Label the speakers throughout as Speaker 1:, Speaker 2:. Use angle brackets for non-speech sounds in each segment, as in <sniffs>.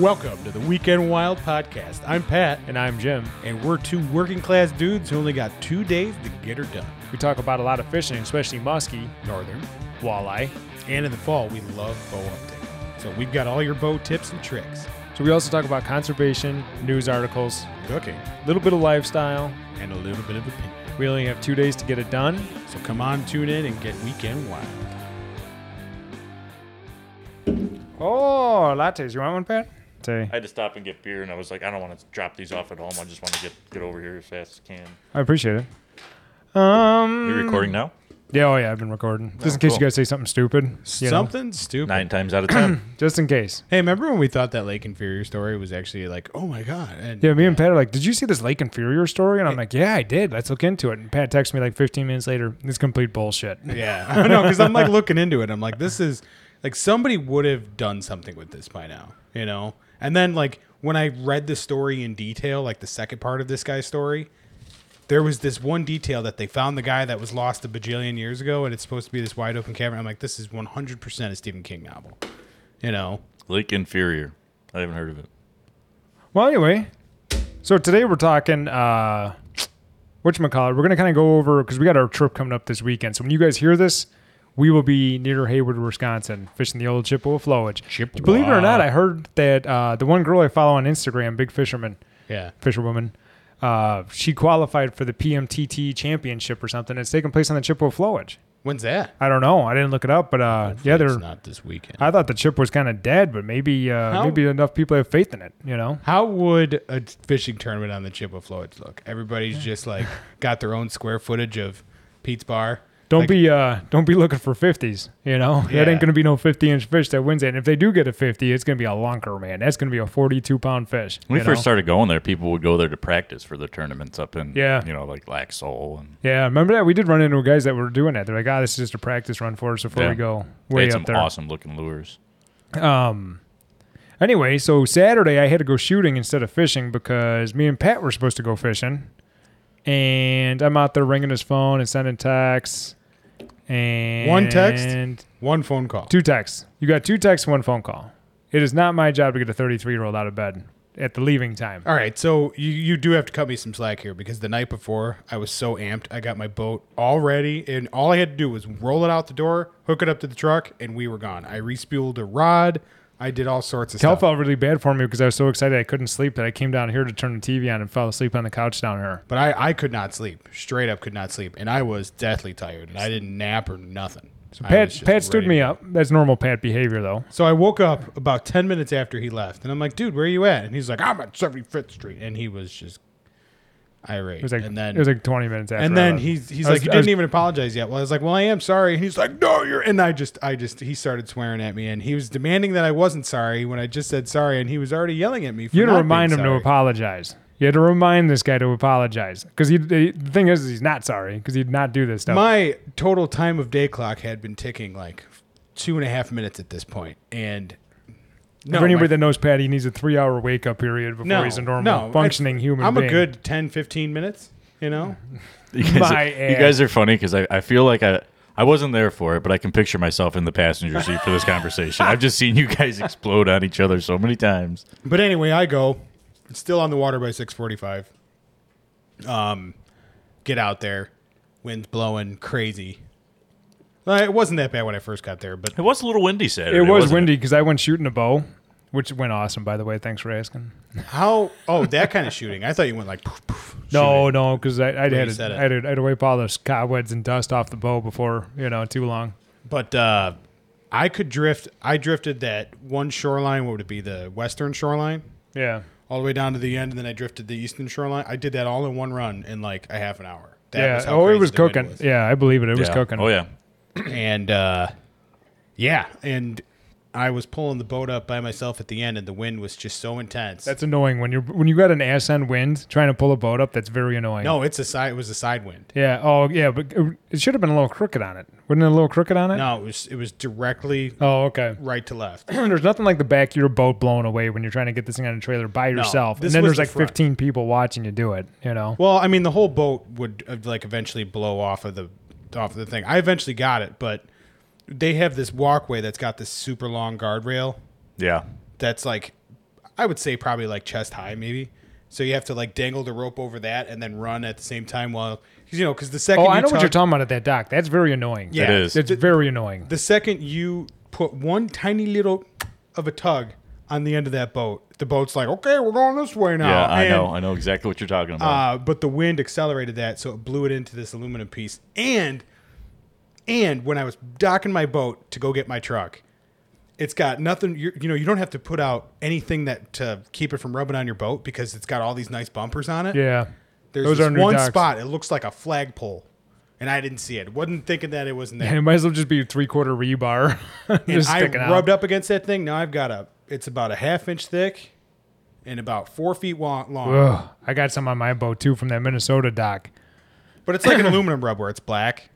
Speaker 1: Welcome to the Weekend Wild podcast. I'm Pat,
Speaker 2: And I'm Jim.
Speaker 1: and we're two working class dudes who only got two days to get her done.
Speaker 2: We talk about a lot of fishing, especially muskie,
Speaker 1: Northern,
Speaker 2: walleye.
Speaker 1: and in the fall, we love bow update. So we've got all your bow tips and tricks,
Speaker 2: So we also talk about conservation, news articles,
Speaker 1: cooking,
Speaker 2: a little bit of lifestyle.
Speaker 1: and a little bit of opinion.
Speaker 2: We only have two days to get it done.
Speaker 1: So come on, tune in and get Weekend Wild.
Speaker 2: Oh, lattes. You want one, Pat? Say.
Speaker 3: I had to stop and get beer, and I was like, I don't want to drop these off at home. I just want to get get over here as fast as I can.
Speaker 2: I appreciate it. Um.
Speaker 3: You're recording now?
Speaker 2: Yeah. Oh yeah. I've been recording. Just in case
Speaker 3: cool.
Speaker 2: you guys say something stupid. you know?
Speaker 1: Something stupid.
Speaker 3: Nine times out of ten.
Speaker 2: Just in case.
Speaker 1: Hey, remember when we thought that Lake Inferior story was actually like, oh my God? And
Speaker 2: Yeah. Me and Pat are like, did you see this Lake Inferior story? And I'm like, yeah, I did. Let's look into it. And Pat texts me like 15 minutes later. It's complete bullshit.
Speaker 1: Yeah, <laughs> I know because I'm like looking into it. I'm like, this is like somebody would have done something with this by now, you know. And then like when I read the story in detail, like the second part of this guy's story, there was this one detail that they found the guy that was lost a bajillion years ago, and it's supposed to be this wide open cavern. I'm like, this is 100 percent a Stephen King novel, you know.
Speaker 3: <clears throat> Lake Inferior. I haven't heard of it.
Speaker 2: Well, anyway, so today we're talking uh, whatchamacallit. We're going to kind of go over because we got our trip coming up this weekend. So when you guys hear this, we will be near Hayward, Wisconsin, fishing the old Chippewa flowage.
Speaker 1: Chippewa.
Speaker 2: Believe it or not, I heard that uh, the one girl I follow on Instagram, Big Fisherman,
Speaker 1: Yeah,
Speaker 2: Fisherwoman, uh, she qualified for the PMTT Championship or something. It's taking place on the Chippewa flowage.
Speaker 1: when's that?
Speaker 2: I don't know. I didn't look it up, but uh, yeah,
Speaker 1: It's
Speaker 2: they're.
Speaker 1: not this weekend.
Speaker 2: I thought the chip was kind of dead, but maybe uh,
Speaker 1: How-
Speaker 2: maybe enough people have faith in it. You know.
Speaker 1: How would a fishing tournament on the Chippewa Flowage look?
Speaker 2: <laughs>
Speaker 1: Everybody's just like got their own square footage of Pete's Bar.
Speaker 2: Don't
Speaker 1: Like-
Speaker 2: be uh don't be looking for fifties, you know? <laughs> That
Speaker 1: Yeah.
Speaker 2: ain't gonna be no fifty inch fish that wins it. And if they do get a fifty, it's gonna be a lunker, man. That's gonna be a forty two pound fish.
Speaker 3: When we
Speaker 2: you
Speaker 3: first
Speaker 2: know?
Speaker 3: started going there, people would go there to practice for their tournaments up in,
Speaker 2: Yeah.
Speaker 3: you know, like Lac Seul. And
Speaker 2: Yeah, remember that? We did run into guys that were doing that. They're like, ah, this is just a practice run for us before
Speaker 3: Yeah.
Speaker 2: we go
Speaker 3: they
Speaker 2: way
Speaker 3: had some
Speaker 2: up there.
Speaker 3: awesome looking lures. <laughs>
Speaker 2: Um anyway, so Saturday I had to go shooting instead of fishing because me and Pat were supposed to go fishing. And I'm out there ringing his phone and sending texts. And
Speaker 1: One text? One phone call.
Speaker 2: Two texts. You got two texts, one phone call. It is not my job to get a 33 year old out of bed at the leaving time.
Speaker 1: All right, so you, you do have to cut me some slack here because the night before I was so amped, I got my boat all ready, and all I had to do was roll it out the door, hook it up to the truck, and we were gone. I respooled a rod, I did all sorts of
Speaker 2: Cal
Speaker 1: stuff.
Speaker 2: felt really bad for me because I was so excited I couldn't sleep that I came down here to turn the TV on and fell asleep on the couch down here.
Speaker 1: But I, I could not sleep, straight up could not sleep, and I was deathly tired, and I didn't nap or nothing. So
Speaker 2: Pat, Pat stood me up. That's normal Pat behavior, though.
Speaker 1: So I woke up about 10 minutes after he left, and I'm like, dude, where are you at? And he's like, I'm at 75th Street. And he was just irate.
Speaker 2: It was like
Speaker 1: and then,
Speaker 2: it was like 20 minutes after.
Speaker 1: and
Speaker 2: I
Speaker 1: then
Speaker 2: left.
Speaker 1: he's he's
Speaker 2: I was-
Speaker 1: like, you
Speaker 2: I was-
Speaker 1: didn't even apologize yet. Well, I was like, well, I am sorry. And he's like, no, you're. And I just, I just, he started swearing at me, and he was demanding that I wasn't sorry when I just said sorry, and he was already yelling at me. For
Speaker 2: You had
Speaker 1: not
Speaker 2: to remind him
Speaker 1: being
Speaker 2: to
Speaker 1: sorry.
Speaker 2: apologize. You had to remind this guy to apologize because the thing is, he's not sorry because he'd not do this stuff.
Speaker 1: My total time of day clock had been ticking like two and a half minutes at this point, and no,
Speaker 2: For anybody
Speaker 1: my-
Speaker 2: that knows Pat, he needs a three hour wake up period before he's a normal
Speaker 1: no,
Speaker 2: functioning
Speaker 1: it's-
Speaker 2: human
Speaker 1: I'm
Speaker 2: being.
Speaker 1: a good 10, 15 minutes. You know,
Speaker 3: You guys,
Speaker 2: My
Speaker 3: are, you
Speaker 2: ass.
Speaker 3: guys are funny because I, I feel like I, I wasn't there for it, but I can picture myself in the passenger seat for this conversation. I've just seen you <laughs> guys explode on each other so many times.
Speaker 1: But anyway, I go. It's still on the water by 6:45. Um, get out there. Wind's blowing crazy. Well, It wasn't that bad when I first got there, but
Speaker 3: It was a little windy Saturday.
Speaker 2: It was
Speaker 3: wasn't
Speaker 2: windy because I went shooting a bow, which went awesome, by the way. Thanks for asking.
Speaker 1: how? Oh, that kind of shooting. I thought you went like. Poof, poof,
Speaker 2: No,
Speaker 1: shooting.
Speaker 2: no, because I, I
Speaker 1: you
Speaker 2: had
Speaker 1: said
Speaker 2: to,
Speaker 1: it.
Speaker 2: I had to, I had to wipe all those cobwebs and dust off the bow before you know too long.
Speaker 1: But uh, I could drift. I drifted that one shoreline. What would it be? The western shoreline,
Speaker 2: Yeah,
Speaker 1: all the way down to the end, and then I drifted the eastern shoreline. I did that all in one run in like a half an hour. That
Speaker 2: yeah.
Speaker 1: was how
Speaker 2: Oh, it
Speaker 1: crazy
Speaker 2: was
Speaker 1: the wind
Speaker 2: cooking.
Speaker 1: was.
Speaker 2: Yeah, I believe it. It was
Speaker 3: Yeah.
Speaker 2: cooking.
Speaker 3: Oh, yeah.
Speaker 1: and uh, yeah, and I was pulling the boat up by myself at the end, and the wind was just so intense.
Speaker 2: That's annoying when you're when you got an ass end wind trying to pull a boat up. That's very annoying.
Speaker 1: no, it's a side. It was a side wind.
Speaker 2: Yeah. Oh, yeah. But it, it should have been a little crooked on it. Wasn't it a little crooked on it?
Speaker 1: No, it was it was directly
Speaker 2: Oh, okay. <clears throat>
Speaker 1: right to left.
Speaker 2: <laughs> there's nothing like the back of your boat blowing away when you're trying to get this thing on a trailer by yourself,
Speaker 1: this
Speaker 2: and then
Speaker 1: was
Speaker 2: there's
Speaker 1: the
Speaker 2: like
Speaker 1: front.
Speaker 2: 15 people watching you do it. You know.
Speaker 1: Well, I mean, the whole boat would uh, like eventually blow off of the off of the thing. I eventually got it, but they have this walkway that's got this super long guardrail
Speaker 3: Yeah.
Speaker 1: that's like I would say probably like chest high, maybe. So you have to like dangle the rope over that and then run at the same time while, because you know, because the second
Speaker 2: Oh, I
Speaker 1: you
Speaker 2: know what
Speaker 1: tug-
Speaker 2: you're talking about at that dock. That's very annoying.
Speaker 1: Yeah.
Speaker 3: It is.
Speaker 2: It's very annoying.
Speaker 1: The second you put one tiny little of a tug on the end of that boat, the boat's like, okay, we're going this way now.
Speaker 3: yeah, I
Speaker 1: And,
Speaker 3: know. I know exactly what you're talking about.
Speaker 1: Oh, Uh, but the wind accelerated that, so it blew it into this aluminum piece. And and when I was docking my boat to go get my truck, it's got nothing. you you know, you don't have to put out anything that to keep it from rubbing on your boat because it's got all these nice bumpers on it.
Speaker 2: yeah.
Speaker 1: There's
Speaker 2: Those
Speaker 1: this
Speaker 2: are new
Speaker 1: one
Speaker 2: docks.
Speaker 1: spot. It looks like a flagpole, and I didn't see it. wasn't thinking that it wasn't there.
Speaker 2: And <laughs> it might as well just be three quarter rebar. <laughs>
Speaker 1: and
Speaker 2: just
Speaker 1: I
Speaker 2: sticking
Speaker 1: rubbed
Speaker 2: out.
Speaker 1: up against that thing. Now I've got a. It's about a half inch thick, and about four feet wa- long.
Speaker 2: Ugh, I got some on my boat too from that Minnesota dock.
Speaker 1: But it's like
Speaker 2: <coughs>
Speaker 1: an aluminum rub where it's black.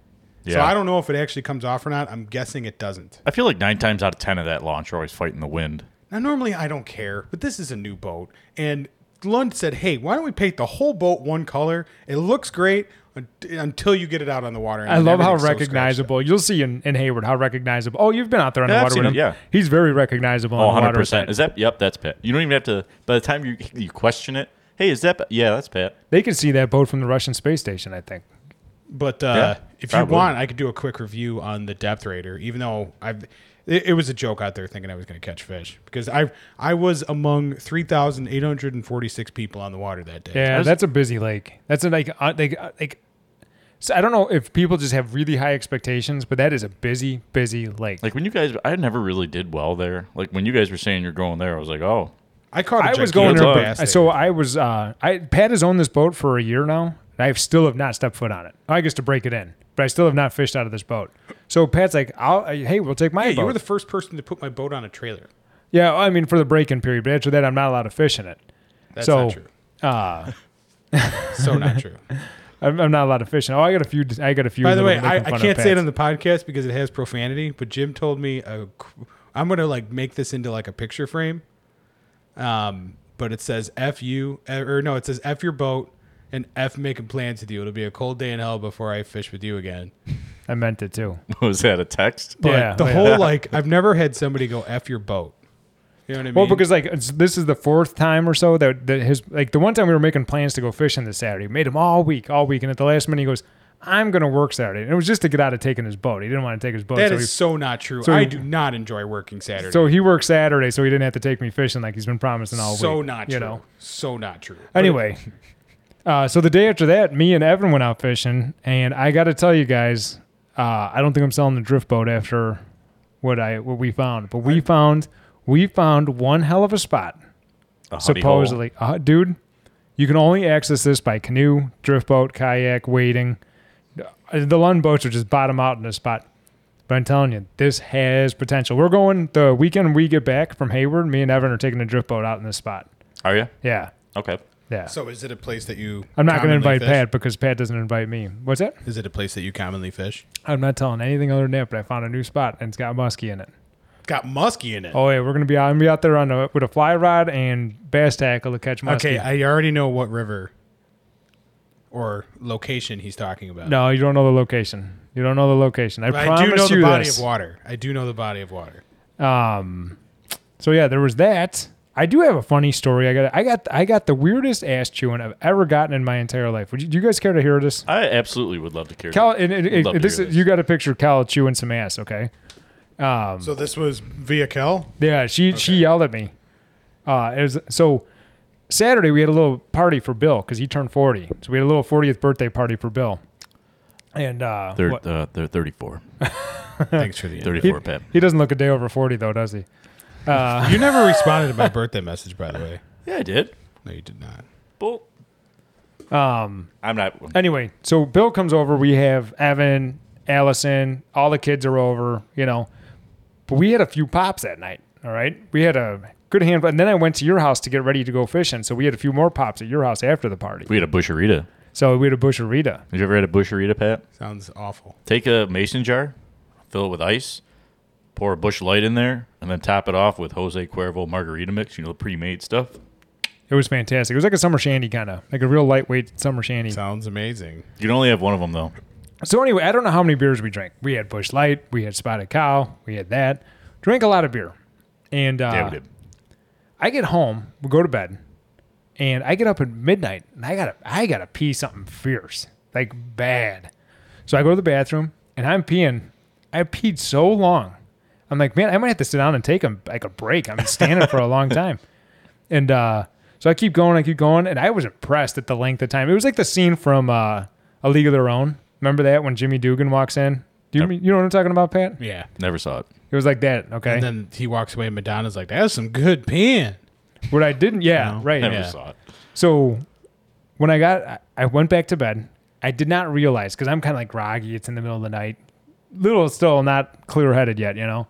Speaker 1: So
Speaker 3: Yeah.
Speaker 1: I don't know if it actually comes off or not. I'm guessing it doesn't.
Speaker 3: I feel like nine times out of ten of that launch are always fighting the wind.
Speaker 1: Now normally I don't care, but this is a new boat. And Lund said, "Hey, why don't we paint the whole boat one color? It looks great un- until you get it out on the water." and
Speaker 2: I
Speaker 1: then
Speaker 2: love how
Speaker 1: everything's so scratched up."
Speaker 2: recognizable. You'll see in, in Hayward how recognizable. Oh, you've been out there on
Speaker 3: Yeah,
Speaker 2: the
Speaker 3: I've
Speaker 2: water
Speaker 3: seen
Speaker 2: with him.
Speaker 3: him, yeah.
Speaker 2: He's very recognizable on
Speaker 3: Oh,
Speaker 2: the
Speaker 3: 100
Speaker 2: water.
Speaker 3: percent.
Speaker 2: side.
Speaker 3: Is that? Yep, that's Pat. You don't even have to. By the time you you question it, hey, is that? Pa-" Yeah, that's Pat.
Speaker 2: They can see that boat from the Russian space station, I think.
Speaker 1: But uh,
Speaker 3: Yeah,
Speaker 1: if
Speaker 3: probably.
Speaker 1: you want, I could do a quick review on the depth raider, even though I've. It, it was a joke out there thinking I was going to catch fish because I I was among three thousand eight hundred and forty six people on the water that day.
Speaker 2: Yeah,
Speaker 3: I was-
Speaker 2: that's a busy lake. That's a, like uh, like uh, like. So I don't know if people just have really high expectations, but that is a busy, busy lake.
Speaker 3: Like when you guys, I never really did well there. Like when you guys were saying you're going there, I was like, oh, <laughs>
Speaker 1: I caught. I
Speaker 2: I was going
Speaker 3: gigantic
Speaker 2: there,
Speaker 3: bass
Speaker 2: but- so I was. Uh, I Pat has owned this boat for a year now, and I still have not stepped foot on it. I guess to break it in, but I still have not fished out of this boat. So Pat's like, I'll, I- "Hey, we'll take my
Speaker 1: Hey,
Speaker 2: boat."
Speaker 1: you were the first person to put my boat on a trailer.
Speaker 2: yeah, I mean for the break-in period, but after that, I'm not allowed to fish in it.
Speaker 1: That's
Speaker 2: so
Speaker 1: not true.
Speaker 2: Uh,
Speaker 1: So
Speaker 2: <laughs>
Speaker 1: not true.
Speaker 2: I'm, I'm not allowed to fish in. it. Oh, I got a few. I got a few.
Speaker 1: By the
Speaker 2: little
Speaker 1: way, I,
Speaker 2: making fun
Speaker 1: I
Speaker 2: of
Speaker 1: can't say it
Speaker 2: Pat's.
Speaker 1: on the podcast because it has profanity. But Jim told me a, qu- I'm going to like make this into like a picture frame. Um, but it says "f you" eh, or no, it says "f your boat" and "f making plans with you." It'll be a cold day in hell before I fish with you again.
Speaker 2: I meant it too.
Speaker 3: was that a text?
Speaker 1: But
Speaker 2: yeah,
Speaker 1: the
Speaker 2: yeah. <laughs>
Speaker 1: whole like, I've never had somebody go "f your boat." You know what I mean?
Speaker 2: Well, because like it's, this is the fourth time or so that, that his like the one time we were making plans to go fishing this Saturday, made him all week, all week, and at the last minute he goes, "I'm going to work Saturday," and it was just to get out of taking his boat. He didn't want to take his boat,
Speaker 1: that
Speaker 2: so,
Speaker 1: is so not true.
Speaker 2: so
Speaker 1: I
Speaker 2: he-
Speaker 1: do not enjoy working Saturday.
Speaker 2: he, so he worked Saturday, so he didn't have to take me fishing like he's been promising all
Speaker 1: so
Speaker 2: week.
Speaker 1: not true.
Speaker 2: you know.
Speaker 1: So not true. But
Speaker 2: Anyway, <laughs> uh, so the day after that, me and Evan went out fishing, and I got to tell you guys, uh, I don't think I'm selling the drift boat after what I what we found, but we found we found one hell of a spot.
Speaker 3: A honey hole.
Speaker 2: supposedly, uh, dude, you can only access this by canoe, drift boat, kayak, wading. Uh, The Lund boats are just bottom out in this spot. But I'm telling you, this has potential. We're going the weekend we get back from Hayward. Me and Evan are taking a drift boat out in this spot.
Speaker 3: Are you
Speaker 2: Yeah,
Speaker 3: okay?
Speaker 2: yeah.
Speaker 1: So is it a place that you?
Speaker 2: I'm not going to
Speaker 1: commonly
Speaker 2: invite
Speaker 1: fish?
Speaker 2: Pat because Pat doesn't invite me. What's that?
Speaker 1: Is it a place that you commonly fish?
Speaker 2: I'm not telling anything other than that. But I found a new spot and it's got muskie in it.
Speaker 1: got musky in it.
Speaker 2: Oh yeah, we're gonna be out. I'm gonna be out there on a, with a fly rod and bass tackle to catch muskie.
Speaker 1: okay, I already know what river or location he's talking about.
Speaker 2: no, you don't know the location. You don't know the location. I
Speaker 1: But I
Speaker 2: promise
Speaker 1: do know
Speaker 2: you
Speaker 1: the body
Speaker 2: this.
Speaker 1: of water. I do know the body of water.
Speaker 2: Um, so yeah, there was that. I do have a funny story. I got I got I got the weirdest ass chewing I've ever gotten in my entire life. Would you, do you guys care to hear this?
Speaker 3: I absolutely would love to carry.
Speaker 2: Cal, and, and, and
Speaker 3: Love to
Speaker 2: this,
Speaker 3: hear
Speaker 2: is
Speaker 3: this.
Speaker 2: you got a picture of Cal chewing some ass. Okay.
Speaker 1: So this was via Kel.
Speaker 2: Yeah, she she yelled at me. Uh, it was so Saturday we had a little party for Bill because he turned forty. So we had a little fortieth birthday party for Bill. And uh,
Speaker 3: They're
Speaker 2: what-
Speaker 3: uh, they're 34,
Speaker 1: <laughs> Thanks for the. invite.
Speaker 3: 34, Pat.
Speaker 2: he doesn't look a day over forty though, does he?
Speaker 1: You never responded to my birthday message, by the way.
Speaker 3: Yeah, I did.
Speaker 1: No, you did not.
Speaker 3: Bull. Um, I'm not.
Speaker 2: Anyway, so Bill comes over. We have Evan, Allison, all the kids are over, you know. But we had a few pops that night. All right. We had a good hand. And then I went to your house to get ready to go fishing. So we had a few more pops at your house after the party.
Speaker 3: We had a busherita.
Speaker 2: So we had a Busherita.
Speaker 3: Have you ever had a busherita, Pat?
Speaker 1: Sounds awful.
Speaker 3: Take a mason jar, fill it with ice, pour a bush light in there, and then top it off with Jose Cuervo margarita mix. You know the pre-made stuff.
Speaker 2: It was fantastic. It was like a summer shandy kind of, like a real lightweight summer shandy.
Speaker 1: Sounds amazing.
Speaker 3: You can only have one of them though.
Speaker 2: So anyway, I don't know how many beers we drank. We had Bush Light, we had Spotted Cow, we had that. Drank a lot of beer, and uh,
Speaker 3: Yeah, we did.
Speaker 2: I get home, we go to bed, and I get up at midnight and I gotta I gotta pee something fierce. Like bad. So I go to the bathroom and I'm peeing. I peed so long. I'm like, man, I might have to sit down and take a like a break. I'm standing for
Speaker 1: <laughs>
Speaker 2: a long time. And uh so I keep going, I keep going, and I was impressed at the length of time. It was like the scene from uh A League of Their Own. Remember that when Jimmy Dugan walks in? Do you
Speaker 3: Yep.
Speaker 2: mean you know what I'm talking about, Pat?
Speaker 1: Yeah.
Speaker 3: Never saw it.
Speaker 2: It was like that, okay?
Speaker 1: And then he walks away, and Madonna's like, "That was some good peeing."
Speaker 2: what I didn't, yeah,
Speaker 1: No.
Speaker 2: right.
Speaker 3: Never
Speaker 1: Yeah.
Speaker 3: saw it.
Speaker 2: So when I got, I- I went back to bed. I did not realize because I'm kind of like groggy. It's in the middle of the night, little still not clear headed yet, you know.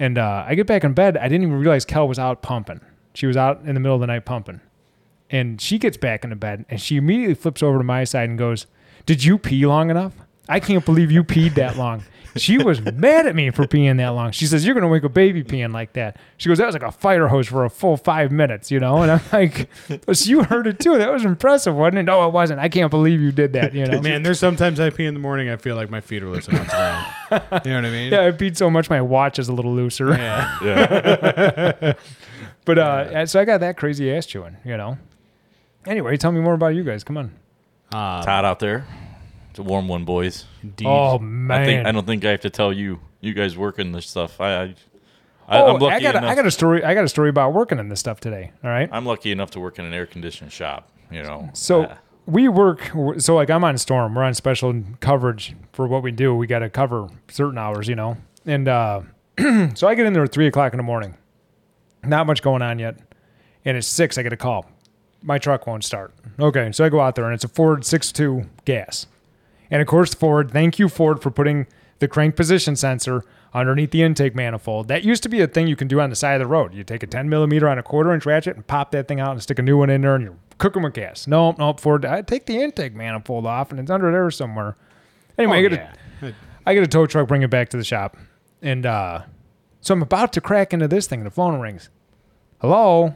Speaker 2: And uh, I get back in bed. I didn't even realize Kel was out pumping. She was out in the middle of the night pumping, and she gets back into bed and she immediately flips over to my side and goes, "Did you pee long enough? I can't believe you peed that long." She was mad at me for peeing that long. She says, "You're gonna wake a baby peeing like that." She goes, "That was like a fire hose for a full five minutes, you know." And I'm <laughs> like, so "You heard it too. That was impressive, wasn't it?" No, it wasn't. I can't believe you did that. You know,
Speaker 1: Man, there's sometimes I pee in the morning. I feel like my feet are loose
Speaker 2: <laughs>
Speaker 1: on the ground. You know what I mean?
Speaker 2: yeah, I peed so much my watch is a little looser.
Speaker 1: Yeah.
Speaker 3: <laughs> Yeah.
Speaker 2: But uh, so I got that crazy ass chewing, you know. Anyway, tell me more about you guys. Come on.
Speaker 1: Uh,
Speaker 3: it's hot out there. It's a warm one, boys.
Speaker 1: indeed.
Speaker 2: Oh man,
Speaker 3: I think I don't think I have to tell you. You guys working this stuff. I, I, I
Speaker 2: oh,
Speaker 3: I'm lucky
Speaker 2: I got a,
Speaker 3: enough.
Speaker 2: I got a story. I got a story about working in this stuff today. All right.
Speaker 3: I'm lucky enough to work in an air conditioned shop. You know.
Speaker 2: So
Speaker 3: Uh,
Speaker 2: we work. So like I'm on Storm. We're on special coverage for what we do. We got to cover certain hours, you know. And uh, <clears throat> so I get in there at three o'clock in the morning. Not much going on yet. And at six, I get a call. My truck won't start. Okay, so I go out there and it's a Ford 6.2 gas. And of course, Ford, thank you, Ford, for putting the crank position sensor underneath the intake manifold. That used to be a thing you can do on the side of the road. You take a 10 millimeter on a quarter inch ratchet and pop that thing out and stick a new one in there and you're cooking with gas. Nope, nope, Ford, I take the intake manifold off and it's under there somewhere. Anyway, I get a, I get a tow truck, bring it back to the shop. And uh, so I'm about to crack into this thing, and the phone rings. Hello?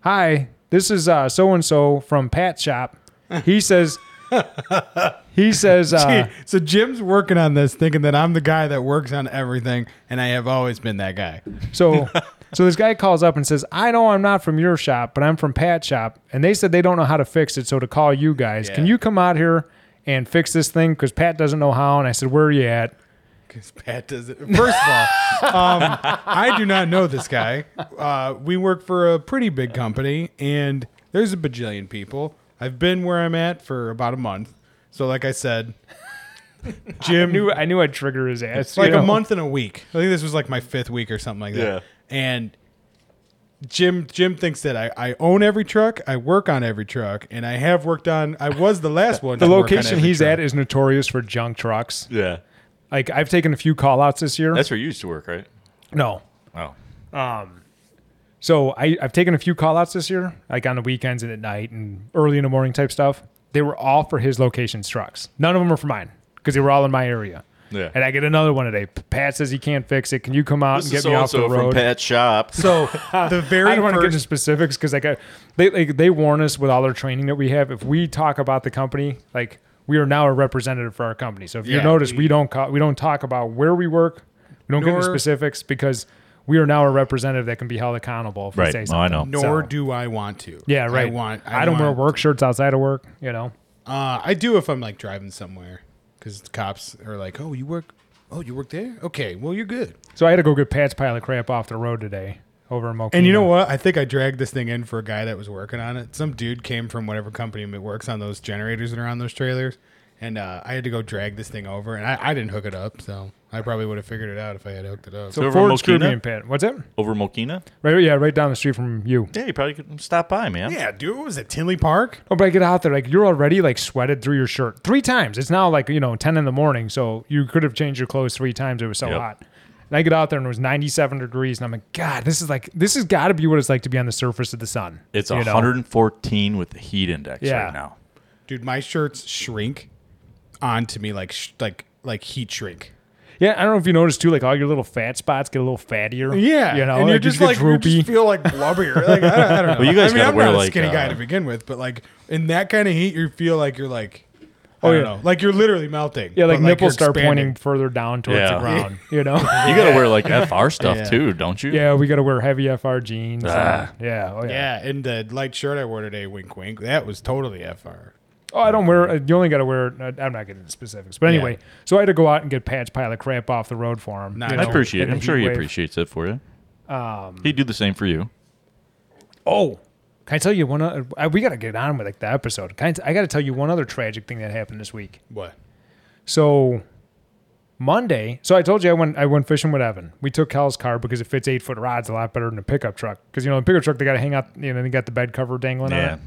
Speaker 2: Hi, this is uh so and so from Pat's shop. <laughs> He says, he says,
Speaker 1: <laughs>
Speaker 2: uh,
Speaker 1: so Jim's working on this, thinking that I'm the guy that works on everything, and I have always been that guy.
Speaker 2: so, so this guy calls up and says, I know I'm not from your shop, but I'm from Pat's shop. And they said they don't know how to fix it. So to call you guys,
Speaker 1: Yeah.
Speaker 2: can you come out here and fix this thing? Because Pat doesn't know how. And I said, Where are you at?
Speaker 1: Because Pat doesn't. First of all, um, I do not know this guy. Uh, we work for a pretty big company, and there's a bajillion people. I've been where I'm at for about a month. So, like I said,
Speaker 2: I knew, I knew I'd trigger his ass.
Speaker 1: It's like
Speaker 2: you
Speaker 1: a
Speaker 2: know?
Speaker 1: month and a week. I think this was like my fifth week or something like that.
Speaker 3: Yeah.
Speaker 1: And Jim Jim thinks that I, I own every truck, I work on every truck, and I have worked on. I was the last
Speaker 2: <laughs>
Speaker 1: one.
Speaker 2: The location he's at is notorious for junk trucks.
Speaker 3: yeah,
Speaker 2: Like I've taken a few call outs this year.
Speaker 3: that's where you used to work, right?
Speaker 2: no.
Speaker 3: Oh,
Speaker 2: So I, I've taken a few call outs this year, like on the weekends and at night and early in the morning type stuff. They were all for his location's trucks. None of them were for mine because they were all in my area.
Speaker 3: Yeah.
Speaker 2: And I get another one today. Pat says he can't fix it. Can you come out and get me off the
Speaker 3: from
Speaker 2: road?
Speaker 3: Pat's shop.
Speaker 1: <laughs> So the
Speaker 2: I
Speaker 1: very
Speaker 2: don't want to get
Speaker 1: first
Speaker 2: into specifics because like I, they like they warn us with all their training that we have. If we talk about the company, like we are now a representative for our company. So if you
Speaker 1: Yeah,
Speaker 2: notice, we,
Speaker 1: we-
Speaker 2: don't call, we don't talk about where we work. We don't get into
Speaker 1: Nor-
Speaker 2: specifics because we are now a representative that can be held accountable. If we
Speaker 3: Right.
Speaker 2: say
Speaker 3: Oh, I
Speaker 2: something.
Speaker 3: know.
Speaker 1: nor
Speaker 2: so-
Speaker 1: do I want to.
Speaker 2: Yeah, right.
Speaker 1: I want.
Speaker 2: I, don't
Speaker 1: want,
Speaker 2: wear work shirts outside of work. You know.
Speaker 1: Uh, I do if I'm like driving somewhere because the cops are like, "Oh, you work. Oh, you work there. Okay, well, you're good."
Speaker 2: So I had to go get Pat's pile of crap off the road today over in Mokina.
Speaker 1: And you know what? I think I dragged this thing in for a guy that was working on it. Some dude came from whatever company that works on those generators that are on those trailers, and uh, I had to go drag this thing over, and I, I didn't hook it up, so I probably would have figured it out if I had hooked it up.
Speaker 2: So
Speaker 3: Over in
Speaker 2: Ford screwed me
Speaker 3: Mokina?
Speaker 2: and Pat. What's it?
Speaker 3: Over Mokina?
Speaker 2: Right. Yeah. Right down the street from you.
Speaker 3: Yeah, you probably could stop by, man.
Speaker 1: yeah, dude, what was it Tinley Park?
Speaker 2: Oh, but I get out there like you're already like sweated through your shirt three times. It's now like you know ten in the morning, so you could have changed your clothes three times. It was so
Speaker 3: Yep.
Speaker 2: hot. And I get out there and it was 97 degrees, and I'm like, God, this is like this has got to be what it's like to be on the surface of the sun.
Speaker 3: It's
Speaker 2: you know?
Speaker 3: 114 with the heat index
Speaker 2: Yeah.
Speaker 3: right now.
Speaker 1: Dude, my shirts shrink onto me like sh- like like heat shrink.
Speaker 2: Yeah, I don't know if you noticed too, like all your little fat spots get a little fattier.
Speaker 1: Yeah,
Speaker 2: you know,
Speaker 1: and
Speaker 2: like,
Speaker 1: you're
Speaker 2: you
Speaker 1: just
Speaker 2: get
Speaker 1: like
Speaker 2: droopy.
Speaker 1: you just feel like blubbier. Like I don't,
Speaker 2: <laughs>
Speaker 1: I don't know.
Speaker 3: Well, you guys
Speaker 1: I mean,
Speaker 3: gotta
Speaker 2: uh,
Speaker 1: I'm
Speaker 3: wear,
Speaker 1: not a
Speaker 3: like,
Speaker 1: skinny guy
Speaker 3: uh,
Speaker 1: to begin with, but like in that kind of heat, you feel like you're like Oh,
Speaker 2: Oh,
Speaker 1: yeah.
Speaker 2: yeah.
Speaker 1: Like you're literally melting.
Speaker 2: Yeah, like
Speaker 1: but,
Speaker 2: nipples
Speaker 1: you're
Speaker 2: start
Speaker 1: expanding.
Speaker 2: pointing further down towards
Speaker 3: Yeah.
Speaker 2: the ground. You know? <laughs>
Speaker 3: You gotta wear like FR stuff
Speaker 1: Yeah.
Speaker 3: too, don't you?
Speaker 2: yeah, we got to wear heavy FR jeans. and-
Speaker 3: Ah.
Speaker 2: yeah, oh, yeah.
Speaker 1: Yeah, and the light shirt I wore today, wink, wink, that was totally FR.
Speaker 2: Oh, I don't wear. You only got to wear. I- I'm not getting into specifics, but anyway. So I had to go out and get Patch pile of crap off the road for him.
Speaker 1: Nice.
Speaker 2: you
Speaker 3: I
Speaker 2: know,
Speaker 3: appreciate
Speaker 2: in
Speaker 3: it.
Speaker 2: the Um,
Speaker 3: I'm sure
Speaker 2: heat
Speaker 3: he
Speaker 2: wave.
Speaker 3: appreciates it for you. He'd do the same for you.
Speaker 2: Oh, can I tell you one? Other, I, we got to get on with like the episode. Can I, t- I got to tell you one other tragic thing that happened this week.
Speaker 1: What?
Speaker 2: So Monday, so I told you I went I went fishing with Evan. We took Cal's car because it fits eight foot rods a lot better than a pickup truck. Because you know the pickup truck they got to hang out, you know they got the bed cover dangling. on
Speaker 3: Yeah.
Speaker 2: it.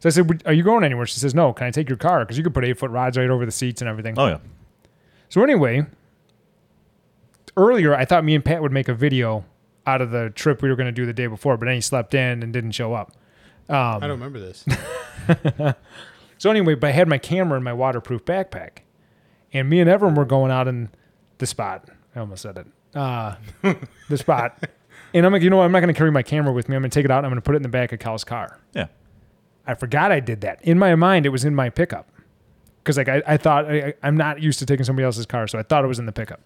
Speaker 2: So I said, "Would- "Are you going anywhere?" She says, "No. Can I take your car? Because you could put eight foot rods right over the seats and everything."
Speaker 3: Oh yeah.
Speaker 2: So anyway, earlier I thought me and Pat would make a video out of the trip we were going to do the day before, but then he slept in and didn't show up. Um,
Speaker 1: I don't remember this.
Speaker 2: <laughs> So anyway, but I had my camera in my waterproof backpack, and me and Evan were going out in the spot. I almost said it. Uh, the spot. And I'm like, you know what? I'm not going to carry my camera with me. I'm going to take it out and I'm going to put it in the back of Cal's car.
Speaker 3: Yeah.
Speaker 2: I forgot I did that. In my mind, it was in my pickup because like I, I thought I, I- I'm not used to taking somebody else's car, so I thought it was in the pickup.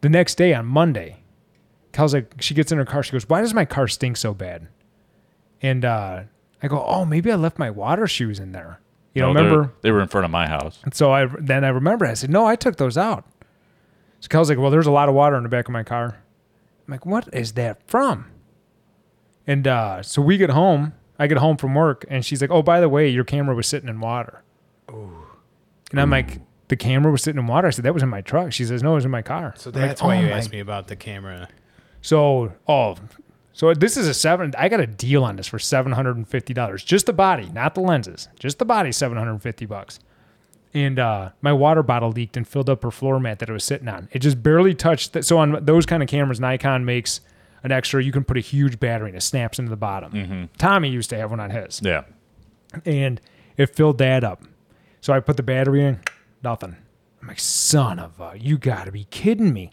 Speaker 2: The next day on Monday, Cal's like she gets in her car. She goes, "Why does my car stink so bad?" And uh, I go, "Oh, maybe I left my water shoes in there." You know,
Speaker 3: No, they're-
Speaker 2: remember?
Speaker 3: they were in front of my house.
Speaker 2: And so I then I remember I said, "No, I took those out." So Kel's like, "Well, there's a lot of water in the back of my car." I'm like, "What is that from?" And uh, so we get home. I get home from work, and she's like, "Oh, by the way, your camera was sitting in water." And I'm like, "The camera was sitting in water." I said, "That was in my truck." She says, "No, it was in my car."
Speaker 1: So
Speaker 2: I'm like,
Speaker 1: that's why
Speaker 2: "Oh
Speaker 1: you
Speaker 2: my
Speaker 1: asked me about the camera.
Speaker 2: so, oh, so this is a seven. I got a deal on this for seven hundred and fifty dollars. Just the body, not the lenses. Just the body, seven hundred and fifty bucks. And uh, my water bottle leaked and filled up her floor mat that it was sitting on. It just barely touched. The, so on those kind of cameras, Nikon makes an extra. You can put a huge battery and it snaps into the bottom. Tommy used to have one on his,
Speaker 3: Yeah.
Speaker 2: and it filled that up. So I put the battery in. Nothing. I'm like, son of a, you gotta be kidding me.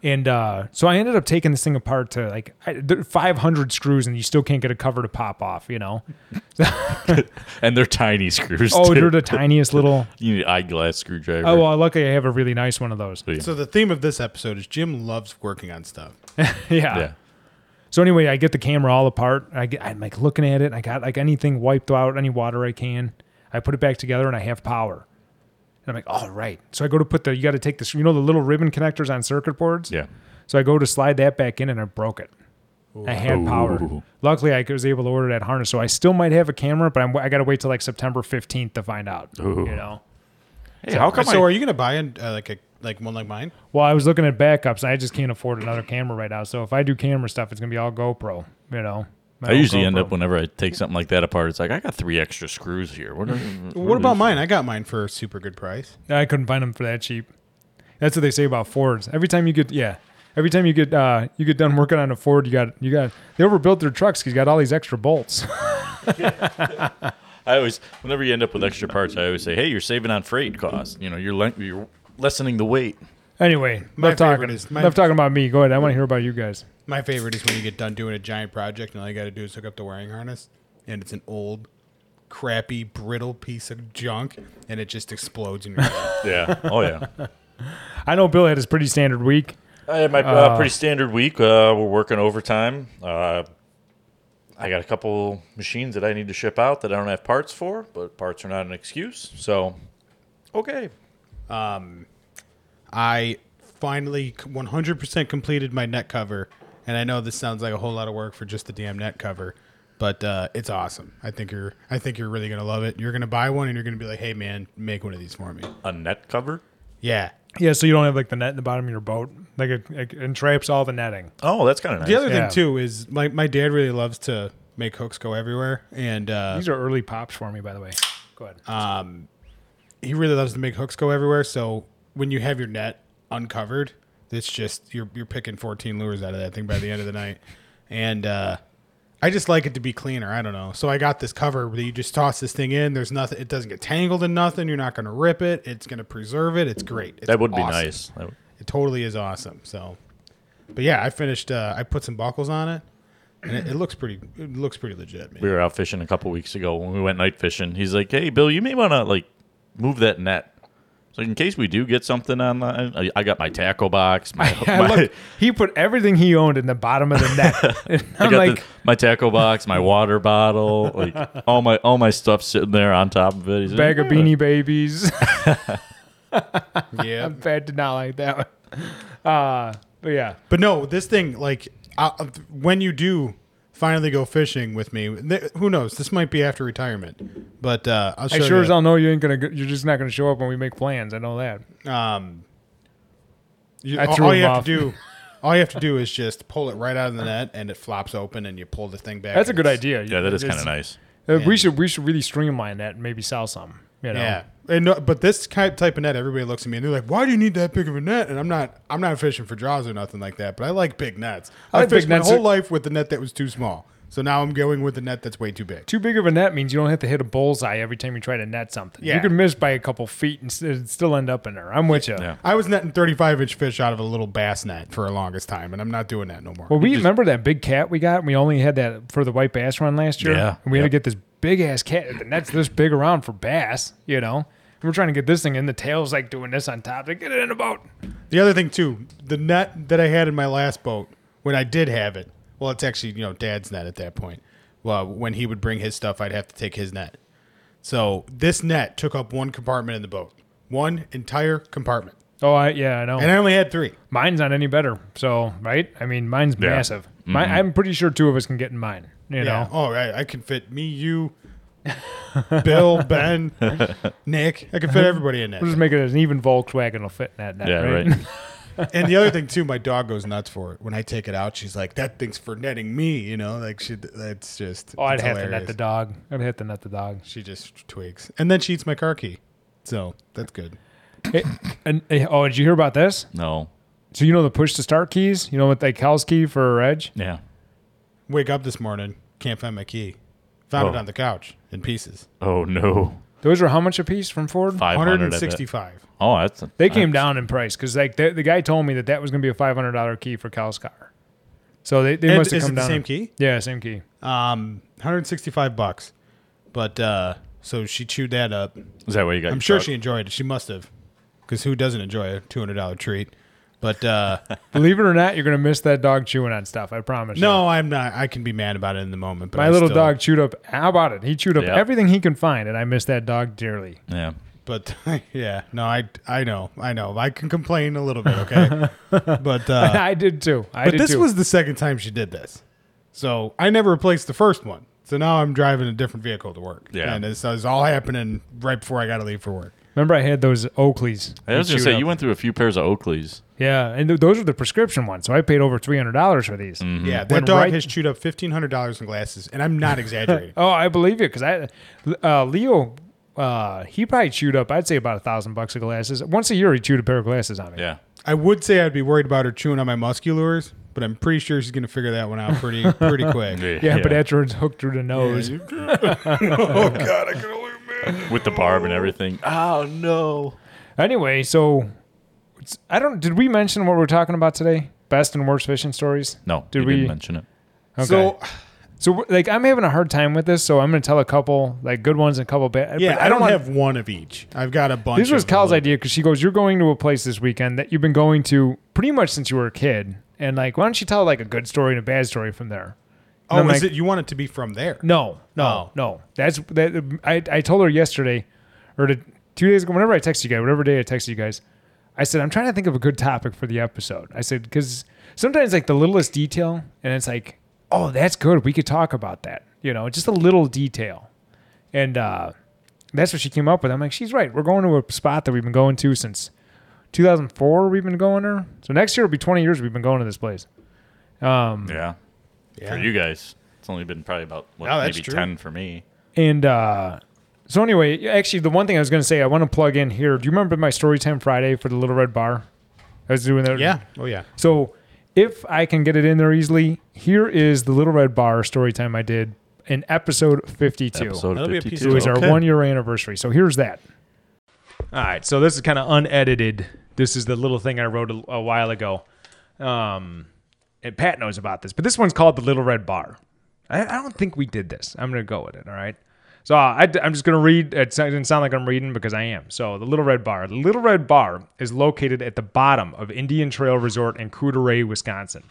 Speaker 2: And uh, so I ended up taking this thing apart to like I, there are 500 screws, and you still can't get a cover to pop off, you know?
Speaker 3: And they're tiny screws.
Speaker 2: Oh,
Speaker 3: too.
Speaker 2: they're the tiniest little.
Speaker 3: you need an eyeglass screwdriver.
Speaker 2: Oh, well, luckily I have a really nice one of those.
Speaker 3: So, yeah.
Speaker 1: So the theme of this episode is Jim loves working on stuff.
Speaker 2: <laughs> Yeah.
Speaker 3: yeah.
Speaker 2: So anyway, I get the camera all apart. I get, I'm like looking at it, and I got like anything wiped out, any water I can. I put it back together, and I have power. And I'm like, all right. So I go to put the, you got to take this, you know, the little ribbon connectors on circuit boards?
Speaker 3: Yeah.
Speaker 2: So I go to slide that back in and I broke it. I had power.
Speaker 3: Ooh.
Speaker 2: Luckily, I was able to order that harness, so I still might have a camera, but I'm, I got to wait till like September 15th to find out. You know.
Speaker 3: Hey, how come
Speaker 1: so
Speaker 3: I,
Speaker 1: are you gonna buy an, uh, like a like one like mine?
Speaker 2: Well, I was looking at backups, and I just can't afford another camera right now. So if I do camera stuff, it's gonna be all GoPro. You know. My
Speaker 3: I
Speaker 2: old
Speaker 3: usually end
Speaker 2: GoPro.
Speaker 3: up whenever I take something like that apart. It's like I got three extra screws here. What, are,
Speaker 1: What about mine? I got mine for a super good price.
Speaker 2: I couldn't find them for that cheap. That's what they say about Fords. Every time you get, yeah, every time you get, uh, you get done working on a Ford, you got, you got, they overbuilt their trucks because you got all these extra bolts.
Speaker 3: <laughs>
Speaker 2: <laughs>
Speaker 3: I always, whenever you end up with extra parts, I always say, "Hey, you're saving on freight costs. You know, you're le- you're lessening the weight."
Speaker 2: anyway,
Speaker 1: My favorite
Speaker 2: enough talking.
Speaker 1: is- my-
Speaker 2: enough talking about me. Go ahead. I want to hear about you guys.
Speaker 1: My favorite is when you get done doing a giant project and all you got to do is hook up the wiring harness, and it's an old, crappy, brittle piece of junk, and it just explodes in your head.
Speaker 3: <laughs> Yeah. Oh yeah.
Speaker 2: I know Bill had his pretty standard week.
Speaker 3: I had my uh, pretty standard week. Uh, we're working overtime. Uh, I got a couple machines that I need to ship out that I don't have parts for, but parts are not an excuse. So, okay.
Speaker 1: I finally c- 100% completed my net cover, and I know this sounds like a whole lot of work for just the damn net cover, but uh, it's awesome. I think you're I think you're really gonna love it. You're gonna buy one, and you're gonna be like, hey man, make one of these for me.
Speaker 3: A net cover?
Speaker 1: Yeah.
Speaker 2: Yeah, so you don't have like the net in the bottom of your boat, like it, it entraps all the netting.
Speaker 3: Oh, that's kind of nice.
Speaker 1: The other
Speaker 2: Yeah.
Speaker 1: thing too is my my dad really loves to make hooks go everywhere, and uh,
Speaker 2: These are early pops for me, by the way. Go ahead.
Speaker 1: he really loves to make hooks go everywhere. So when you have your net uncovered, it's just you're you're picking 14 lures out of that thing by the end of the night, and uh, I just like it to be cleaner. I don't know. So I got this cover that you just toss this thing in. There's nothing. It doesn't get tangled in nothing. You're not going to rip it. It's going to preserve it. It's great. It's
Speaker 3: that would be
Speaker 1: awesome.
Speaker 3: nice. That would-
Speaker 1: It totally is awesome. So, but yeah, I finished. Uh, I put some buckles on it, and it, it looks pretty. It looks pretty legit. Man.
Speaker 3: we were out fishing a couple weeks ago when we went night fishing. He's like, "Hey, Bill, you may want to like move that net. So in case we do get something online, I, I got my tackle box. My,
Speaker 2: <laughs> <laughs> I
Speaker 3: my-
Speaker 2: looked, he put everything he owned in the bottom of the net. And
Speaker 3: I
Speaker 2: I'm
Speaker 3: got
Speaker 2: like,
Speaker 3: the- my tackle box, my water bottle, like all my all my stuff sitting there on top of it. He's like,
Speaker 2: bag of
Speaker 3: "Yeah."
Speaker 2: beanie babies.
Speaker 1: Yeah.
Speaker 2: Pat did not like that one. Uh, but yeah,
Speaker 1: But no, this thing like I, when you do finally go fishing with me, th- who knows? This might be after retirement, but uh, I'll show
Speaker 2: I sure
Speaker 1: you.
Speaker 2: as hell know you ain't gonna. go- You're just not gonna show up when we make plans. I know that.
Speaker 1: um, you,
Speaker 2: I
Speaker 1: all,
Speaker 2: threw
Speaker 1: all you
Speaker 2: him
Speaker 1: have
Speaker 2: off.
Speaker 1: to
Speaker 2: <laughs>
Speaker 1: do, all you have to do is just pull it right out of the net, and it flops open, and you pull the thing back.
Speaker 2: That's a
Speaker 1: and
Speaker 2: good
Speaker 1: it's-
Speaker 2: idea.
Speaker 3: Yeah, that is
Speaker 2: It's-
Speaker 3: kind of nice.
Speaker 2: uh,
Speaker 1: Yeah.
Speaker 2: we should we should really streamline that and maybe sell some. You know?
Speaker 1: Yeah, and no, but this kind type of net, everybody looks at me and they're like, "Why do you need that big of a net?" And I'm not, I'm not fishing for draws or nothing like that. But I like big nets. I,
Speaker 2: I like big
Speaker 1: fished my
Speaker 2: nets.
Speaker 1: whole life with the net that was too small, so now I'm going with the net that's way too big.
Speaker 2: Too big of a net means you don't have to hit a bullseye every time you try to net something.
Speaker 1: Yeah.
Speaker 2: You can miss by a couple feet and st- still end up in there. I'm with you.
Speaker 3: Yeah.
Speaker 1: I was netting 35 inch fish out of a little bass net for the longest time, and I'm not doing that no more.
Speaker 2: Well, we remember that big cat we got. and We only had that for the white bass run last year.
Speaker 3: Yeah.
Speaker 2: And we had to
Speaker 3: Yep.
Speaker 2: get this big ass cat. The net's this big around for bass, you know? And we're trying to get this thing in. The tail's like doing this on top. Like, get it in the boat.
Speaker 1: the other thing too, the net that I had in my last boat when I did have it, well, it's actually you know Dad's net at that point. Well, when he would bring his stuff, I'd have to take his net. So this net took up one compartment in the boat, one entire compartment,
Speaker 2: Oh, I, yeah, I know.
Speaker 1: and I only had three.
Speaker 2: mine's not any better. So, right? I mean, mine's
Speaker 3: Yeah. Mm-hmm.
Speaker 2: massive. My, I'm pretty sure two of us can get in mine, you
Speaker 1: Yeah.
Speaker 2: know?
Speaker 1: Oh, I, I can fit me, you, Bill,
Speaker 2: <laughs>
Speaker 1: Ben, Nick. I can fit everybody in that.
Speaker 2: We'll just make it as an even Volkswagen will fit in that net.
Speaker 3: Yeah,
Speaker 2: right? <laughs>
Speaker 3: right.
Speaker 1: And the other thing too, my dog goes nuts for it. When I take it out, she's like, "That thing's for netting me," you know. Like she, that's just.
Speaker 2: oh, I'd
Speaker 1: it's
Speaker 2: have to net
Speaker 1: hilarious.
Speaker 2: the dog. I'd have to net the dog.
Speaker 1: She just twigs, and then she eats my car key, so that's good.
Speaker 2: Hey, and, eh, oh, did you hear about this?
Speaker 3: No.
Speaker 2: So, you know the push to start keys? You know what, like Cal's key for Edge?
Speaker 3: Yeah.
Speaker 1: Wake up this morning, can't find my key. Found it
Speaker 3: Oh.
Speaker 1: on the couch in pieces.
Speaker 3: Oh no.
Speaker 2: Those are how much a piece from Ford?
Speaker 3: Five
Speaker 1: One hundred
Speaker 3: hundred
Speaker 1: and sixty-five.
Speaker 3: Oh, that's a-
Speaker 2: They came
Speaker 3: that's-
Speaker 2: down in price because like the, the guy told me that that was going to be a five hundred dollar key for Cal's car. So they, they
Speaker 1: And
Speaker 2: must have
Speaker 1: is
Speaker 2: come
Speaker 1: it the
Speaker 2: down.
Speaker 1: same key?
Speaker 2: Yeah, same key.
Speaker 1: Um, one hundred sixty-five bucks. But uh, so she chewed that up.
Speaker 3: Is that where you got?
Speaker 1: I'm
Speaker 3: your
Speaker 1: sure
Speaker 3: truck?
Speaker 1: she enjoyed it. She must have, because who doesn't enjoy a two hundred dollar treat? But uh,
Speaker 3: <laughs>
Speaker 2: Believe it or not, you're going to miss that dog chewing on stuff. I promise. you.
Speaker 1: no, I'm not. I can be mad about it in the moment. But
Speaker 2: my
Speaker 1: I
Speaker 2: little
Speaker 1: still-
Speaker 2: dog chewed up. How about it? He chewed up
Speaker 3: Yep.
Speaker 2: everything he can find, and I miss that dog dearly.
Speaker 3: Yeah.
Speaker 1: But <laughs> yeah, no, I I know, I know. I can complain a little bit,
Speaker 2: <laughs>
Speaker 1: okay? but uh,
Speaker 2: I did too. I
Speaker 1: but
Speaker 2: did
Speaker 1: this
Speaker 2: too.
Speaker 1: was the second time she did this, so I never replaced the first one. So now I'm driving a different vehicle to work.
Speaker 3: Yeah.
Speaker 1: and this is all happening right before I got to leave for work.
Speaker 2: Remember, I had those Oakleys.
Speaker 3: I was
Speaker 2: that
Speaker 3: gonna
Speaker 2: chewed
Speaker 3: say
Speaker 2: up.
Speaker 3: you went through a few pairs of Oakleys.
Speaker 2: Yeah, and th- those are the prescription ones. So I paid over three hundred dollars for these.
Speaker 3: Mm-hmm.
Speaker 1: Yeah, that
Speaker 2: Went
Speaker 1: dog
Speaker 2: right-
Speaker 1: has chewed up fifteen hundred dollars in glasses, and I'm not
Speaker 2: <laughs>
Speaker 1: exaggerating.
Speaker 2: Oh, I believe you because I, uh, Leo, uh, he probably chewed up. I'd say about a thousand bucks of glasses. Once a year, he chewed a pair of glasses on me.
Speaker 3: Yeah.
Speaker 1: I would say I'd be worried about her chewing on my musculars, but I'm pretty sure she's gonna figure that one out pretty pretty quick.
Speaker 2: Yeah, but afterwards hooked through the nose.
Speaker 1: oh God, I can only imagine.
Speaker 3: with the barb and everything. Oh no.
Speaker 2: Anyway, so it's- I don't. Did we mention what we're talking about today? Best and worst fishing stories.
Speaker 3: No.
Speaker 2: Did
Speaker 3: you
Speaker 2: we?
Speaker 3: didn't mention it?
Speaker 2: Okay. So,
Speaker 1: So
Speaker 2: we're- like, I'm having a hard time with this, so I'm going to tell a couple like good ones and a couple bad.
Speaker 1: Yeah,
Speaker 2: but
Speaker 1: I, don't,
Speaker 2: want-
Speaker 1: have one of each. I've got a bunch.
Speaker 2: This was
Speaker 1: of
Speaker 2: Cal's
Speaker 1: little-
Speaker 2: idea because she goes, "You're going to a place this weekend that you've been going to pretty much since you were a kid, and like, why don't you tell like a good story and a bad story from there?"
Speaker 1: Oh,
Speaker 2: And I'm
Speaker 1: is
Speaker 2: like-
Speaker 1: it? You want it to be from there?
Speaker 2: No, no,
Speaker 1: Oh.
Speaker 2: no. That's that. I, I told her yesterday, or to, two days ago, whenever I texted you guys, whatever day I texted you guys, I said I'm trying to think of a good topic for the episode. I said because sometimes like the littlest detail, and it's like, oh, that's good. We could talk about that. You know, just a little detail, and uh, that's what she came up with. I'm like, she's right. We're going to a spot that we've been going to since 2004. We've been going there. So next year will be 20 years we've been going to this place.
Speaker 3: Yeah.
Speaker 1: Yeah.
Speaker 3: For you guys, it's only been probably about what,
Speaker 1: No, that's
Speaker 3: maybe
Speaker 1: true.
Speaker 3: ten for me.
Speaker 2: And uh, so, anyway, actually, the one thing I was going to say, I want to plug in here. Do you remember my story time Friday for the Little Red Bar? I was doing that.
Speaker 1: Yeah. Oh yeah.
Speaker 2: So, if I can get it in there easily, here is the Little Red Bar story time I did in episode 52.
Speaker 3: Episode
Speaker 1: That'll be a piece
Speaker 2: It
Speaker 3: fifty-two.
Speaker 2: was
Speaker 1: Okay.
Speaker 2: our one year anniversary. So, here's that. All right. So, this is kind of unedited. This is the little thing I wrote a, a while ago. Um, and Pat knows about this, but this one's called the Little Red Bar. I, I don't think we did this. I'm going to go with it. All right. So uh, I, am just going to read. It so- it didn't sound like I'm reading because I am. So the Little Red Bar. The Little Red Bar is located at the bottom of Indian Trail Resort in Couturier, Wisconsin.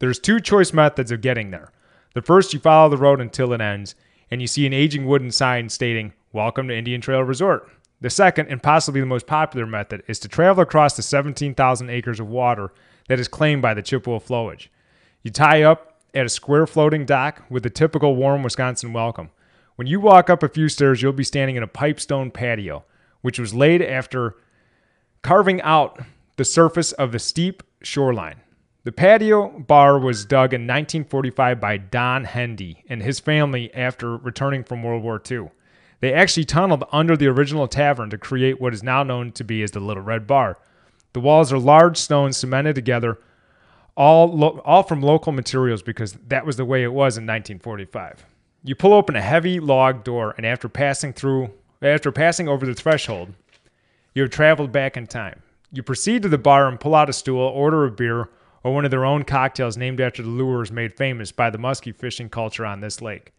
Speaker 2: There's two choice methods of getting there. The first, you follow the road until it ends, and you see an aging wooden sign stating, Welcome to Indian Trail Resort. The second, and possibly the most popular method, is to travel across the 17,000 acres of water that is claimed by the Chippewa flowage. You tie up at a square floating dock with the typical warm Wisconsin welcome. When you walk up a few stairs, you'll be standing in a pipestone patio, which was laid after carving out the surface of the steep shoreline. The patio bar was dug in 1945 by Don Hendy and his family after returning from World War II. They actually tunneled under the original tavern to create what is now known to be as the Little Red Bar. The walls are large stones cemented together, all lo- all from local materials because that was the way it was in 1945. You pull open a heavy log door, and after passing through, after passing over the threshold, you have traveled back in time. You proceed to the bar and pull out a stool, order a beer, or one of their own cocktails named after the lures made famous by the muskie fishing culture on this lake.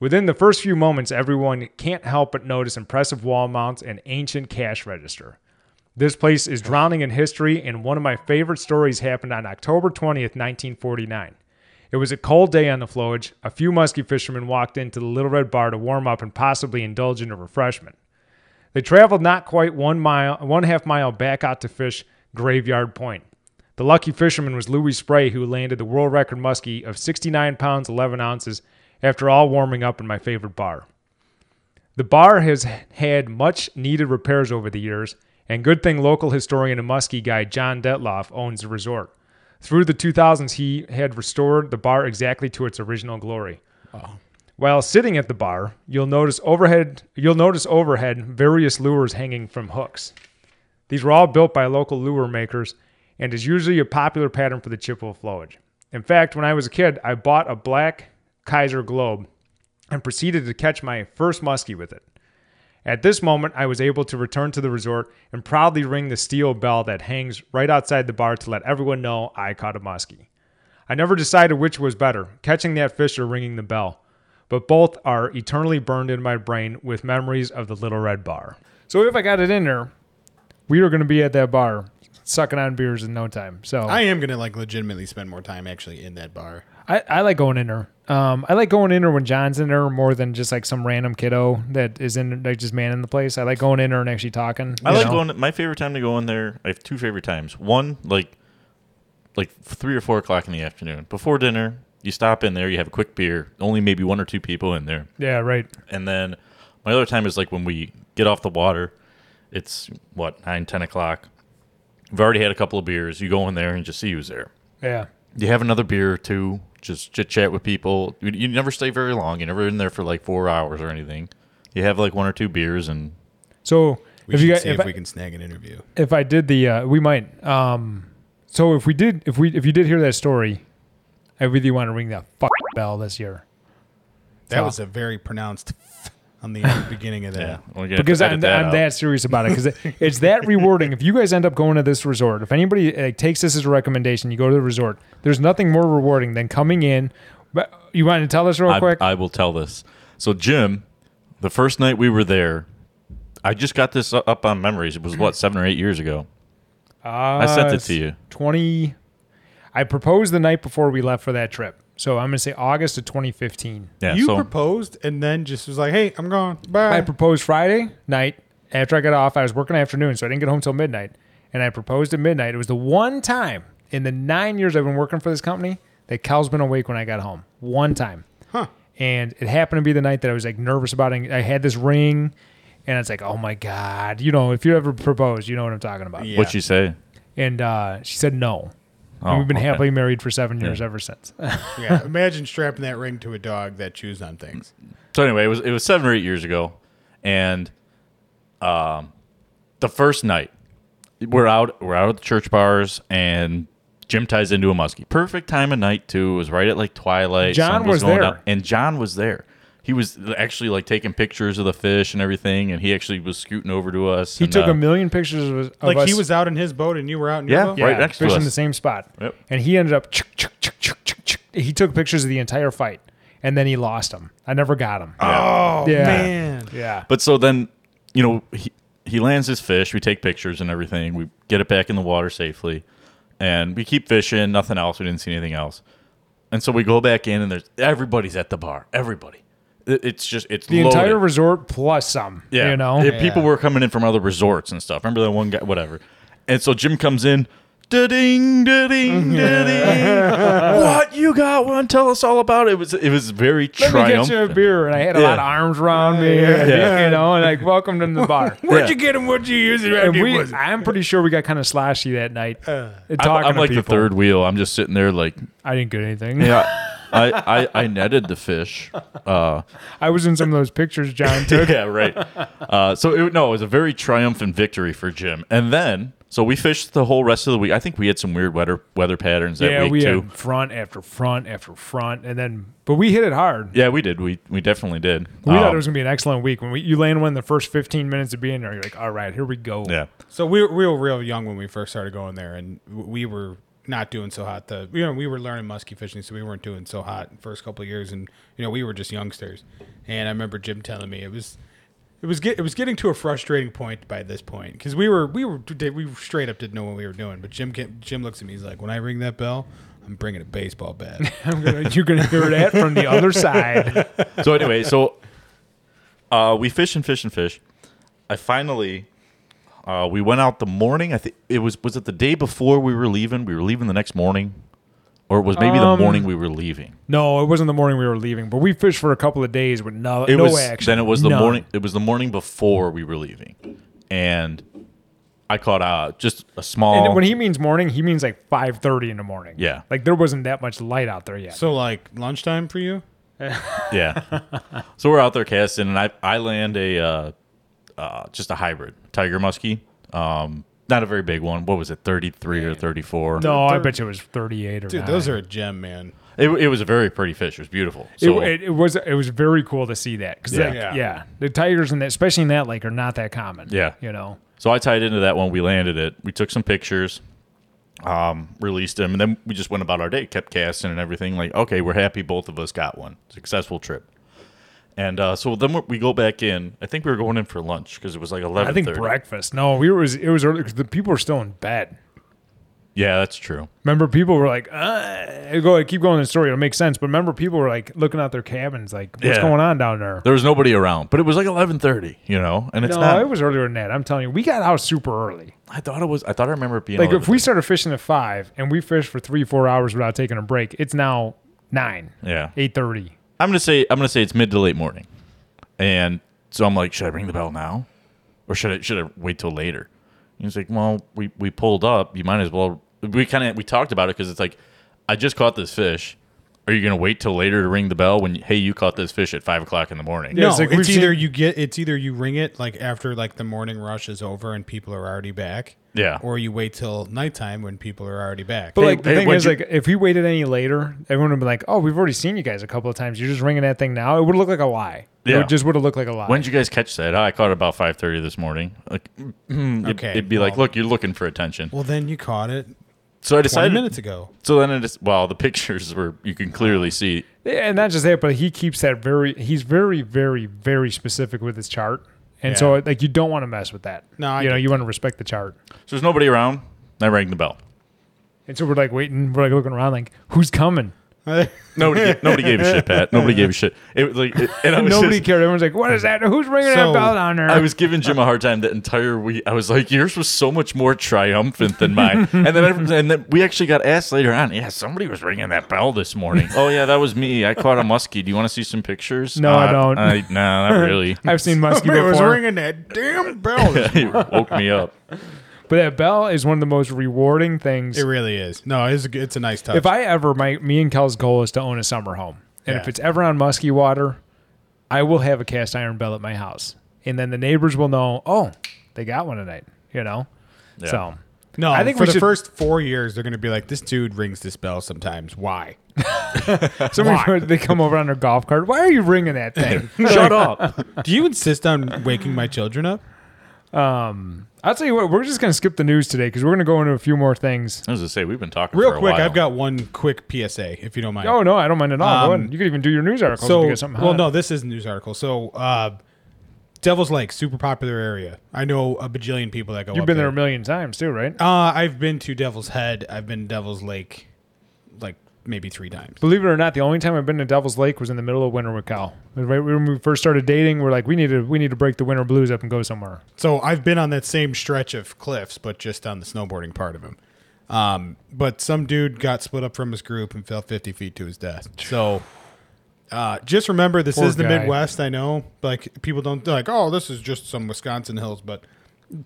Speaker 2: Within the first few moments, everyone can't help but notice impressive wall mounts and ancient cash register. This place is drowning in history, and one of my favorite stories happened on October 20th, 1949. It was a cold day on the flowage. A few muskie fishermen walked into the Little Red Bar to warm up and possibly indulge in a refreshment. They traveled not quite one mile, one half mile back out to fish Graveyard Point. The lucky fisherman was Louis Spray, who landed the world record muskie of 69 pounds 11 ounces after all warming up in my favorite bar. The bar has had much needed repairs over the years, and good thing local historian and muskie guy John Detloff owns the resort. Through the 2000s, he had restored the bar exactly to its original glory. While sitting at the bar, you'll notice overhead you'll notice overhead various lures hanging from hooks. These were all built by local lure makers and is usually a popular pattern for the Chippewa flowage. In fact, when I was a kid, I bought a black Kaiser globe and proceeded to catch my first muskie with it. At this moment, I was able to return to the resort and proudly ring the steel bell that hangs right outside the bar to let everyone know I caught a muskie. I never decided which was better, catching that fish or ringing the bell, but both are eternally burned in my brain with memories of the Little Red Bar. So if I got it in there, we were going to be at that bar sucking on beers in no time. So
Speaker 1: I am gonna like legitimately spend more time actually in that bar.
Speaker 2: I, I like going in there. Um, I like going in there when John's in there more than just like some random kiddo that is in like just manning the place. I like going in there and actually talking.
Speaker 3: I
Speaker 2: you
Speaker 3: like
Speaker 2: know?
Speaker 3: going. My favorite time to go in there. I have two favorite times. One, like, like three or four o'clock in the afternoon before dinner. You stop in there. You have a quick beer. Only maybe one or two people in there.
Speaker 2: Yeah, right.
Speaker 3: And then my other time is like when we get off the water. It's what nine, ten o'clock. We've already had a couple of beers. You go in there and just see who's there.
Speaker 2: Yeah,
Speaker 3: You have another beer or two. Just chit chat with people. You, you never stay very long. You're never in there for like four hours or anything. You have like one or two beers and
Speaker 2: So
Speaker 1: We
Speaker 2: if
Speaker 1: should
Speaker 2: you guys,
Speaker 1: see
Speaker 2: if,
Speaker 1: if
Speaker 2: I,
Speaker 1: we can snag an interview.
Speaker 2: if I did the, uh, we might. Um, so if we did, if we if you did hear that story, I really want to ring that fuck bell this year
Speaker 1: That
Speaker 2: So-
Speaker 1: was a very pronounced <laughs> on the beginning of that.
Speaker 3: yeah. we're gonna have to
Speaker 2: because
Speaker 3: edit
Speaker 2: I'm that, I'm
Speaker 3: out.
Speaker 2: that serious about it because
Speaker 3: <laughs>
Speaker 2: it's that rewarding. If you guys end up going to this resort, if anybody like, takes this as a recommendation, you go to the resort. There's nothing more rewarding than coming in. But you want to tell us real
Speaker 3: I,
Speaker 2: quick?
Speaker 3: I will tell this. So Jim, the first night we were there, I just got this u- up on memories. It was what seven or eight years ago. I sent it to you.
Speaker 2: 20 I proposed the night before we left for that trip. So I'm going to say August of 2015.
Speaker 3: Yeah.
Speaker 1: you
Speaker 3: so
Speaker 1: proposed and then just was like, "Hey, I'm gone. Bye."
Speaker 2: I proposed Friday night after I got off. I was working afternoon, so I didn't get home till midnight. And I proposed at midnight. It was the one time in the nine years I've been working for this company that Cal's been awake when I got home. One time.
Speaker 1: Huh.
Speaker 2: And it happened to be the night that I was like nervous about it. I had this ring, and it's like, oh my God. You know, if you ever propose, you know what I'm talking about.
Speaker 1: Yeah.
Speaker 3: what you say?
Speaker 2: And uh, she said no.
Speaker 3: Oh,
Speaker 2: and we've been
Speaker 3: okay.
Speaker 2: happily married for seven years ever
Speaker 3: <laughs>
Speaker 2: since.
Speaker 1: <laughs> yeah. Imagine strapping that ring to a dog that chews on things.
Speaker 3: So anyway, it was it was seven or eight years ago, and um, the first night we're out we're out at the church bars and. Jim ties into a muskie. Perfect time of night too. It was right at like twilight.
Speaker 2: John
Speaker 3: sun
Speaker 2: was there.
Speaker 3: and John was there. He was actually like taking pictures of the fish and everything, and he actually was scooting over to us.
Speaker 2: He
Speaker 3: and,
Speaker 2: took
Speaker 3: uh,
Speaker 2: a million pictures of, us- of
Speaker 1: Like
Speaker 2: us.
Speaker 1: he was out in his boat and you were out in your
Speaker 3: Yeah,
Speaker 1: boat.
Speaker 3: yeah. right next to
Speaker 2: fishing
Speaker 3: us.
Speaker 2: the same spot.
Speaker 3: Yep.
Speaker 2: And he ended up. He took pictures of the entire fight, and then he lost him. I never got him.
Speaker 3: Ah.
Speaker 1: Oh
Speaker 2: Yeah.
Speaker 1: man.
Speaker 2: yeah.
Speaker 3: But so then, you know, he, he lands his fish. We take pictures and everything. We get it back in the water safely. And we keep fishing, nothing else. We didn't see anything else. And so we go back in, and there's everybody's at the bar. Everybody. It- It's just, it's
Speaker 2: The
Speaker 3: loaded.
Speaker 2: entire resort plus some.
Speaker 3: Yeah.
Speaker 2: You know?
Speaker 3: If People
Speaker 1: Yeah.
Speaker 3: were coming in from other resorts and stuff. Remember that one guy, whatever. And so Jim comes in. Da-ding,
Speaker 2: <laughs>
Speaker 3: da-ding, da-ding. what you got? One, tell us all about it. It was it was very
Speaker 2: Let me
Speaker 3: triumphant.
Speaker 2: get you a beer, and I had a
Speaker 3: Yeah.
Speaker 2: lot of arms around me,
Speaker 3: Yeah.
Speaker 2: you know, and like welcomed him to the
Speaker 3: <laughs>
Speaker 2: bar.
Speaker 1: Where'd
Speaker 3: Yeah.
Speaker 1: you get him? Where'd you use it?
Speaker 2: and we, I'm pretty sure we got kind of slashy that night. and
Speaker 3: Uh. I'm,
Speaker 2: talking
Speaker 3: I'm
Speaker 2: to
Speaker 3: like the
Speaker 2: people.
Speaker 3: third wheel. I'm just sitting there like
Speaker 2: I didn't get anything.
Speaker 3: Yeah. I, I, I netted the fish. <laughs> Uh,
Speaker 2: I was in some of those pictures John took.
Speaker 3: yeah, right. Uh, so it, no, it was a very triumphant victory for Jim. And then, so we fished the whole rest of the week. I think we had some weird weather weather patterns <laughs> that
Speaker 2: yeah,
Speaker 3: week
Speaker 2: we
Speaker 3: too.
Speaker 2: had front after front after front, and then but we hit it hard.
Speaker 3: Yeah, we did. We we definitely did.
Speaker 2: We
Speaker 3: Um,
Speaker 2: thought it was gonna be an excellent week. When we, you land one in the first 15 minutes of being there, you're like, all right, here we go.
Speaker 3: yeah.
Speaker 1: So we were, we were real young when we first started going there, and w- we were not doing so hot. The you know we were learning musky fishing, so we weren't doing so hot the first couple of years, and you know we were just youngsters. And I remember Jim telling me it was. It was get, it was getting to a frustrating point by this point because we were we were we straight up didn't know what we were doing. But Jim came, Jim looks at me, he's like, "When I ring that bell, I'm bringing a baseball bat." <laughs>
Speaker 2: I'm gonna, <laughs> you're gonna hear that from the
Speaker 3: <laughs>
Speaker 2: other side.
Speaker 3: So anyway, so uh, we fish and fish and fish. I finally. Uh, we went out the morning. I think it was was it the day before we were leaving. We were leaving the next morning, or it was maybe
Speaker 2: Um,
Speaker 3: the morning we were leaving.
Speaker 2: No, it wasn't the morning we were leaving, but we fished for a couple of days with no
Speaker 3: it
Speaker 2: no
Speaker 3: was
Speaker 2: action.
Speaker 3: then it was the
Speaker 2: None.
Speaker 3: morning it was the morning before we were leaving and i caught uh just a small
Speaker 2: And when he means morning, he means like 5:30 in the morning.
Speaker 3: Yeah.
Speaker 2: like there wasn't that much light out there yet.
Speaker 1: so like lunchtime for you?
Speaker 2: <laughs>
Speaker 3: yeah so we're out there casting and i i land a uh uh just a hybrid tiger muskie um not a very big one what was it 33 or 34
Speaker 2: no, I
Speaker 1: third-
Speaker 2: bet you it was 38 or
Speaker 1: Dude, those are a gem, man.
Speaker 3: it, it was a very pretty fish it was beautiful
Speaker 2: It,
Speaker 3: so
Speaker 2: it, it was it was very cool to see that because
Speaker 3: Yeah.
Speaker 2: yeah.
Speaker 1: Yeah.
Speaker 2: the tigers in that especially in that lake are not that common
Speaker 3: Yeah.
Speaker 2: you know
Speaker 3: So I tied into that one. We landed it. We took some pictures, um, released them, and then we just went about our day. Kept casting and everything. Like, okay, we're happy both of us got one. Successful trip. And uh, so then we- we go back in. I think we were going in for lunch because it was like eleven.
Speaker 2: I think breakfast no we were it was early because the people were still in bed
Speaker 3: Yeah, that's true.
Speaker 2: remember people were like uh, go keep going in the story it'll make sense but remember people were like looking out their cabins like what's
Speaker 3: Yeah.
Speaker 2: going on down there
Speaker 3: There was nobody around, but it was like eleven thirty. You know, and it's
Speaker 2: no
Speaker 3: not.
Speaker 2: it was earlier than that I'm telling you we got out super early
Speaker 3: I thought it was. I thought I remember it being
Speaker 2: like if
Speaker 3: 11:30.
Speaker 2: we started fishing at five and we fished for three four hours without taking a break it's now nine
Speaker 3: Yeah,
Speaker 2: eight thirty
Speaker 3: I'm gonna say I'm gonna say it's mid to late morning, and so I'm like, should I ring the bell now, or should I should I wait till later? And he's like, well, we we pulled up. You might as well. We kind of we talked about it because it's like, I just caught this fish. Are you gonna wait till later to ring the bell when hey you caught this fish at five o'clock in the morning?
Speaker 2: Yeah,
Speaker 1: no, it's,
Speaker 2: it's like we've
Speaker 1: either
Speaker 2: seen-
Speaker 1: you get it's either you ring it like after like the morning rush is over and people are already back.
Speaker 3: Yeah.
Speaker 1: Or you wait till nighttime when people are already back.
Speaker 2: But
Speaker 3: Hey,
Speaker 2: like the
Speaker 3: hey,
Speaker 2: thing
Speaker 3: what'd
Speaker 2: is,
Speaker 3: you-
Speaker 2: like if we waited any later, everyone would be like, "Oh, we've already seen you guys a couple of times. You're just ringing that thing now." It would look like a lie. It
Speaker 3: Yeah.
Speaker 2: would- just would have looked like a lie.
Speaker 3: When did you guys catch that? Oh, I caught it about five thirty this morning. Like, mm, it,
Speaker 1: Okay,
Speaker 3: it'd be like,
Speaker 1: well-
Speaker 3: look, you're looking for attention.
Speaker 1: well, then you caught it 20
Speaker 3: So I decided.
Speaker 1: minutes
Speaker 3: <laughs>
Speaker 1: ago. <laughs>
Speaker 3: So then I just well, the <laughs> pictures were you can clearly see.
Speaker 2: Yeah, and not just that, but he keeps that very. He's very, very, very specific with his chart, and so like you don't want to mess with that.
Speaker 1: No, I
Speaker 2: you know
Speaker 1: get
Speaker 2: you want to respect the chart.
Speaker 3: So there's nobody around. I rang the bell.
Speaker 2: And so we're like waiting. We're like looking around, like who's coming?
Speaker 3: Nobody, ga- nobody gave a shit, Pat. Nobody gave a shit. It was like, it- and I was
Speaker 2: Nobody
Speaker 3: just-
Speaker 2: cared. Everyone's like, "What is that? Who's ringing
Speaker 1: So,
Speaker 2: that bell down there?"
Speaker 3: I was giving Jim a hard time the entire week. I was like, yours was so much more triumphant than mine. And then, I, and then we actually got asked later on. Yeah, somebody was ringing that bell this morning. oh yeah, that was me. I caught a muskie. Do you want to see some pictures? Uh,
Speaker 2: No, I don't.
Speaker 3: I, no, not really.
Speaker 2: <laughs> I've seen Muskie
Speaker 1: Somebody was
Speaker 2: before.
Speaker 1: ringing that damn
Speaker 3: <laughs>
Speaker 1: bell.
Speaker 3: it woke me up.
Speaker 2: but that bell is one of the most rewarding things
Speaker 1: <laughs> it really is. No, it's a, g- it's a nice touch.
Speaker 2: If I ever, my me and Kel's goal is to own a summer home, and if
Speaker 1: Yeah.
Speaker 2: it's ever on musky water, I will have a cast iron bell at my house, and then the neighbors will know, oh, they got one tonight, you know. So
Speaker 1: no,
Speaker 2: I
Speaker 1: I
Speaker 2: think
Speaker 1: think for
Speaker 2: we
Speaker 1: the
Speaker 2: should-
Speaker 1: first four years, they're going to be like, this dude rings this bell sometimes.
Speaker 3: <laughs>
Speaker 1: Why?
Speaker 2: somebody they come over on their
Speaker 1: <laughs>
Speaker 2: golf
Speaker 3: <laughs>
Speaker 2: cart. Why are you ringing that thing?
Speaker 3: Shut up.
Speaker 1: Do you insist on waking my children up?
Speaker 2: Um, I'll tell you what, we're just going to skip the news today because we're going to go into a few more things.
Speaker 3: I was gonna say we've been talking
Speaker 1: Real
Speaker 3: for a
Speaker 1: quick,
Speaker 3: while.
Speaker 1: I've got one quick PSA, if you don't mind.
Speaker 2: Oh, no, I don't mind at all. Go
Speaker 1: Um,
Speaker 2: ahead. You could even do your news article if
Speaker 1: so,
Speaker 2: you get something
Speaker 1: well,
Speaker 2: hot.
Speaker 1: no, this is a news article. So, uh, Devil's Lake, super popular area. I know a bajillion people that go.
Speaker 2: You've
Speaker 1: up
Speaker 2: been there a million times too, right?
Speaker 1: Uh, I've been to Devil's Head. I've been to Devil's Lake, like maybe three times.
Speaker 2: Believe it or not, the only time I've been to Devil's Lake was in the middle of winter with Cal. Right when we first started dating, we're like, we need to we need to break the winter blues up and go somewhere.
Speaker 1: So I've been on that same stretch of cliffs, but just on the snowboarding part of them. Um, but some dude got split up from his group and fell 50 feet to his death. So uh, just remember, this
Speaker 2: Poor
Speaker 1: is the
Speaker 2: guy.
Speaker 1: Midwest. I know, like people don't they're like, oh, this is just some Wisconsin hills, but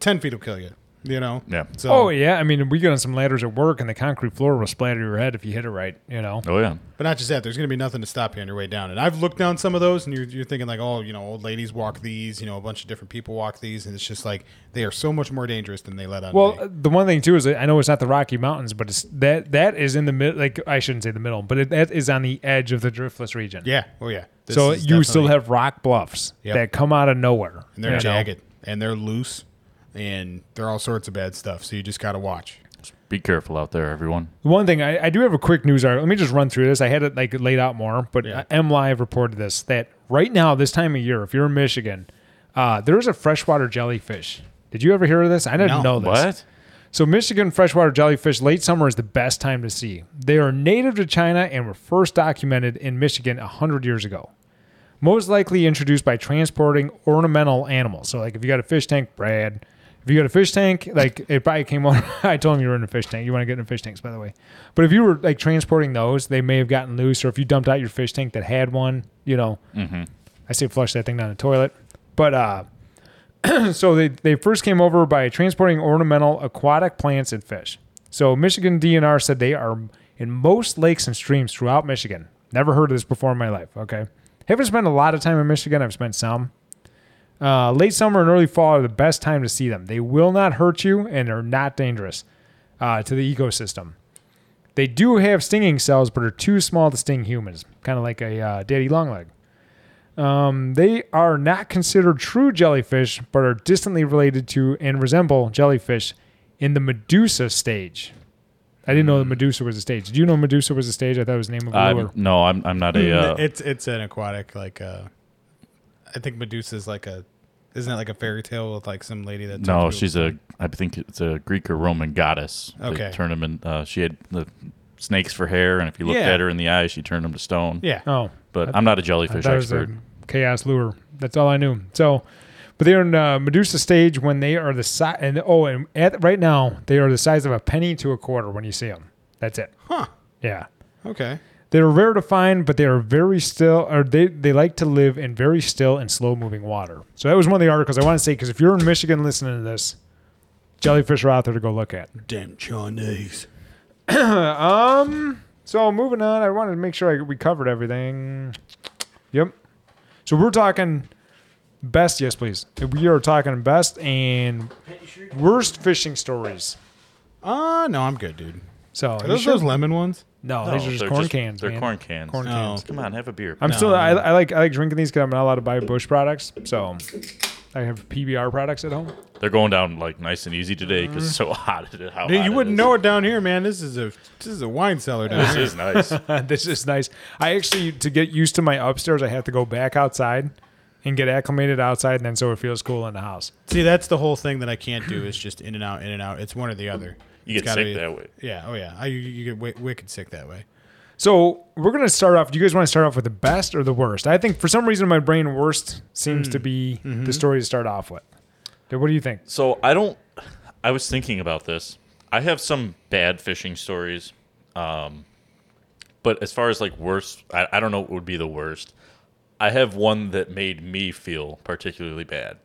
Speaker 1: 10 feet will kill you. You know.
Speaker 3: Yeah.
Speaker 1: So
Speaker 2: Oh yeah, I mean, we got on some ladders at work, and the concrete floor will splatter your head if you hit it right. You know,
Speaker 3: Oh yeah.
Speaker 1: But not just that, there's going to be nothing to stop you on your way down. And I've looked down some of those, and you're, you're thinking, like, oh, you know, old ladies walk these, you know, a bunch of different people walk these. And it's just like, they are so much more dangerous than they let on. to
Speaker 2: Well,
Speaker 1: be.
Speaker 2: uh, the one thing too is that I know it's not the Rocky Mountains, but it's that that is in the mid. Like I shouldn't say the middle, but it, that is on the edge of the driftless region.
Speaker 1: yeah. Oh, yeah. This
Speaker 2: so you
Speaker 1: is
Speaker 2: still
Speaker 1: definitely-
Speaker 2: have rock bluffs
Speaker 1: Yep.
Speaker 2: that come out of nowhere,
Speaker 1: And they're
Speaker 2: you know?
Speaker 1: jagged, and they're loose, and they're all sorts of bad stuff. So you just got to watch.
Speaker 3: Be careful out there, everyone.
Speaker 2: One thing I, I do have a quick news article. Let me just run through this. I had it like laid out more, but
Speaker 1: Yeah.
Speaker 2: uh M Live reported this that right now, this time of year, if you're in Michigan, uh, there is a freshwater jellyfish. Did you ever hear of this? I didn't
Speaker 1: No.
Speaker 2: know this.
Speaker 3: What?
Speaker 2: So Michigan freshwater jellyfish late summer is the best time to see. They are native to China and were first documented in Michigan 100 years ago. Most likely introduced by transporting ornamental animals. So like if you got a fish tank, Brad, if you got a fish tank, like it probably came on <laughs> I told him you were in a fish tank. You want to get in fish tanks by the way. But if you were like transporting those, they may have gotten loose or if you dumped out your fish tank that had one, you know. I say flush that thing down the toilet. But uh <clears throat> so they, they first came over by transporting ornamental aquatic plants and fish. So Michigan DNR said they are in most lakes and streams throughout Michigan. Never heard of this before in my life. Okay, haven't spent a lot of time in Michigan. I've spent some. Uh, late summer and early fall are the best time to see them. They will not hurt you and are not dangerous uh, to the ecosystem. They do have stinging cells, but are too small to sting humans, kind of like a uh, daddy longleg. Um, they are not considered true jellyfish, but are distantly related to and resemble jellyfish in the Medusa stage. I didn't know the Medusa was a stage. Did you know Medusa was a stage? I thought it was the name of a
Speaker 3: I'm,
Speaker 2: lure.
Speaker 3: Uh, no, I'm. I'm not a. Uh,
Speaker 1: It's it's an aquatic like. Uh, I think Medusa is like a. Isn't it like a fairy tale with like some lady that?
Speaker 3: no,
Speaker 1: turns to-
Speaker 3: she's a. I think it's a Greek or Roman goddess. They
Speaker 1: Okay.
Speaker 3: Turned him in. Uh, she had the snakes for hair, and if you looked
Speaker 1: Yeah.
Speaker 3: at her in the eyes, she turned them to stone.
Speaker 1: Yeah.
Speaker 2: Oh,
Speaker 3: But I'm not a
Speaker 2: I
Speaker 3: jellyfish
Speaker 2: thought it Uh, was
Speaker 3: expert.
Speaker 2: a chaos lure. That's all I knew. So, but they're in uh, Medusa stage when they are the size, and oh, and at, right now they are the size of a penny to a quarter when you see them. That's it.
Speaker 1: Huh.
Speaker 2: Yeah.
Speaker 1: Okay.
Speaker 2: They're rare to find, but they are very still, or they, they like to live in very still and slow moving water. So that was one of the articles I want to say because if you're in Michigan listening to this, jellyfish are out there to go look at.
Speaker 1: Damn Chinese.
Speaker 2: Um. So moving on, I wanted to make sure I, we covered everything. Yep. So we're talking best, yes, please. We are talking best and worst fishing stories.
Speaker 1: Uh no, I'm good, dude.
Speaker 2: So
Speaker 1: Are
Speaker 2: you
Speaker 1: those
Speaker 2: sure?
Speaker 1: those lemon ones?
Speaker 2: no,
Speaker 3: No,
Speaker 2: these are just
Speaker 3: they're
Speaker 2: corn cans.
Speaker 3: They're
Speaker 2: man.
Speaker 3: corn cans. Oh,
Speaker 2: Corn
Speaker 1: No.
Speaker 2: cans.
Speaker 3: Come on, have a beer.
Speaker 2: I'm still.
Speaker 1: No.
Speaker 2: I, I like. I like drinking these because I'm not allowed to buy Bush products. So I have PBR products at home. <laughs>
Speaker 3: They're going down like nice and easy today because it's so <laughs> hot. It, how
Speaker 1: Dude,
Speaker 3: hot
Speaker 1: you
Speaker 3: it
Speaker 1: wouldn't
Speaker 3: is.
Speaker 1: know it down here, man. This is a this is a wine cellar down
Speaker 3: This
Speaker 1: here.
Speaker 3: is
Speaker 2: <laughs>
Speaker 3: nice.
Speaker 2: this is nice. I actually to get used to my upstairs, I have to go back outside and get acclimated outside, and then so it feels cool in the house.
Speaker 1: See, that's the whole thing that I can't do is just in and out, in and out. It's one or the other.
Speaker 3: You
Speaker 1: It's
Speaker 3: get
Speaker 1: gotta
Speaker 3: sick that way.
Speaker 1: Yeah. Oh yeah. I, you, you get wi- wicked sick that way.
Speaker 2: So we're gonna start off. Do you guys want to start off with the best or the worst? I think for some reason my brain worst seems to be the story to start off with. Dude, what do you think?
Speaker 3: So I don't. I was thinking about this. I have some bad fishing stories, um, but as far as like worst, I, I don't know what would be the worst. I have one that made me feel particularly bad.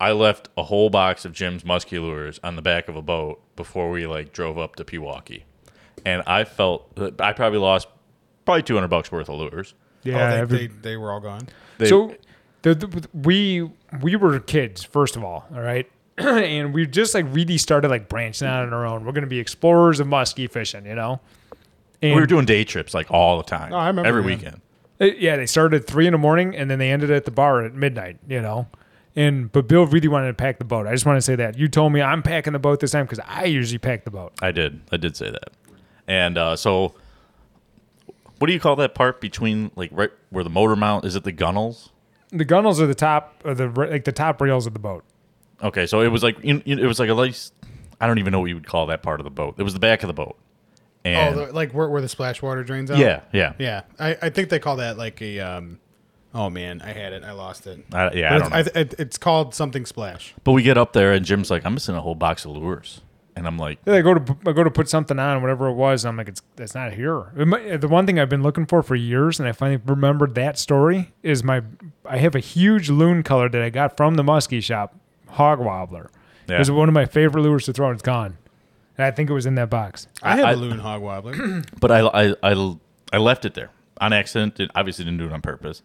Speaker 3: I left a whole box of Jim's musky lures on the back of a boat before we like drove up to Pewaukee, and I felt that I probably lost probably two hundred bucks worth of lures.
Speaker 1: oh, they,
Speaker 2: every-
Speaker 1: they, they were all gone.
Speaker 3: They,
Speaker 2: so the, the, we we were kids first of all all right <clears throat> and we just like really started like branching out on our own we're gonna be explorers of muskie fishing you know and
Speaker 3: we were doing day trips like all the time.
Speaker 1: I remember,
Speaker 3: every
Speaker 1: yeah.
Speaker 3: weekend.
Speaker 2: Uh, yeah they started at three in the morning and then they ended at the bar at midnight you know And but Bill really wanted to pack the boat. I just want to say that you told me I'm packing the boat this time because I usually pack the boat.
Speaker 3: I did. I did say that. And uh, so, what do you call that part between like right where the motor mount is? It the gunnels.
Speaker 2: The gunnels are the top, are the ra- like the top rails of the boat.
Speaker 3: Okay, so it was like in, in- it was like a nice. I don't even know what you would call that part of the boat. It was the back of the boat.
Speaker 1: Oh,
Speaker 3: And
Speaker 1: the, like where, where the splash water drains out.
Speaker 3: yeah, yeah, yeah.
Speaker 1: yeah. I, I think they call that like a. Um, oh man, I had it. I lost it.
Speaker 3: I, yeah,
Speaker 1: But
Speaker 3: I
Speaker 1: it's,
Speaker 3: don't
Speaker 1: I,
Speaker 3: know.
Speaker 1: it, it's called something splash.
Speaker 3: but we get up there and Jim's like, "I'm missing a whole box of lures," and I'm like,
Speaker 2: Then I go to pu- I go to put something on, whatever it was, and I'm like, it's that's not here. It might- the one thing I've been looking for for years, and I finally remembered that story is my I have a huge loon color that I got from the muskie shop, hog wobbler.
Speaker 3: Yeah.
Speaker 2: It was one of my favorite lures to throw, and it's gone. And I think it was in that box.
Speaker 1: I have
Speaker 3: I-
Speaker 1: a
Speaker 3: <coughs>
Speaker 1: loon hog wobbler.
Speaker 3: but I, I, I, I left it there on accident. It obviously didn't do it on purpose.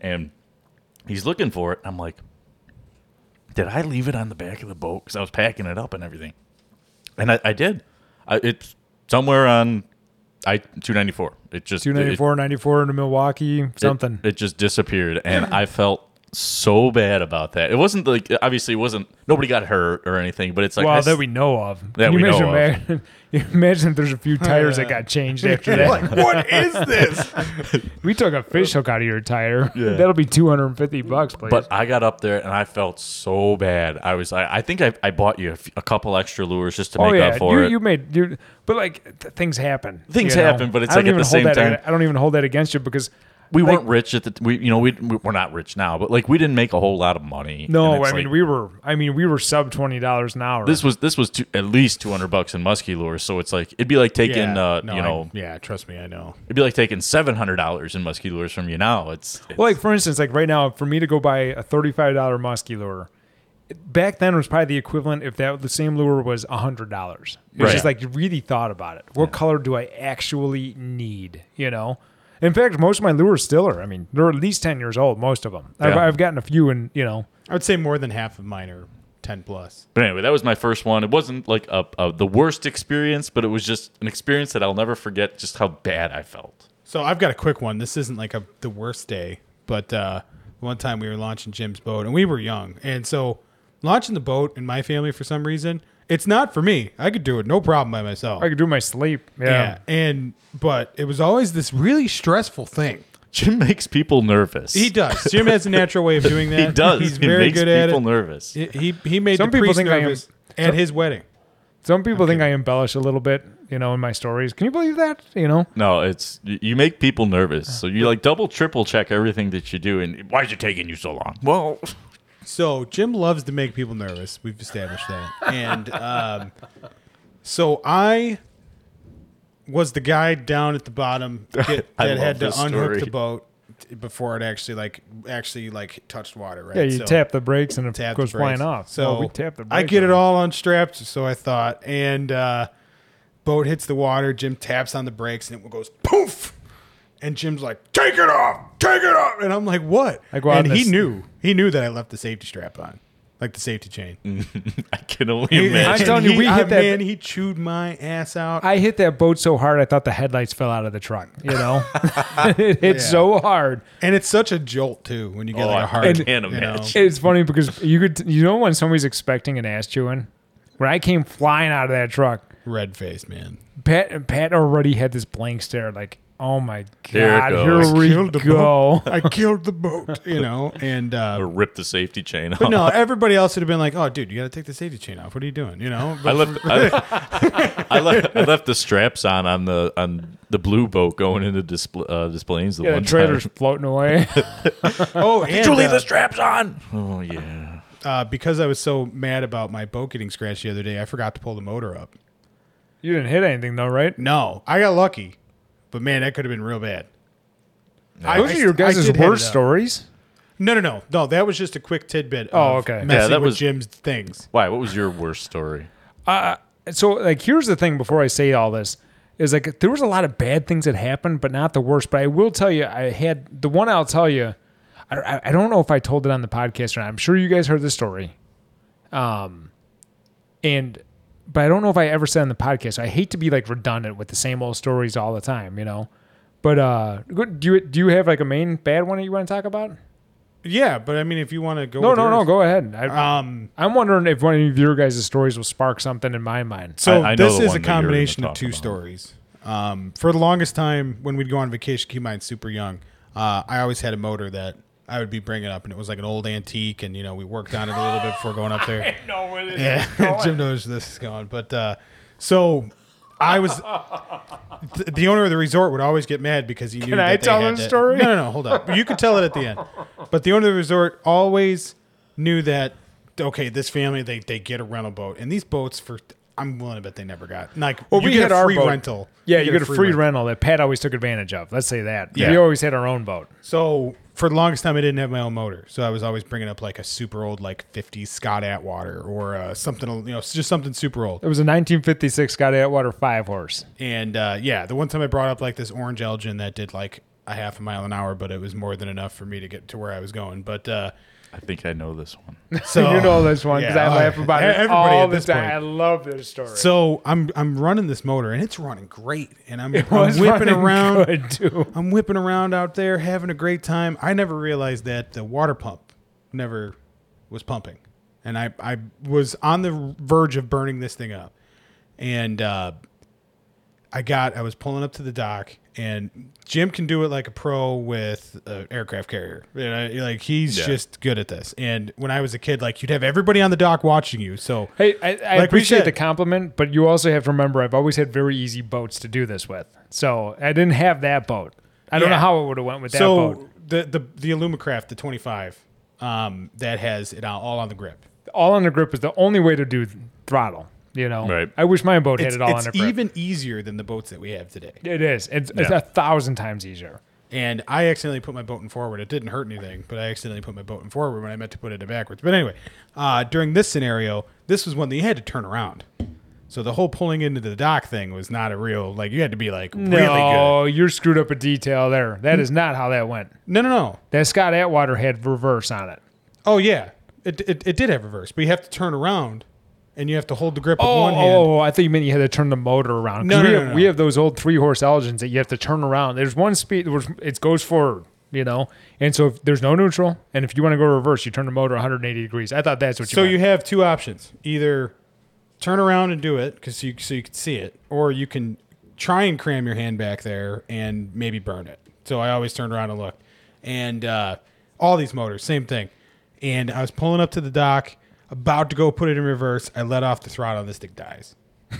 Speaker 3: And he's looking for it. I'm like, did I leave it on the back of the boat? Because I was packing it up and everything. And I, I did. I, it's somewhere on I 294. It just
Speaker 2: Two ninety four, ninety four into Milwaukee,
Speaker 3: it-
Speaker 2: something.
Speaker 3: It, just disappeared, and I felt so bad about that. It wasn't like obviously it wasn't nobody got hurt or anything, but it's like I
Speaker 2: well,
Speaker 3: s-
Speaker 2: that we know of. Can
Speaker 3: That
Speaker 2: you
Speaker 3: we
Speaker 2: imagine,
Speaker 3: know of.
Speaker 2: man- <laughs> you imagine if there's a few tires that got changed
Speaker 3: <laughs>
Speaker 2: after
Speaker 1: You're
Speaker 2: that.
Speaker 1: like, what is this?
Speaker 2: we took a fish hook out of your tire. <laughs> That'll be two hundred and fifty bucks, please.
Speaker 3: But I got up there and I felt so bad. I was like, I think I, I bought you a, f- a couple extra lures just to make up for
Speaker 2: Oh, you,
Speaker 3: it.
Speaker 2: you made you, but like th- things happen.
Speaker 3: Things
Speaker 2: you know?
Speaker 3: happen, but it's
Speaker 2: I don't
Speaker 3: like at
Speaker 2: even
Speaker 3: the
Speaker 2: hold
Speaker 3: same
Speaker 2: that-
Speaker 3: time-
Speaker 2: I don't even hold that against you because
Speaker 3: we
Speaker 2: like-
Speaker 3: weren't rich at the t- we you know we we- we're not rich now, but like we didn't make a whole lot of money.
Speaker 2: no, I
Speaker 3: And it's
Speaker 2: mean
Speaker 3: like,
Speaker 2: we were. I mean we were sub twenty dollars an hour.
Speaker 3: This was this was two, at least two hundred bucks in musky lures, so it's like it'd be like taking uh,
Speaker 1: no,
Speaker 3: you
Speaker 1: I-
Speaker 3: know
Speaker 1: yeah, trust me, I know.
Speaker 3: it'd be like taking seven hundred dollars in musky lures from you now. It's, it's
Speaker 2: well, like for instance, like right now, for me to go buy a thirty-five dollar musky lure, it- back then was probably the equivalent if that the same lure was hundred dollars. It's
Speaker 3: Right.
Speaker 2: just like you really thought about it. What color do I actually need? You know. In fact, most of my lures still are. I mean, they're at least ten years old. Most of them. I've,
Speaker 3: Yeah.
Speaker 2: I've gotten a few, and you know,
Speaker 1: I would say more than half of mine are ten plus.
Speaker 3: But anyway, that was my first one. It wasn't like a, a the worst experience, but it was just an experience that I'll never forget. Just how bad I felt. <laughs>
Speaker 1: So I've got a quick one. This isn't like a the worst day, but uh, one time we were launching Jim's boat and we were young, and so launching the boat in my family for some reason, it's not for me. I could do it no problem by myself.
Speaker 2: I could do my sleep. yeah.
Speaker 1: yeah, and but it was always this really stressful thing.
Speaker 3: Jim makes people nervous.
Speaker 1: He does. Jim has a natural way of doing that.
Speaker 3: He does.
Speaker 1: He's
Speaker 3: he
Speaker 1: very
Speaker 3: makes
Speaker 1: good
Speaker 3: people
Speaker 1: at it.
Speaker 3: nervous.
Speaker 1: He- He he made
Speaker 2: Some
Speaker 1: the
Speaker 2: people
Speaker 1: priest
Speaker 2: think I am-
Speaker 1: nervous at his wedding.
Speaker 2: Some people think I embellish a little bit, you know, in my stories. Can you believe that? You know,
Speaker 3: No, it's y- you make people nervous. So you like double, triple check everything that you do. And why is it taking you so long? Well,
Speaker 1: So Jim loves to make people nervous. We've established that. And um, so I was the guy down at the bottom get,
Speaker 3: I
Speaker 1: that had
Speaker 3: love
Speaker 1: to
Speaker 3: this
Speaker 1: unhook
Speaker 3: story.
Speaker 1: the boat t- before it actually like actually like touched water. Right?
Speaker 2: yeah, you
Speaker 1: So-
Speaker 2: tap the brakes and it
Speaker 1: tap
Speaker 2: goes
Speaker 1: the brakes.
Speaker 2: flying off.
Speaker 1: So
Speaker 2: Well, we tap the
Speaker 1: I
Speaker 2: brakes
Speaker 1: get
Speaker 2: on
Speaker 1: it all unstrapped, so I thought. And uh, boat hits the water. Jim taps on the brakes, and it goes poof. And Jim's like, "Take it off, take it off," and I'm like, "What?"
Speaker 2: I go out
Speaker 1: and
Speaker 2: in
Speaker 1: he
Speaker 2: this-
Speaker 1: knew. He knew that I left the safety strap on, like the safety chain.
Speaker 3: <laughs> I can only
Speaker 2: I'm
Speaker 3: imagine.
Speaker 2: telling you,
Speaker 1: He-
Speaker 2: we
Speaker 1: ah,
Speaker 2: hit that-
Speaker 1: Man, he chewed my ass out.
Speaker 2: I hit that boat so hard, I thought the headlights fell out of the truck.
Speaker 1: <laughs>
Speaker 2: You know, <laughs> it hit so hard.
Speaker 1: and it's such a jolt too when you get
Speaker 3: Oh,
Speaker 1: like
Speaker 3: I-
Speaker 1: a
Speaker 3: I
Speaker 1: hard.
Speaker 3: can't
Speaker 1: you know.
Speaker 3: imagine.
Speaker 2: It's funny because you could, you know, when somebody's expecting an ass chewing, when I came flying out of that truck,
Speaker 1: red face, man.
Speaker 2: Pat, Pat already had this blank stare, like, oh my
Speaker 3: There it
Speaker 2: god,
Speaker 3: goes.
Speaker 2: here we
Speaker 1: Killed the boat.
Speaker 2: go.
Speaker 1: I killed the boat. You know, and uh,
Speaker 3: Or rip the safety chain off.
Speaker 1: But
Speaker 2: <laughs>
Speaker 1: no, everybody else would have been like, "Oh, dude, you got to take the safety chain off. What are you doing?" You know.
Speaker 2: <laughs>
Speaker 3: I
Speaker 1: But
Speaker 3: left, I, I left I left the straps on on the on the blue boat going into display uh, displays the
Speaker 2: Yeah,
Speaker 3: one
Speaker 2: the trailer's
Speaker 3: time.
Speaker 2: floating
Speaker 3: <laughs>
Speaker 2: away.
Speaker 1: oh, and,
Speaker 3: Julie,
Speaker 1: uh,
Speaker 3: the straps on. Oh yeah.
Speaker 1: uh, because I was so mad about my boat getting scratched the other day, I forgot to pull the motor up.
Speaker 2: you didn't hit anything though, right?
Speaker 1: No, I got lucky, but man, that could have been real bad. I-
Speaker 2: Those
Speaker 1: I
Speaker 2: are your
Speaker 1: st- I
Speaker 2: guys'
Speaker 1: did hit it
Speaker 2: worst
Speaker 1: up.
Speaker 2: stories.
Speaker 1: No, no, no, no. That was just a quick tidbit.
Speaker 2: Oh,
Speaker 1: of
Speaker 2: okay. Yeah,
Speaker 1: messing
Speaker 3: that
Speaker 1: with
Speaker 3: was-
Speaker 1: Jim's things.
Speaker 3: Why? What was your worst story?
Speaker 2: so like here's the thing before I say all this is like there was a lot of bad things that happened, but not the worst. But I will tell you, I had the one I'll tell you. I- I, I don't know if I told it on the podcast or not. I'm sure you guys heard the story. Um, and but I don't know if I ever said on the podcast. I hate to be like redundant with the same old stories all the time, you know. But uh, good- do you do you have like a main bad one that you want to talk about?
Speaker 1: Yeah, but I mean, if you want to go,
Speaker 2: No,
Speaker 1: with
Speaker 2: no, no.
Speaker 1: yours-
Speaker 2: Go ahead. I,
Speaker 1: Um,
Speaker 2: I'm wondering if one of your guys' stories will spark something in my mind.
Speaker 1: So
Speaker 3: I- I know
Speaker 1: this
Speaker 3: the
Speaker 1: is a
Speaker 3: one that you're gonna
Speaker 1: combination of
Speaker 3: talk
Speaker 1: two
Speaker 3: about.
Speaker 1: stories. Um, for the longest time, when we'd go on vacation, keep in mind super young, uh, I always had a motor that I would be bringing up, and it was like an old antique, and you know we worked on it a little bit before going up
Speaker 3: <laughs>
Speaker 1: there.
Speaker 2: No, where this
Speaker 1: Yeah, <laughs> Jim knows where this is going. But uh, so I was th- the owner of the resort would always get mad because he knew. that
Speaker 2: I
Speaker 1: they
Speaker 2: tell
Speaker 1: had
Speaker 2: the
Speaker 1: to-
Speaker 2: story?
Speaker 1: No, no, no. Hold up. You could tell it at the end. But the owner of the resort always knew that. Okay, this family they they get a rental boat, and these boats for I'm willing to bet they never got. Like
Speaker 2: Well,
Speaker 1: you
Speaker 2: we
Speaker 1: get
Speaker 2: had
Speaker 1: a
Speaker 2: our
Speaker 1: free
Speaker 2: boat.
Speaker 1: rental.
Speaker 2: Yeah, you, get a free
Speaker 1: rental.
Speaker 2: rental that Pat always took advantage of. Let's say that.
Speaker 1: Yeah.
Speaker 2: We always had our own boat.
Speaker 1: So for the longest time, I didn't have my own motor, so I was always bringing up like a super old like '50s Scott Atwater or uh, something, you know, just something super old.
Speaker 2: It was a 1956 Scott Atwater five <laughs> horse.
Speaker 1: And uh, yeah, the one time I brought up like this orange Elgin that did like a half a mile an hour, but it was more than enough for me to get to where I was going. But uh,
Speaker 3: I think I know this one.
Speaker 1: so
Speaker 2: <laughs> you know this one because
Speaker 1: Yeah,
Speaker 2: I laugh
Speaker 1: oh,
Speaker 2: about
Speaker 1: yeah.
Speaker 2: it
Speaker 1: Everybody
Speaker 2: all
Speaker 1: at
Speaker 2: the
Speaker 1: this
Speaker 2: time.
Speaker 1: point.
Speaker 2: I love this story.
Speaker 1: So I'm I'm running this motor and it's running great, and
Speaker 2: <laughs>
Speaker 1: I'm,
Speaker 2: Well,
Speaker 1: I'm
Speaker 2: it's
Speaker 1: whipping
Speaker 2: fucking
Speaker 1: around.
Speaker 2: good, too.
Speaker 1: I'm whipping around out there having a great time. I never realized that the water pump never was pumping. And I, I was on the verge of burning this thing up. And uh, I got, I was pulling up to the dock, and Jim can do it like a pro with an aircraft carrier. You know, like, he's
Speaker 3: Yeah.
Speaker 1: just good at this. And when I was a kid, like, you'd have everybody on the dock watching you. So,
Speaker 2: Hey, I, I
Speaker 1: Like we
Speaker 2: appreciate
Speaker 1: said.
Speaker 2: the compliment, but you also have to remember I've always had very easy boats to do this with. So I didn't have that boat. I don't
Speaker 1: Yeah.
Speaker 2: know how it would have went with that boat.
Speaker 1: so the, the, the Alumacraft, the 25, um, that has it all on the grip.
Speaker 2: All on the grip is the only way to do throttle. You know,
Speaker 3: Right.
Speaker 2: I wish my boat
Speaker 1: it's,
Speaker 2: had it all
Speaker 1: it's
Speaker 2: on a grip.
Speaker 1: even easier than the boats that we have today.
Speaker 2: it is. It's, it's
Speaker 3: Yeah.
Speaker 2: a thousand times easier.
Speaker 1: And I accidentally put my boat in forward. It didn't hurt anything, but I accidentally put my boat in forward when I meant to put it in backwards. But anyway, uh, during this scenario, this was one that you had to turn around. So the whole pulling into the dock thing was not a real like you had to be like really good.
Speaker 2: no, you're screwed up a detail there. That is not how that went.
Speaker 1: No, no, no.
Speaker 2: That Scott Atwater had reverse on it.
Speaker 1: Oh yeah, it, it, it did have reverse, but you have to turn around, and you have to hold the grip with
Speaker 2: Oh,
Speaker 1: one hand.
Speaker 2: oh, I thought you meant you had to turn the motor around. 'Cause
Speaker 1: No,
Speaker 2: we,
Speaker 1: no,
Speaker 2: have,
Speaker 1: no, no.
Speaker 2: we have those old three horse Elgins that you have to turn around. There's one speed where it goes forward, you know, and so if there's no neutral, and if you want to go reverse, you turn the motor 180 degrees. I thought that's what you.
Speaker 1: So
Speaker 2: meant.
Speaker 1: you have two options: either turn around and do it because you so you can see it, or you can try and cram your hand back there and maybe burn it. So I always turned around and looked, and uh, all these motors, same thing. And I was pulling up to the dock, about to go put it in reverse. I let off the throttle, and this thing dies.
Speaker 3: <laughs>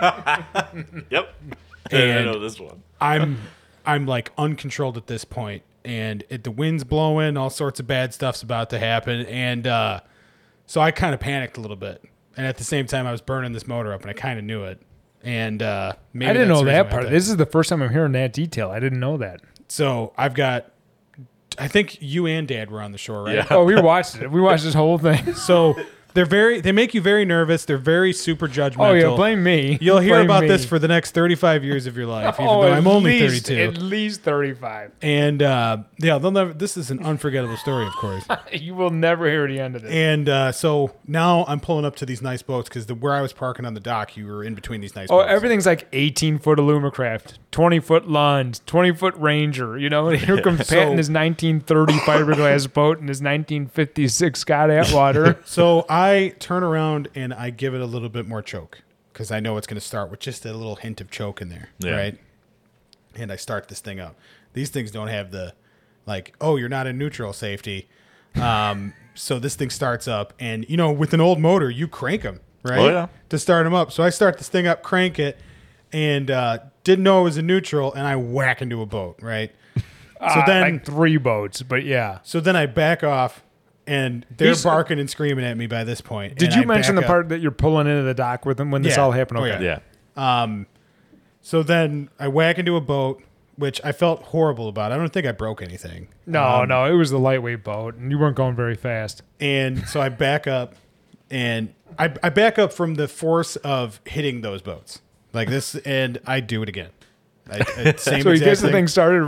Speaker 3: Yep.
Speaker 1: And-
Speaker 3: I know this one.
Speaker 1: I'm I'm like uncontrolled at this point, and it, the wind's blowing, all sorts of bad stuff's about to happen, and uh, so I kind of panicked a little bit. And at the same time, I was burning this motor up, and I kind of knew it. And uh, maybe
Speaker 2: I didn't
Speaker 1: that's
Speaker 2: know
Speaker 1: the reason why
Speaker 2: that
Speaker 1: I
Speaker 2: part.
Speaker 1: did.
Speaker 2: This is the first time I'm hearing that detail. I didn't know that.
Speaker 1: So I've got, I think you and Dad were on the shore, right?
Speaker 3: Yeah.
Speaker 2: Oh, we watched it. We watched this whole thing.
Speaker 1: So they're very, they make you very nervous. They're very super judgmental.
Speaker 2: Oh yeah, blame me.
Speaker 1: You'll hear
Speaker 2: Blame
Speaker 1: about
Speaker 2: me.
Speaker 1: this for the next 35 years of your life, even
Speaker 2: <laughs> Oh,
Speaker 1: though
Speaker 2: at
Speaker 1: I'm only
Speaker 2: least-
Speaker 1: 32.
Speaker 2: At least 35.
Speaker 1: and uh, yeah, they'll never. This is an unforgettable story, of course.
Speaker 2: You will never hear the end of this.
Speaker 1: And uh, so now I'm pulling up to these nice boats because the where I was parking on the dock, you were in between these nice.
Speaker 2: Oh,
Speaker 1: boats.
Speaker 2: everything's like 18 foot Alumacraft, 20 foot Lund, 20 foot Ranger. You know, and <laughs> here comes Pat in his 1930 <laughs> fiberglass boat and his 1956 Scott <laughs> Atwater.
Speaker 1: So I turn around and I give it a little bit more choke because I know it's going to start with just a little hint of choke in there,
Speaker 3: Yeah.
Speaker 1: right? And I start this thing up. These things don't have the like, oh, you're not in neutral safety. Um, so this thing starts up, and you know, with an old motor, you crank them, right?
Speaker 3: Oh, yeah.
Speaker 1: To start them up. So I start this thing up, crank it, and uh, didn't know it was in neutral, and I whack into a boat,
Speaker 3: <laughs>
Speaker 1: right? So
Speaker 3: Ah,
Speaker 2: Uh,
Speaker 1: then,
Speaker 2: like three boats, but yeah.
Speaker 1: so then I back off, and they're
Speaker 2: He's-
Speaker 1: barking and screaming at me by this point.
Speaker 2: Did
Speaker 1: and
Speaker 2: you
Speaker 1: I
Speaker 2: mention the
Speaker 1: back up.
Speaker 2: part that you're pulling into the dock with him when this
Speaker 1: Yeah.
Speaker 2: all happened?
Speaker 1: Oh,
Speaker 2: Okay.
Speaker 1: yeah.
Speaker 3: Yeah. <laughs>
Speaker 1: So then I whack into a boat, which I felt horrible about. I don't think I broke anything.
Speaker 2: No, no, it was the lightweight boat, and you weren't going very fast.
Speaker 1: And so I back up and I, I back up from the force of hitting those boats like this, and I do it again. I,
Speaker 2: <laughs>
Speaker 1: I, same
Speaker 2: So he
Speaker 1: exact
Speaker 2: gets the
Speaker 1: thing.
Speaker 2: thing started.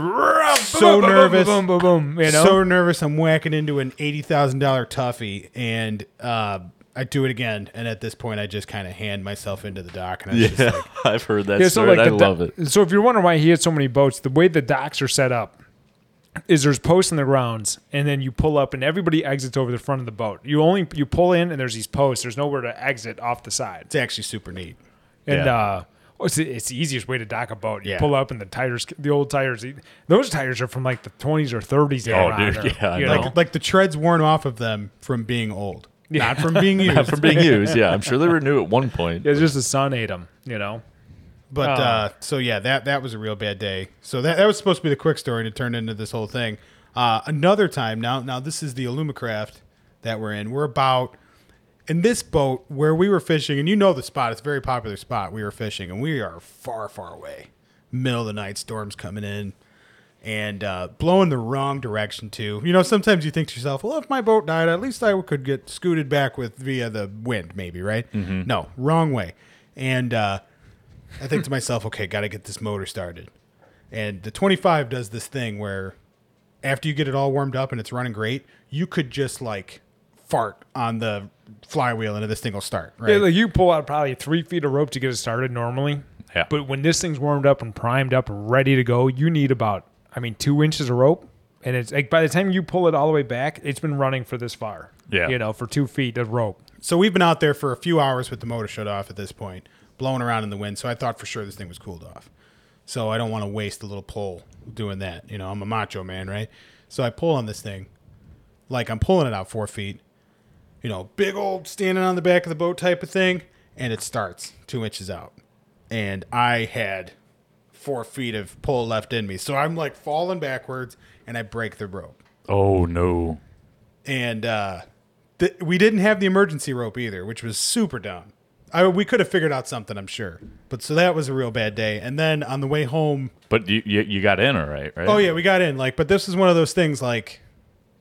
Speaker 1: So
Speaker 2: <laughs> boom, boom,
Speaker 1: nervous.
Speaker 2: Boom, boom, boom, boom, you know?
Speaker 1: so nervous. I'm whacking into an eighty thousand dollar toughie, and uh, I do it again. And at this point, I just kind of hand myself into the dock, and I was just
Speaker 3: Yeah.
Speaker 1: like,
Speaker 3: I've heard that
Speaker 2: Yeah, so
Speaker 3: story.
Speaker 2: like
Speaker 3: and I
Speaker 2: the
Speaker 3: love
Speaker 2: do-
Speaker 3: it.
Speaker 2: So if you're wondering why he had so many boats, the way the docks are set up, is there's posts in the grounds, and then you pull up, and everybody exits over the front of the boat. You only you pull in, and there's these posts. There's nowhere to exit off the side.
Speaker 1: It's actually super neat.
Speaker 2: And
Speaker 3: Yeah.
Speaker 2: uh, well, it's, the- it's the easiest way to dock a boat. You
Speaker 1: Yeah.
Speaker 2: pull up, and the tires, the old tires, e, those tires are from like the 20s or 30s. that
Speaker 3: Oh,
Speaker 2: are on
Speaker 3: dude, <laughs>
Speaker 2: there,
Speaker 3: yeah, I
Speaker 2: you
Speaker 3: know.
Speaker 2: know?
Speaker 1: Like like the treads worn off of them from being old, not from
Speaker 3: <laughs>
Speaker 1: being used.
Speaker 3: from being used. Yeah, I'm sure they were new at one
Speaker 2: <laughs>
Speaker 3: point.
Speaker 2: Yeah, it's just the sun ate them. You know.
Speaker 1: But uh,
Speaker 2: Oh.
Speaker 1: so yeah, that that was a real bad day. So that, that was supposed to be the quick story, and it turned into this whole thing. Uh, another time now, now this is the Alumacraft that we're in. We're about in this boat where we were fishing, and you know the spot. It's a very popular spot. We were fishing, and we are far, far away. Middle of the night, storms coming in, and uh, blowing the wrong direction too. You know, sometimes you think to yourself, "Well, if my boat died, at least I could get scooted back with via the wind, maybe." Right? No, wrong way. And uh, I think to myself, okay, got to get this motor started. And the 25 does this thing where after you get it all warmed up and it's running great, you could just like fart on the flywheel and this thing will start, right?
Speaker 2: Yeah, like you pull out probably three feet of rope to get it started normally.
Speaker 3: Yeah.
Speaker 2: But when this thing's warmed up and primed up and ready to go, you need about, I mean, two inches of rope. And it's like by the time you pull it all the way back, it's been running for this far.
Speaker 3: Yeah.
Speaker 2: You know, for two feet of rope.
Speaker 1: so we've been out there for a few hours with the motor shut off at this point, blowing around in the wind. So I thought for sure this thing was cooled off. So I don't want to waste a little pull doing that. You know, I'm a macho man, right? So I pull on this thing, like I'm pulling it out four feet, you know, big old standing on the back of the boat type of thing, and it starts two inches out. And I had four feet of pull left in me. So I'm like falling backwards and I break the rope
Speaker 3: Oh no.
Speaker 1: and uh, th- we didn't have the emergency rope either, which was super dumb. I, we could have figured out something, I'm sure. But so that was a real bad day. And then on the way home,
Speaker 3: But you, you you got in all right, right?
Speaker 1: oh yeah, we got in. Like, but this is one of those things. Like,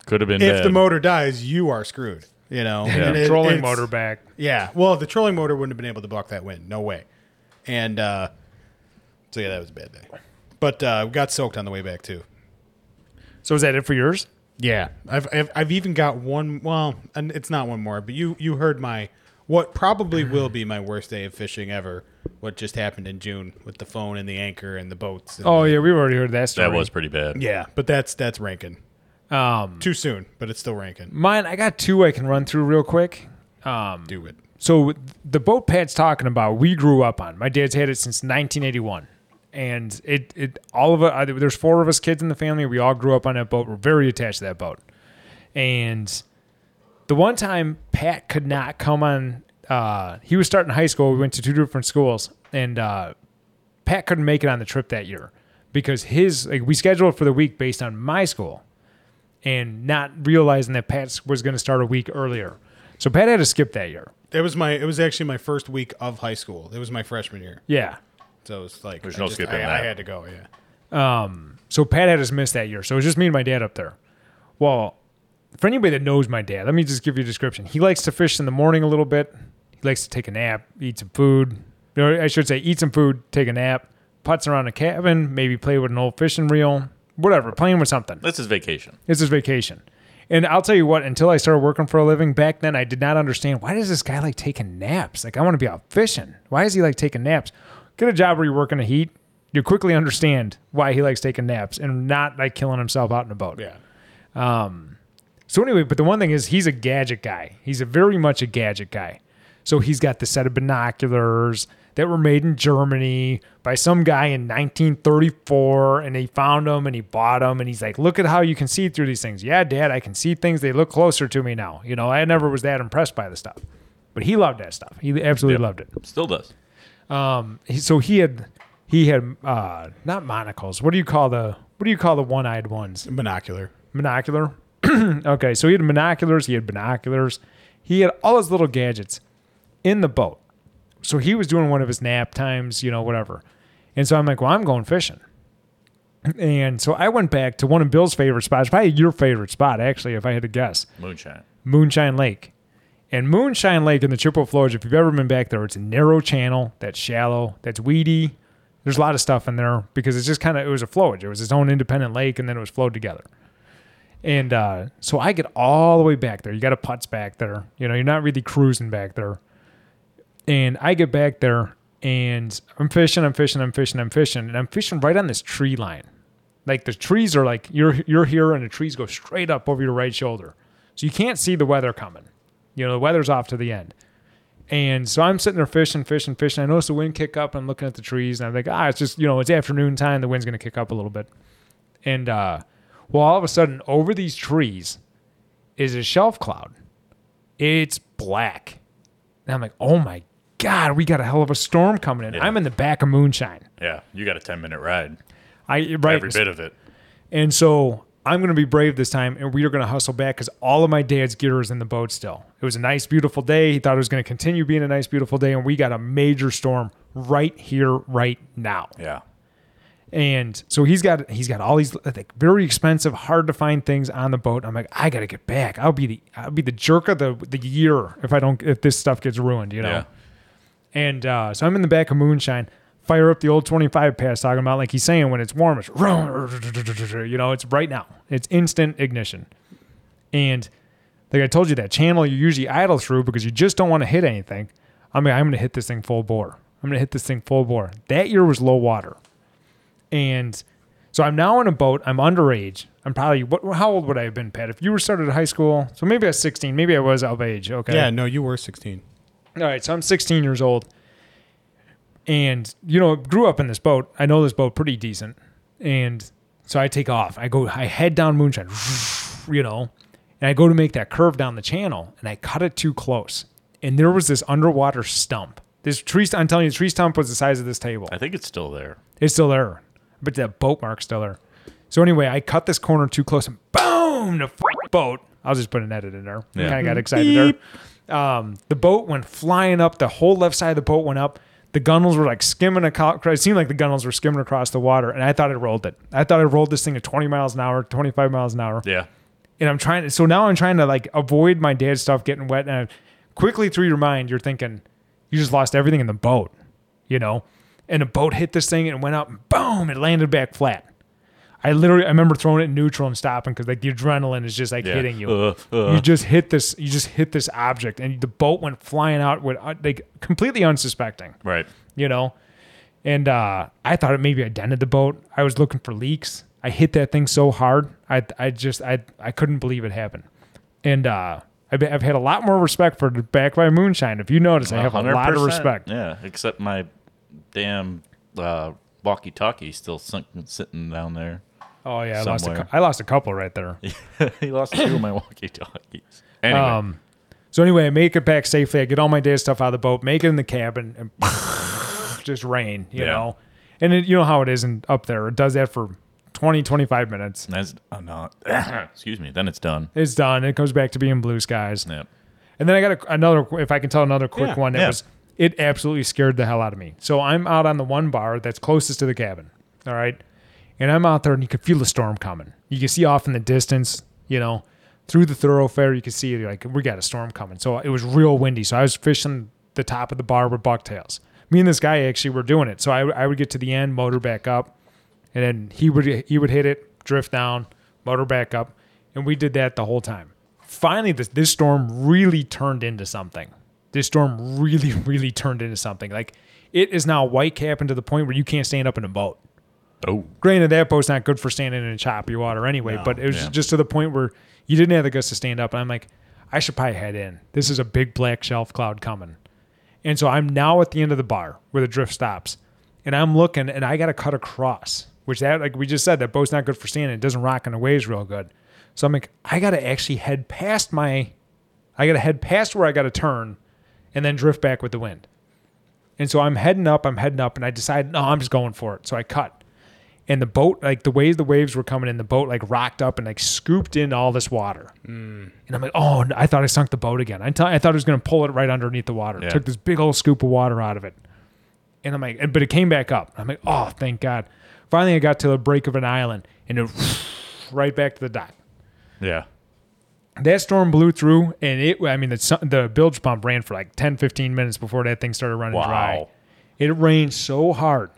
Speaker 3: Could have been
Speaker 1: if
Speaker 3: bad.
Speaker 1: the motor dies, you are screwed. You know, And it-
Speaker 2: Trolling
Speaker 1: it's-
Speaker 2: motor back.
Speaker 1: Yeah. Well, the trolling motor wouldn't have been able to block that wind. No way. And uh, so yeah, that was a bad day. But uh, we got soaked on the way back too.
Speaker 2: So is that it for yours?
Speaker 1: Yeah, I've, I've I've even got one. Well, and it's not one more, but you you heard my what probably will be my worst day of fishing ever. What just happened in June with the phone and the anchor and the boats. and-
Speaker 2: Oh yeah, we've already heard that story.
Speaker 3: that was pretty bad.
Speaker 1: yeah, but that's that's ranking
Speaker 2: um
Speaker 1: too soon, but it's still ranking.
Speaker 2: mine I got two I can run through real quick.
Speaker 3: Mm.
Speaker 1: Do it.
Speaker 2: So the boat Pat's talking about, we grew up on. My dad's had it since 1981, and it it all of us. There's four of us kids in the family. We all grew up on that boat. We're very attached to that boat. And the one time Pat could not come on, uh, he was starting high school. We went to two different schools, and uh, Pat couldn't make it on the trip that year because his like we scheduled for the week based on my school, and not realizing that Pat was going to start a week earlier. So Pat had to skip that year.
Speaker 1: It was my it was actually my first week of high school. It was my freshman year,
Speaker 2: Yeah.
Speaker 1: so it's like
Speaker 3: There's
Speaker 1: I
Speaker 3: no
Speaker 1: just-
Speaker 3: skipping
Speaker 1: I, I
Speaker 3: that.
Speaker 1: had to go. Yeah,
Speaker 2: So Pat had us miss that year. So it was just me and my dad up there. Well, for anybody that knows my dad, let me just give you a description. He likes to fish in the morning a little bit. He likes to take a nap, eat some food. Or I should say, eat some food, take a nap, putz around a cabin, maybe play with an old fishing reel, whatever, playing with something.
Speaker 3: That's his vacation.
Speaker 2: It's his vacation. And I'll tell you what, until I started working for a living back then, I did not understand why does this guy like taking naps? Like I want to be out fishing. Why is he like taking naps? Get a job where you work in the heat. You quickly understand why he likes taking naps and not like killing himself out in a boat.
Speaker 1: yeah.
Speaker 2: So anyway, but the one thing is he's a gadget guy. He's a very much a gadget guy. So he's got the set of binoculars that were made in Germany by some guy in 1934 and he found them and he bought them and he's like, "Look at how you can see through these things." Yeah, dad, I can see things. They look closer to me now. You know, I never was that impressed by the stuff. But he loved that stuff. He absolutely loved it.
Speaker 3: Still does.
Speaker 2: He- So he had he had uh not monocles. What do you call the what do you call the one-eyed ones?
Speaker 1: Monocular.
Speaker 2: monocular. <clears throat> okay, so he had monoculars, he had binoculars, he had all his little gadgets in the boat. So he was doing one of his nap times, you know, whatever. And so I'm like, well, I'm going fishing. And so I went back to one of Bill's favorite spots, probably your favorite spot, actually, if I had to guess.
Speaker 3: Moonshine.
Speaker 2: Moonshine Lake. And Moonshine Lake in the Chippewa Florida, if you've ever been back there, it's a narrow channel that's shallow, that's weedy. There's a lot of stuff in there because it's just kind of, it was a flowage. It was its own independent lake and then it was flowed together. And uh, so I get all the way back there. You got a putts back there. You know, you're not really cruising back there. And I get back there and I'm fishing, I'm fishing, I'm fishing, I'm fishing. And I'm fishing right on this tree line. Like the trees are like you're you're here and the trees go straight up over your right shoulder. So you can't see the weather coming. You know, the weather's off to the end. And so I'm sitting there fishing, fishing, fishing. I notice the wind kick up. I'm looking at the trees and I'm like, ah, it's just, you know, it's afternoon time. The wind's going to kick up a little bit. And, uh, well, all of a sudden, over these trees is a shelf cloud. It's black. And I'm like, oh my God, we got a hell of a storm coming in.
Speaker 3: Yeah.
Speaker 2: I'm in the back of moonshine.
Speaker 3: Yeah, you got a 10 minute ride.
Speaker 2: I, right.
Speaker 3: Every bit of it.
Speaker 2: And so I'm going to be brave this time, and we are going to hustle back because all of my dad's gear is in the boat still. It was a nice, beautiful day. He thought it was going to continue being a nice, beautiful day, and we got a major storm right here, right now.
Speaker 3: Yeah.
Speaker 2: And so he's got he's got all these like very expensive, hard to find things on the boat. I'm like, I got to get back. I'll be the I'll be the jerk of the the year if I don't if this stuff gets ruined, you know.
Speaker 3: Yeah.
Speaker 2: And uh, so I'm in the back of Moonshine, fire up the old 25 pass, talking about like he's saying when it's warm, it's you know, it's right now, it's instant ignition. And like I told you, that channel you usually idle through because you just don't want to hit anything. I mean, I'm going to hit this thing full bore. I'm going to hit this thing full bore. That year was low water, and so I'm now in a boat. I'm underage. I'm probably what? How old would I have been, Pat? If you were started at high school, so maybe I was 16. Maybe I was of age. Okay.
Speaker 1: Yeah, no, you were 16.
Speaker 2: All right, so I'm 16 years old, and you know, grew up in this boat. I know this boat pretty decent, and so I take off. I go, I head down moonshine, <sniffs> you know, and I go to make that curve down the channel, and I cut it too close, and there was this underwater stump. This tree, st- I'm telling you, the tree stump was the size of this table.
Speaker 3: I think it's still there.
Speaker 2: It's still there, but that boat mark's still there. So anyway, I cut this corner too close, and boom, the frick boat. I'll just put an edit in there.
Speaker 3: Yeah.
Speaker 2: Kind of got excited there. Um, the boat went flying up. The whole left side of the boat went up. The gunnels were like skimming across. It seemed like the gunnels were skimming across the water, and I thought I rolled it. I thought I rolled this thing at 20 miles an hour, 25 miles an hour
Speaker 3: Yeah.
Speaker 2: and I'm trying to. So now I'm trying to like avoid my dad's stuff getting wet. And I, quickly through your mind, you're thinking, you just lost everything in the boat, you know. And a boat hit this thing and went up, and boom! It landed back flat. I literally, I remember throwing it in neutral and stopping because like the adrenaline is just like
Speaker 3: Yeah.
Speaker 2: hitting you.
Speaker 3: Uh, uh.
Speaker 2: You just hit this, you just hit this object, and the boat went flying out with uh, like completely unsuspecting
Speaker 3: Right.
Speaker 2: you know. And uh, I thought it maybe I dented the boat. I was looking for leaks. I hit that thing so hard, I I just I I couldn't believe it happened. And uh, I've, I've had a lot more respect for the back by moonshine. If you notice, I have a lot of
Speaker 3: 100%.
Speaker 2: respect.
Speaker 3: Yeah, except my damn uh, walkie talkie still sunk, sitting down there. <laughs>
Speaker 2: Oh yeah, I lost, a,
Speaker 3: Somewhere.
Speaker 2: cou- I lost a couple right there.
Speaker 3: he lost two of my <laughs> walkie talkies. Anyway.
Speaker 2: Um, so anyway, I make it back safely. I get all my dad's stuff out of the boat, make it in the cabin, and <laughs> just rain, you
Speaker 3: Yeah.
Speaker 2: know. And it, you know how it is in, up there. It does that for 20, 25 minutes.
Speaker 3: that's oh, no. <coughs> Excuse me. Then it's done.
Speaker 2: It's done. It goes back to being blue skies.
Speaker 3: Yep.
Speaker 2: And then I got a, another, if I can tell another quick
Speaker 1: Yeah,
Speaker 2: one that
Speaker 3: yeah.
Speaker 2: was, it absolutely scared the hell out of me. So I'm out on the one bar that's closest to the cabin. All right. And I'm out there and you can feel the storm coming. You can see off in the distance, you know, through the thoroughfare, you can see it like, we got a storm coming. So it was real windy. So I was fishing the top of the bar with bucktails. Me and this guy actually were doing it. So I, I would get to the end, motor back up, and then he would he would hit it, drift down, motor back up, and we did that the whole time. Finally, this this storm really turned into something. This storm really, <laughs> really turned into something. Like it is now white capping to the point where you can't stand up in a boat.
Speaker 3: Oh,
Speaker 2: Granted, that boat's not good for standing in choppy water anyway, but it was
Speaker 3: yeah.
Speaker 2: just to the point where you didn't have the guts to stand up. And I'm like, I should probably head in. This is a big black shelf cloud coming. And so I'm now at the end of the bar where the drift stops. And I'm looking and I got to cut across, which that, like we just said, that boat's not good for standing. It doesn't rock in the waves real good. So I'm like, I got to actually head past my, I got to head past where I got to turn and then drift back with the wind. And so I'm heading up, I'm heading up, and I decide, no, I'm just going for it. So I cut. And the boat, like the way the waves were coming in, the boat like rocked up and like scooped in all this water. And I'm like, oh, no, I thought I sunk the boat again. I thought- I thought it was going to pull it right underneath the water.
Speaker 3: Yeah.
Speaker 2: Took this big old scoop of water out of it. And I'm like, and- but it came back up. I'm like, oh, thank God. Finally, I got to the break of an island and it <sniffs> right back to the dock
Speaker 3: yeah.
Speaker 2: that storm blew through and it i mean the sun, the bilge pump ran for like 10 15 minutes before that thing started running
Speaker 3: Wow.
Speaker 2: dry it rained so hard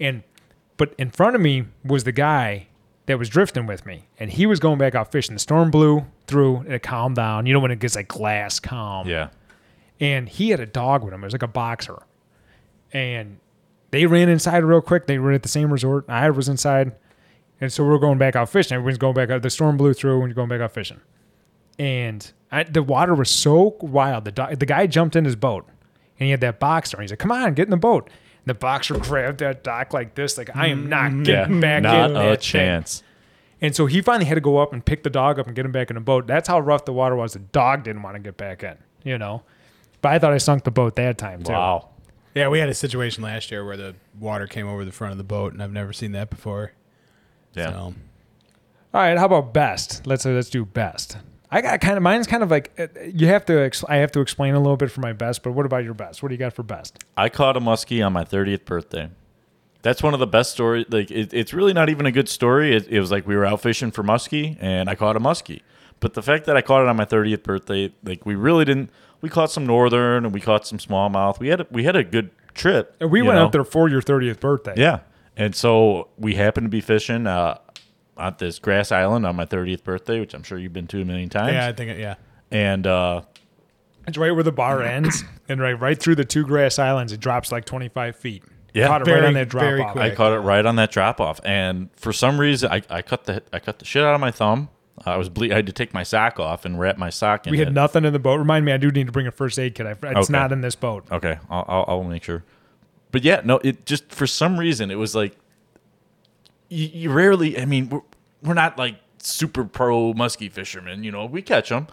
Speaker 2: and but in front of me was the guy that was drifting with me and he was going back out fishing the storm blew through and it calmed down you know when it gets like glass calm <laughs>
Speaker 3: Yeah.
Speaker 2: and he had a dog with him. It was like a boxer. And they ran inside real quick. They were at the same resort. I was inside. And so we're going back out fishing. Everyone's going back out. The storm blew through and we're going back out fishing. And I, the water was so wild. The, do- the guy jumped in his boat and he had that boxer. And he's like, come on, get in the boat. And the boxer <laughs> grabbed that dock like this. Like, I am not getting back
Speaker 3: Mm, not
Speaker 2: in.
Speaker 3: a
Speaker 2: that thing."
Speaker 3: chance.
Speaker 2: And so he finally had to go up and pick the dog up and get him back in the boat. That's how rough the water was. The dog didn't want to get back in, you know. But I thought I sunk the boat that time too.
Speaker 3: Wow.
Speaker 1: Yeah, we had a situation last year where the water came over the front of the boat, and I've never seen that before.
Speaker 3: Yeah.
Speaker 1: So,
Speaker 2: All right, how about best? Let's uh, let's do best. I got kind of mine's kind of like uh, you have to. Ex- I have to explain a little bit for my best. But what about your best? What do you got for best?
Speaker 3: I caught a muskie on my 30th birthday. That's one of the best stories. Like it, it's really not even a good story. It, it was like we were out fishing for muskie and I caught a muskie. But the fact that I caught it on my 30th birthday, like we really didn't. We caught some northern and we caught some smallmouth. We had a, we had a good trip.
Speaker 2: And Uh, we
Speaker 3: you
Speaker 2: went
Speaker 3: know?
Speaker 2: out there for your thirtieth birthday.
Speaker 3: Yeah. And so we happened to be fishing uh, on this grass island on my 30th birthday, which I'm sure you've been to a million times.
Speaker 1: yeah, I think, it- yeah.
Speaker 3: And uh,
Speaker 2: it's right where the bar ends, and right right through the two grass islands. It drops like twenty five feet.
Speaker 3: Yeah.
Speaker 2: caught it right
Speaker 1: Very-
Speaker 2: on that drop
Speaker 1: very
Speaker 2: off.
Speaker 1: quick.
Speaker 3: I caught it right on that drop off, and for some reason, I, I cut the I cut the shit out of my thumb. I was ble- I had to take my sock off and wrap my sock in.
Speaker 2: We
Speaker 3: it.
Speaker 2: had nothing in the boat. Remind me, I do need to bring a first aid kit. I, it's
Speaker 3: Okay.
Speaker 2: not in this boat.
Speaker 3: Okay, I'll, I'll I'll make sure. But yeah, no, it just for some reason it was like you, you rarely. I mean, we're we're not like super pro muskie fishermen, you know. We catch them,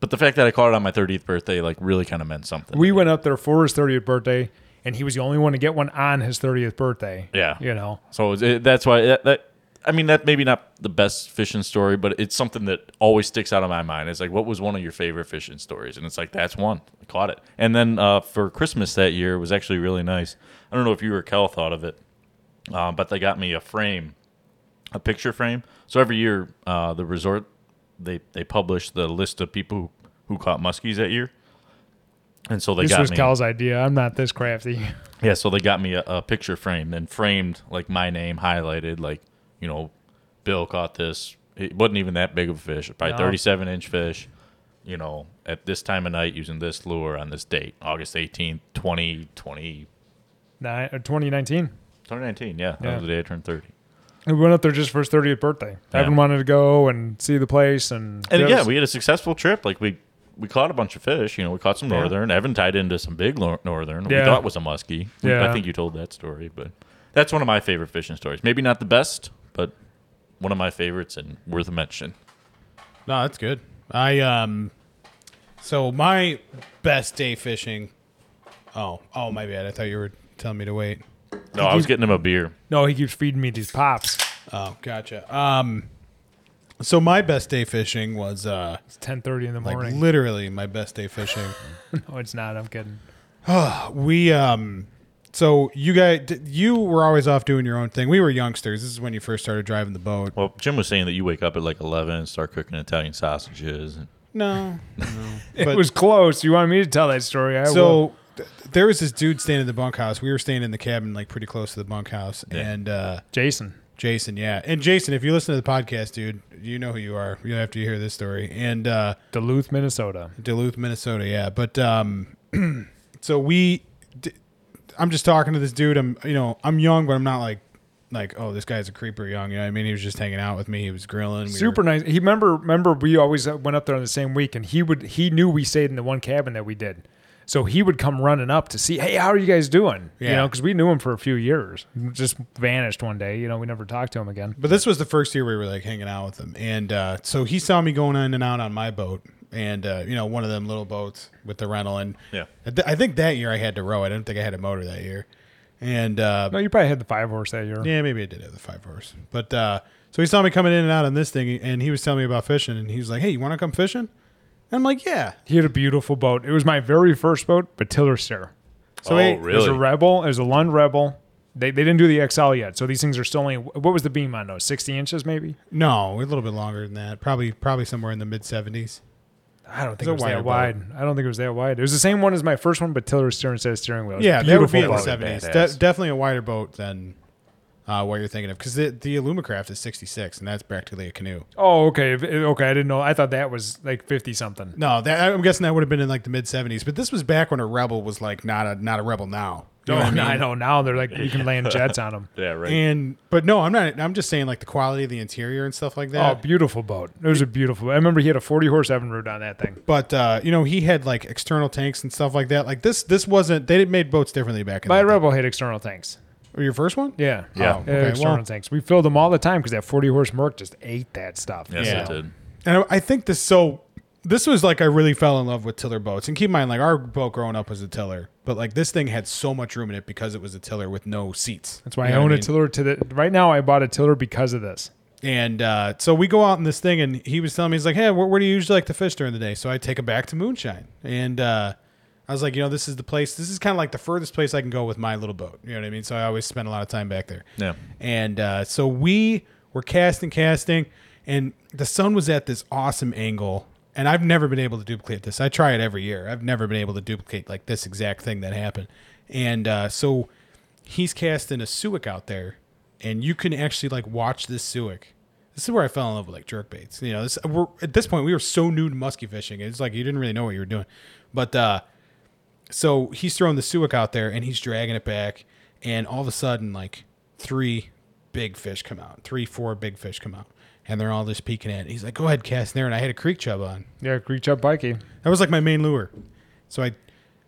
Speaker 3: but the fact that I caught it on my 30th birthday like really kind of meant something.
Speaker 2: We went up there for his 30th birthday, and he was the only one to get one on his 30th birthday.
Speaker 3: Yeah.
Speaker 2: You know,
Speaker 3: So it was- it, that's why that, that I mean that maybe not the best fishing story, but it's something that always sticks out of my mind. It's like what was one of your favorite fishing stories? And it's like that's one. I caught it. And then uh, for Christmas that year it was actually really nice. I don't know if you or Kel thought of it, uh, but they got me a frame, a picture frame. So every year uh, the resort they they publish the list of people who, who caught muskies that year. And so they
Speaker 2: this
Speaker 3: got
Speaker 2: was
Speaker 3: me.
Speaker 2: Cal's idea. I'm not this crafty. <laughs>
Speaker 3: Yeah, so they got me a, a picture frame and framed like my name highlighted, like you know, Bill caught this. It wasn't even that big of a fish, probably
Speaker 2: No.
Speaker 3: thirty-seven inch fish. You know, at this time of night using this lure on this date, August eighteenth, 20, 20,
Speaker 2: Nine, uh, 2019.
Speaker 3: 2019. Yeah, that
Speaker 2: Yeah.
Speaker 3: was the day I turned thirty.
Speaker 2: We went up there just for his 30th birthday.
Speaker 3: Yeah.
Speaker 2: Evan wanted to go and see the place. And,
Speaker 3: And
Speaker 2: that
Speaker 3: yeah,
Speaker 2: was-
Speaker 3: we had a successful trip. Like we we caught a bunch of fish. You know, we caught some
Speaker 2: Yeah.
Speaker 3: northern. Evan tied into some big lo- northern. We
Speaker 2: Yeah.
Speaker 3: thought was a muskie. We-
Speaker 2: Yeah.
Speaker 3: I think you told that story, but that's one of my favorite fishing stories. Maybe not the best, but one of my favorites and worth a mention.
Speaker 1: No, that's good. I um so my best day fishing Oh, oh my bad. I thought you were telling me to wait.
Speaker 3: No, I was getting him a beer.
Speaker 2: no, he keeps feeding me these pops.
Speaker 1: Oh, gotcha. Um so my best day fishing was uh
Speaker 2: It's 10:30 in the
Speaker 1: like
Speaker 2: morning.
Speaker 1: literally my best day fishing.
Speaker 2: no, it's not. I'm kidding.
Speaker 1: we um so you guys d- you were always off doing your own thing. We were youngsters. This is when you first started driving the boat.
Speaker 3: Well, Jim was saying that you wake up at like eleven and start cooking Italian sausages. And
Speaker 1: No. No.
Speaker 2: <laughs> it was close. You wanted me to tell that story? I will.
Speaker 1: so th- there was this dude staying in the bunkhouse. We were staying in the cabin like pretty close to the bunkhouse and uh
Speaker 2: Jason.
Speaker 1: Jason, yeah. And Jason, if you listen to the podcast, dude, you know who you are. You have to hear this story. And uh
Speaker 2: Duluth, Minnesota.
Speaker 1: Duluth, Minnesota, yeah. But um <clears throat> so we d- I'm just talking to this dude. I'm you know, I'm young, but I'm not like like, oh, this guy's a creeper young. You know what I mean? He was just hanging out with me. He was grilling. We
Speaker 2: Super
Speaker 1: were,
Speaker 2: nice. He remember remember we always uh, went up there on the same week, and he would he knew we stayed in the one cabin that we did, so he would come running up to see, hey, how are you guys doing? You
Speaker 1: Yeah.
Speaker 2: know, because we knew him for a few years, just vanished one day. You know, we never talked to him again.
Speaker 1: But this was the first year we were like hanging out with him, and uh, so he saw me going in and out on my boat, and uh, you know one of them little boats with the rental, and
Speaker 3: Yeah.
Speaker 1: I, th- I think that year I had to row. I didn't think I had a motor that year, and uh,
Speaker 2: No, you probably had the five horse that year.
Speaker 1: yeah, maybe I did have the five horse, but uh, so he saw me coming in and out on this thing, and he was telling me about fishing, and he was like, "Hey, you want to come fishing?" And I'm like, "Yeah."
Speaker 2: He had a beautiful boat. It was my very first boat, but Tiller Sir.
Speaker 1: So
Speaker 3: oh,
Speaker 1: he-
Speaker 2: It was
Speaker 3: really?
Speaker 2: a Rebel. It was a Lund Rebel. They, they didn't do the XL yet, so these things are still only what was the beam on those? Sixty inches maybe?
Speaker 1: No, a little bit longer than that. Probably, probably somewhere in the mid 70s.
Speaker 2: I don't think
Speaker 1: a
Speaker 2: it was
Speaker 1: wider
Speaker 2: that
Speaker 1: boat.
Speaker 2: wide. I don't think it was that wide. It was the same one as my first one, but Tiller steering instead of steering wheel. It was
Speaker 1: Yeah, that would be in the
Speaker 2: boat.
Speaker 3: boat.
Speaker 1: 70s.
Speaker 3: Badass.
Speaker 1: De- definitely a wider boat than uh, what you're thinking of because the the Alumacraft is 66 and that's practically a canoe.
Speaker 2: Oh, okay. If- Okay. I didn't know. I thought that was like 50
Speaker 1: <laughs>
Speaker 2: something.
Speaker 1: No, that, I'm guessing that would have been in like the mid 70s, but this was back when a rebel was like not a not a rebel now. You
Speaker 2: No,
Speaker 1: know
Speaker 2: I,
Speaker 1: what
Speaker 2: <laughs> I know. Now they're like, you can
Speaker 3: <laughs>
Speaker 2: land jets on them.
Speaker 3: Yeah, right.
Speaker 1: And but no, I'm not. I'm just saying like the quality of the interior and stuff like
Speaker 2: Oh,
Speaker 1: that.
Speaker 2: beautiful boat. It was a beautiful. I remember he had a 40 horse Evinrude on that thing.
Speaker 1: but uh, you know, he had like external tanks and stuff like that. Like this, this wasn't. They did made boats differently back in
Speaker 2: My
Speaker 1: the
Speaker 2: Rebel had external tanks.
Speaker 1: Your first one?
Speaker 2: Yeah.
Speaker 3: Yeah.
Speaker 1: Oh,
Speaker 2: They had
Speaker 1: okay,
Speaker 2: external
Speaker 1: well-
Speaker 2: tanks. We filled them all the time because that 40 horse Merc just ate that stuff.
Speaker 3: yes,
Speaker 1: yeah.
Speaker 3: it did.
Speaker 1: And I, I think this. So this was like I really fell in love with tiller boats. And keep in mind, like our boat growing up was a tiller, but like this thing had so much room in it because it was a tiller with no seats.
Speaker 2: That's why
Speaker 1: You
Speaker 2: I
Speaker 1: know what
Speaker 2: own a
Speaker 1: mean?
Speaker 2: tiller to the right now. I bought a tiller because of this.
Speaker 1: And uh, so we go out in this thing, and he was telling me, he's like, "Hey, where, where do you usually like to fish during the day?" So I take him back to Moonshine, and uh, I was like, "You know, this is the place. This is kind of like the furthest place I can go with my little boat. You know what I mean?" So I always spend a lot of time back there.
Speaker 3: Yeah. <laughs>
Speaker 1: And uh, so we were casting, casting, and the sun was at this awesome angle. And I've never been able to duplicate this. I try it every year. I've never been able to duplicate like this exact thing that happened. And uh, so he's casting a suic out there, and you can actually like watch this suic. This is where I fell in love with like jerk baits. You know, this, we're, at this point we were so new to muskie fishing. It's like you didn't really know what you were doing. But uh, so he's throwing the suic out there and he's dragging it back, and all of a sudden like three big fish come out, three four big fish come out, and they're all just peeking at. It. He's like, "Go ahead, cast in there," and I had a creek chub on.
Speaker 2: Yeah, Greek Chub Bikey.
Speaker 1: That was like my main lure. So I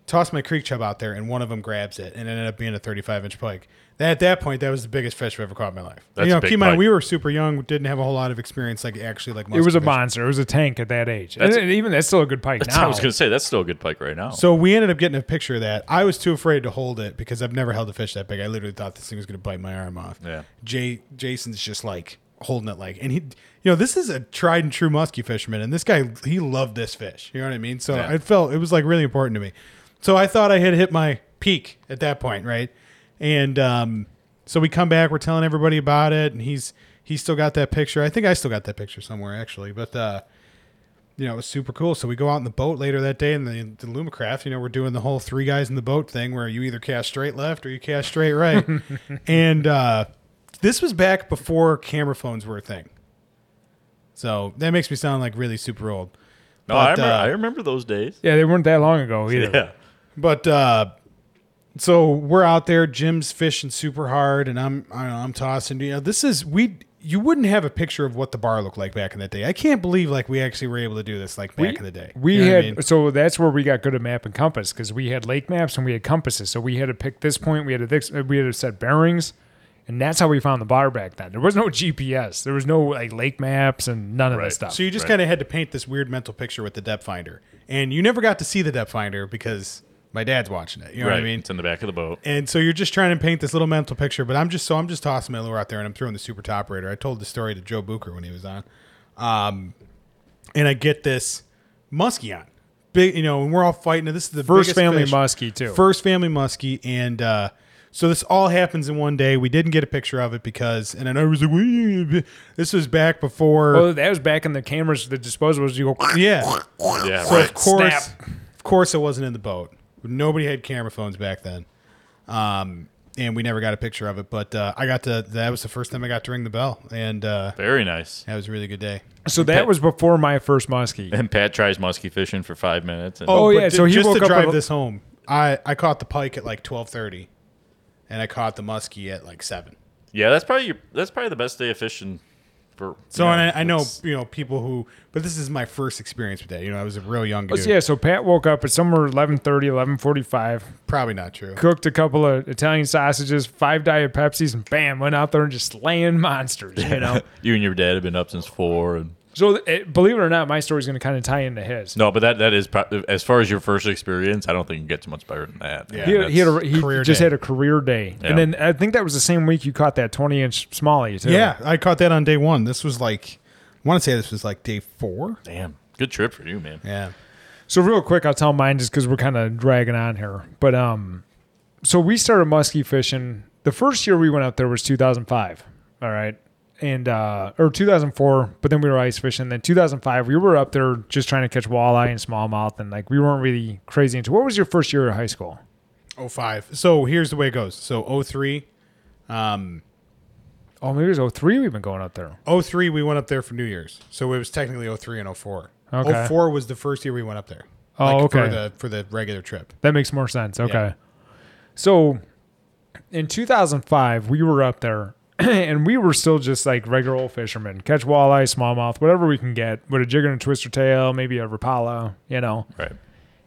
Speaker 1: tossed my creek chub out there, and one of them grabs it, and it ended up being a 35 inch pike. That, at that point, that was the biggest fish I've ever caught in my life.
Speaker 3: That's
Speaker 1: you know,
Speaker 3: a big
Speaker 1: keep in mind
Speaker 3: pike.
Speaker 1: we were super young, didn't have a whole lot of experience, like actually like.
Speaker 2: It was a
Speaker 1: musky fishing.
Speaker 2: monster. It was a tank at that age. And,
Speaker 3: That's-
Speaker 2: and even that's still a good pike now.
Speaker 3: I was going to say that's still a good pike right now.
Speaker 1: So we ended up getting a picture of that. I was too afraid to hold it because I've never held a fish that big. I literally thought this thing was going to bite my arm off.
Speaker 3: Yeah.
Speaker 1: Jay Jason's just like holding it like, and he, you know, this is a tried and true musky fisherman, and this guy he loved this fish. You know what I mean? So
Speaker 3: Yeah.
Speaker 1: I felt it was like really important to me. So I thought I had hit my peak at that point, right? And um, so we come back, we're telling everybody about it, and he's he's still got that picture. I think I still got that picture somewhere actually, but. uh you know, it was super cool. So we go out in the boat later that day in the, the Lumacraft. You know, we're doing the whole three guys in the boat thing where you either cast straight left or you cast straight right.
Speaker 3: <laughs>
Speaker 1: and uh, this was back before camera phones were a thing. So that makes me sound like really super old.
Speaker 3: no, I,
Speaker 1: But,
Speaker 3: remember,
Speaker 1: uh,
Speaker 3: I remember those days.
Speaker 2: yeah, they weren't that long ago either.
Speaker 3: Yeah.
Speaker 1: But uh, so we're out there. Jim's fishing super hard, and I'm I don't know, I'm tossing. You know, this is we. You wouldn't have a picture of what the bar looked like back in that day. I can't believe like we actually were able to do this like back in the day.
Speaker 2: We
Speaker 1: You know what I
Speaker 2: had
Speaker 1: mean?
Speaker 2: so that's where we got good at map and compass because we had lake maps and we had compasses. So we had to pick this point. We had to this, uh, we had to set bearings, and that's how we found the bar back then. There was no GPS. There was no like lake maps and none of
Speaker 3: Right.
Speaker 2: that stuff.
Speaker 1: So you just kind of had to paint this weird mental picture with the depth finder, and you never got to see the depth finder because my dad's watching it. You know
Speaker 3: right.
Speaker 1: what I mean?
Speaker 3: It's in the back of the boat.
Speaker 1: And so you're just trying to paint this little mental picture, but I'm just so I'm just tossing my lure out there and I'm throwing the super top rater. I told the story to Joe Booker when he was on, um, and I get this muskie on big, you know, and we're all fighting. And this is the
Speaker 2: First
Speaker 1: biggest
Speaker 2: family
Speaker 1: fish.
Speaker 2: muskie too.
Speaker 1: First family muskie, and uh, so this all happens in one day. We didn't get a picture of it because, and I know it was like, "Wee-" this was back before.
Speaker 2: oh, that was back in the cameras. The disposables. You
Speaker 1: <coughs>
Speaker 2: go.
Speaker 1: yeah,
Speaker 3: Yeah.
Speaker 1: so
Speaker 3: right.
Speaker 1: of course,
Speaker 2: Snap.
Speaker 1: of course, it wasn't in the boat. Nobody had camera phones back then, um, and we never got a picture of it. But uh, I got to. That was the first time I got to ring the bell, and uh,
Speaker 3: Very nice.
Speaker 1: that was a really good day.
Speaker 2: So that was before my first muskie.
Speaker 3: And Pat tries muskie fishing for five minutes. And,
Speaker 2: Oh,
Speaker 1: but
Speaker 2: yeah, so he
Speaker 1: just
Speaker 2: woke
Speaker 1: to
Speaker 2: up
Speaker 1: drive
Speaker 2: with a-
Speaker 1: this home. I I caught the pike at like twelve thirty, and I caught the muskie at like seven.
Speaker 3: yeah, that's probably your, that's probably the best day of fishing. For
Speaker 1: So
Speaker 3: you
Speaker 1: and I, I know
Speaker 3: it's-
Speaker 1: you know people who, but this is my first experience with that. You know, I was a real young
Speaker 2: Oh,
Speaker 1: dude.
Speaker 2: so yeah, so Pat woke up at somewhere 11.30, 11.45,
Speaker 1: Probably not true.
Speaker 2: cooked a couple of Italian sausages, five Diet Pepsis, and bam, went out there and just slaying <laughs> monsters, you know?
Speaker 3: you and your dad have been up since four. And
Speaker 2: so it, believe it or not, my story's going to kind of tie into his.
Speaker 3: no, but that that is pro- as far as your first experience. I don't think you get too much better than that.
Speaker 1: Yeah.
Speaker 2: He, had, he, had a, he
Speaker 1: Career
Speaker 2: just
Speaker 1: day.
Speaker 2: had a career day.
Speaker 3: Yeah.
Speaker 2: And then I think that was the same week you caught that 20-inch smallie, too.
Speaker 1: Yeah, I caught that on day one. This was like, I want to say this was like day four.
Speaker 3: damn good trip for you, man.
Speaker 1: Yeah.
Speaker 2: So real quick, I'll tell mine just because we're kind of dragging on here. But um, so we started muskie fishing. The first year we went out there was 2005. All right, and uh, or 2004. But then we were ice fishing. Then 2005, we were up there just trying to catch walleye and smallmouth, and like we weren't really crazy into. What was your first year of high school?
Speaker 1: Oh five. So here's the way it goes. So oh three, um,
Speaker 2: Oh, maybe it was 03 we've been going up there.
Speaker 1: 03, we went up there for New Year's. So it was technically 03 and 04.
Speaker 2: Okay.
Speaker 1: 04 was the first year we went up there.
Speaker 2: Oh, okay.
Speaker 1: For the, for the regular trip.
Speaker 2: That makes more sense. Okay. So in 2005, we were up there <clears throat> and we were still just like regular old fishermen catch walleye, smallmouth, whatever we can get with a jigger and a twister tail, maybe a Rapala, you know.
Speaker 3: Right.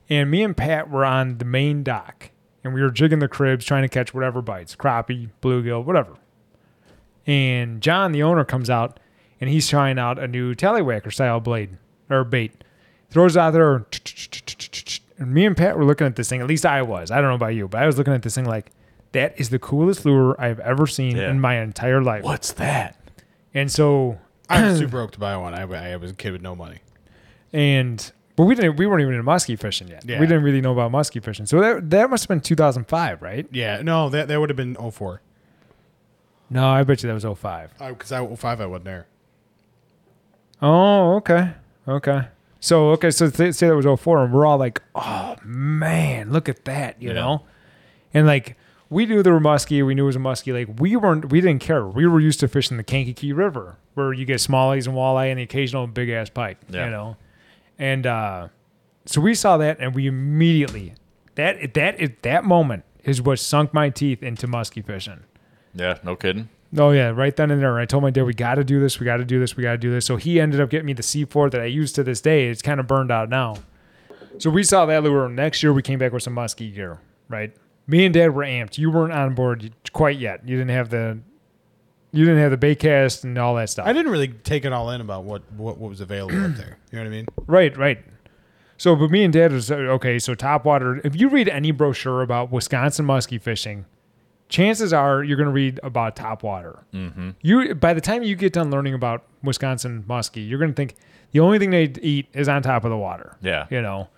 Speaker 2: And me and Pat were on the main dock and we were jigging the cribs trying to catch whatever bites crappie, bluegill, whatever. And John, the owner, comes out and he's trying out a new tallywhacker style blade or bait. Throws it out there. And me and Pat were looking at this thing. At least I was. I don't know about you, but I was looking at this thing like, that is the coolest lure I've ever seen
Speaker 3: Yeah.
Speaker 2: in my entire life.
Speaker 3: What's that?
Speaker 2: And so
Speaker 1: I was too broke to buy one. I, I was a kid with no money.
Speaker 2: and but we didn't we weren't even into musky fishing yet.
Speaker 1: Yeah.
Speaker 2: We didn't really know about musky fishing. So that that must have been 2005, right?
Speaker 1: Yeah, no, that, that would have been 04.
Speaker 2: No, I bet you that was 05.
Speaker 1: Because I 05, I wasn't there.
Speaker 2: Oh, okay. Okay. So, okay. So, th- say that was 04, and we're all like, oh, man, look at that, you
Speaker 3: Yeah.
Speaker 2: know? And like, we knew there were muskie. We knew it was a muskie. Like, we weren't, we didn't care. We were used to fishing the Kankakee River where you get smallies and walleye and the occasional big ass pike,
Speaker 3: Yeah.
Speaker 2: you know? And uh, so we saw that, and we immediately, that, that, that moment is what sunk my teeth into muskie fishing.
Speaker 3: Yeah, no kidding.
Speaker 2: Oh yeah, right then and there. I told my dad we got to do this, we got to do this, we got to do this. So he ended up getting me the C4 that I use to this day. It's kind of burned out now. So we saw that lure. Next year we came back with some musky gear, right? Me and dad were amped. You weren't on board quite yet. You didn't have the, you didn't have the bait cast and all that stuff.
Speaker 1: I didn't really take it all in about what, what, what was available up there. You know what I mean?
Speaker 2: Right, right. So, but me and Dad was uh, okay. So, topwater. If you read any brochure about Wisconsin muskie fishing, chances are you're going to read about topwater. Mm-hmm. You by the time you get done learning about Wisconsin muskie, you're going to think the only thing they eat is on top of the water.
Speaker 3: Yeah.
Speaker 2: you know,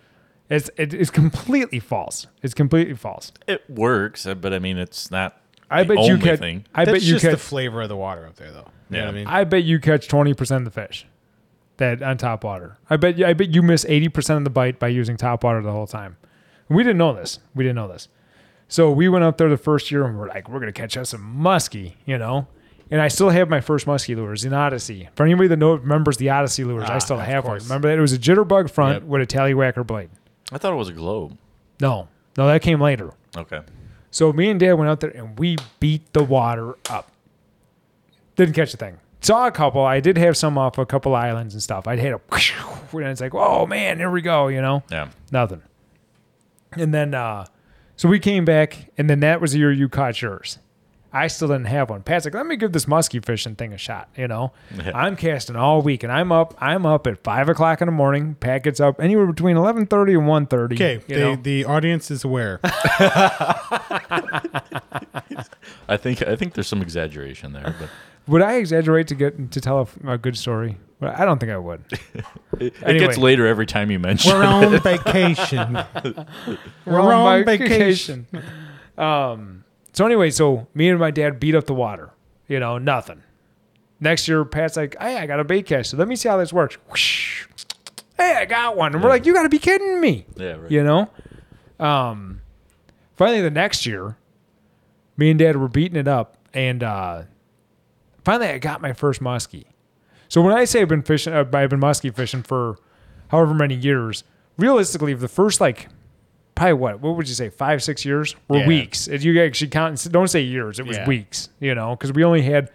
Speaker 2: it's it, it's completely false. It's completely false.
Speaker 3: It works, uh, but I mean, it's not.
Speaker 2: I
Speaker 3: the
Speaker 2: bet
Speaker 3: only
Speaker 2: you catch.
Speaker 3: Thing.
Speaker 2: I
Speaker 1: That's
Speaker 2: bet you
Speaker 1: just the
Speaker 2: catch.
Speaker 1: flavor of the water up there, though. You know what I
Speaker 3: Yeah.
Speaker 1: mean?
Speaker 2: I bet you catch twenty percent of the fish that on top water. I bet you, I bet you miss eighty percent of the bite by using top water the whole time. We didn't know this. We didn't know this. So we went up there the first year and we're like, we're gonna catch us some muskie, you know. And I still have my first muskie lures in Odyssey. For anybody that know, remembers the Odyssey lures, I
Speaker 1: Ah,
Speaker 2: still
Speaker 1: of
Speaker 2: have one.
Speaker 1: course.
Speaker 2: Remember that it was a jitterbug front
Speaker 1: Yep.
Speaker 2: with a tallywhacker blade.
Speaker 3: I thought it was a globe.
Speaker 2: No, no, that came later.
Speaker 3: Okay.
Speaker 2: So me and Dad went out there and we beat the water up. Didn't catch a thing. Saw a couple. I did have some off a couple islands and stuff. I'd hit a, and it's like, oh man, here we go, you know?
Speaker 3: Yeah.
Speaker 2: Nothing. And then, uh, so we came back, and then that was the year you caught yours. I still didn't have one. Pat's like, let me give this musky fishing thing a shot. You know, I'm casting all week, and I'm up. I'm up at five o'clock in the morning. Pat gets up anywhere between eleven thirty and one thirty.
Speaker 1: okay, the, the audience is
Speaker 2: <laughs>
Speaker 1: aware.
Speaker 3: I think I think there's some exaggeration there, but
Speaker 2: Would I exaggerate to get to tell a, a good story? Well, I don't think I would.
Speaker 3: <laughs> it, it
Speaker 2: Anyway.
Speaker 3: gets later every time you mention. it.
Speaker 1: on vacation.
Speaker 2: We're
Speaker 1: on
Speaker 2: <laughs> um. So anyway, so me and my dad beat up the water. You know, nothing. Next year, Pat's like, "Hey, I got a bait catch. So let me see how this works." Whoosh. Hey, I got one, and we're like, "You got to be kidding me!"
Speaker 3: <laughs> Yeah. Right.
Speaker 2: You know. Um. Finally, the next year, me and dad were beating it up, and uh, finally, I got my first muskie. So when I say I've been fishing, uh, I've been muskie fishing for however many years. Realistically, for the first like probably what what would you say five six years were
Speaker 1: Yeah.
Speaker 2: weeks. If you actually count, don't say years. It was
Speaker 1: Yeah.
Speaker 2: weeks. You know, because we only had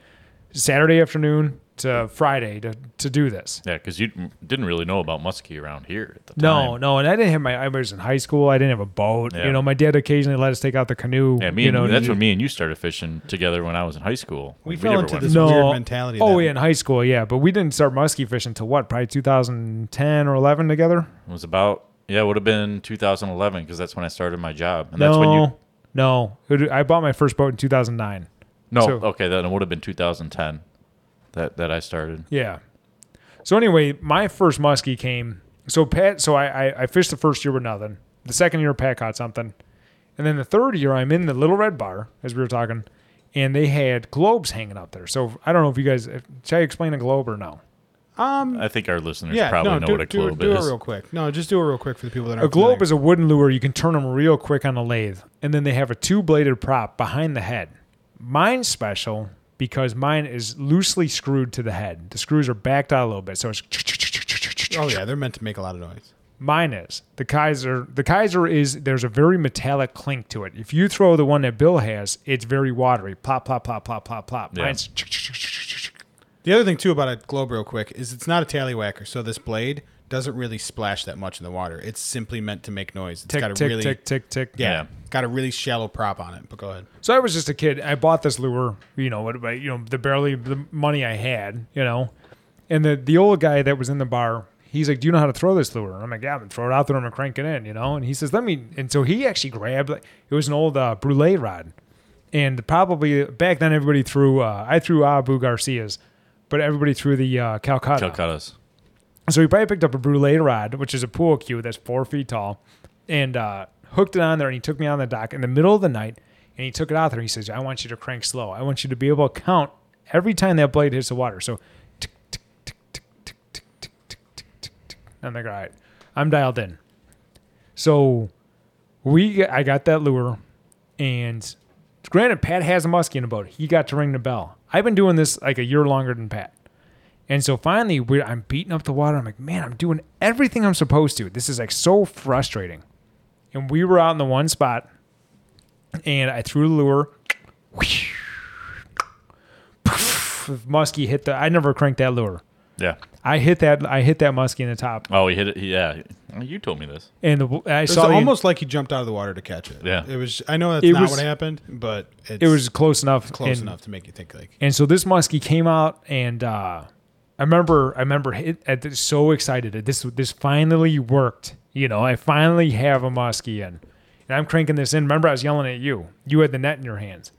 Speaker 2: Saturday afternoon to Friday to to do this.
Speaker 3: Yeah, because you d- didn't really know about muskie around here at the time.
Speaker 2: No, no, and I didn't have my. I was in high school. I didn't have a boat.
Speaker 3: Yeah.
Speaker 2: You know, my dad occasionally let us take out the canoe.
Speaker 3: Yeah, me
Speaker 2: you
Speaker 3: and
Speaker 2: know,
Speaker 3: that's when me and you started fishing together when I was in high school.
Speaker 1: We
Speaker 3: Like,
Speaker 1: fell
Speaker 3: never
Speaker 1: into
Speaker 3: went-
Speaker 1: this
Speaker 2: no
Speaker 1: weird mentality.
Speaker 2: Oh
Speaker 1: that-
Speaker 2: yeah, in high school, yeah, but we didn't start muskie fishing until what? Probably 2010 or 11 together.
Speaker 3: It was about yeah, it would have been 2011 because that's when I started my job, and
Speaker 2: no,
Speaker 3: that's when you
Speaker 2: no, It- I bought my first boat in 2009.
Speaker 3: no
Speaker 2: So-
Speaker 3: okay then it would have been 2010 that that I started.
Speaker 2: Yeah. So anyway, my first muskie came. So Pat, so I, I I fished the first year with nothing. The second year, Pat caught something, and then the third year, I'm in the Little Red Bar as we were talking, and they had globes hanging out there. So I don't know if you guys should I explain a globe or no?
Speaker 1: Um,
Speaker 3: I think our listeners
Speaker 1: yeah,
Speaker 3: probably
Speaker 1: no,
Speaker 3: know
Speaker 1: do,
Speaker 3: what a
Speaker 1: do,
Speaker 3: globe
Speaker 1: do
Speaker 3: is.
Speaker 1: it real quick. No, just do it real quick for the people that are
Speaker 2: A globe is a wooden lure. You can turn them real quick on a lathe, and then they have a two-bladed prop behind the head. Mine's special because mine is loosely screwed to the head. The screws are backed out a little bit, so it's
Speaker 1: Oh yeah, they're meant to make a lot of noise.
Speaker 2: Mine is the Kaiser. The Kaiser is there's a very metallic clink to it. If you throw the one that Bill has, it's very watery. Plop, plop, plop, plop, plop, plop.
Speaker 3: Yeah.
Speaker 2: Mine's
Speaker 1: The other thing too about a globe, real quick, is it's not a tallywhacker, so this blade doesn't really splash that much in the water. It's simply meant to make noise. It's
Speaker 2: tick,
Speaker 1: got a
Speaker 2: tick,
Speaker 1: really
Speaker 2: tick, tick, tick.
Speaker 1: yeah,
Speaker 3: Yeah.
Speaker 1: got a really shallow prop on it. But go ahead.
Speaker 2: So I was just a kid. I bought this lure, you know, what about you know the barely the money I had, you know, and the the old guy that was in the bar, he's like, "Do you know how to throw this lure?" And I'm like, "Yeah, I'm gonna throw it out there. I'm gonna crank it in," you know. And he says, "Let me." And so he actually grabbed like, it was an old uh, brulee rod, and probably back then everybody threw. Uh, I threw Abu Garcias, but everybody threw the uh,
Speaker 3: Calcutta's.
Speaker 2: so he probably picked up a brulee rod, which is a pool cue that's four feet tall, and uh, hooked it on there. And he took me on the dock in the middle of the night, and he took it out there. And he says, "I want you to crank slow. I want you to be able to count every time that blade hits the water." So, tick, tick, tick, tick, tick, tick, tick, tick, tick, tick, tick. I'm like, "All right, I'm dialed in." So, we I got that lure, and granted, Pat has a muskie in the boat. He got to ring the bell. I've been doing this like a year longer than Pat. And so finally, we're, I'm beating up the water. I'm like, man, I'm doing everything I'm supposed to. This is like so frustrating. And we were out in the one spot, and I threw the lure. Muskie hit the. I never cranked that lure.
Speaker 3: Yeah.
Speaker 2: I hit that. I hit that muskie in the top,
Speaker 3: Oh, he hit it. Yeah. You told me this.
Speaker 2: and the, I
Speaker 1: It's
Speaker 2: saw the-
Speaker 1: almost like he jumped out of the water to catch it.
Speaker 3: Yeah.
Speaker 1: it was. I know that's
Speaker 2: It
Speaker 1: not
Speaker 2: was-
Speaker 1: what happened, but it's
Speaker 2: it was close enough.
Speaker 1: close
Speaker 2: and-
Speaker 1: enough to make you think like
Speaker 2: And so this muskie came out, and uh, I remember, I remember hit, at the, so excited that this this finally worked. You know, I finally have a muskie in, and I'm cranking this in. Remember, I was yelling at you. You had the net in your hands.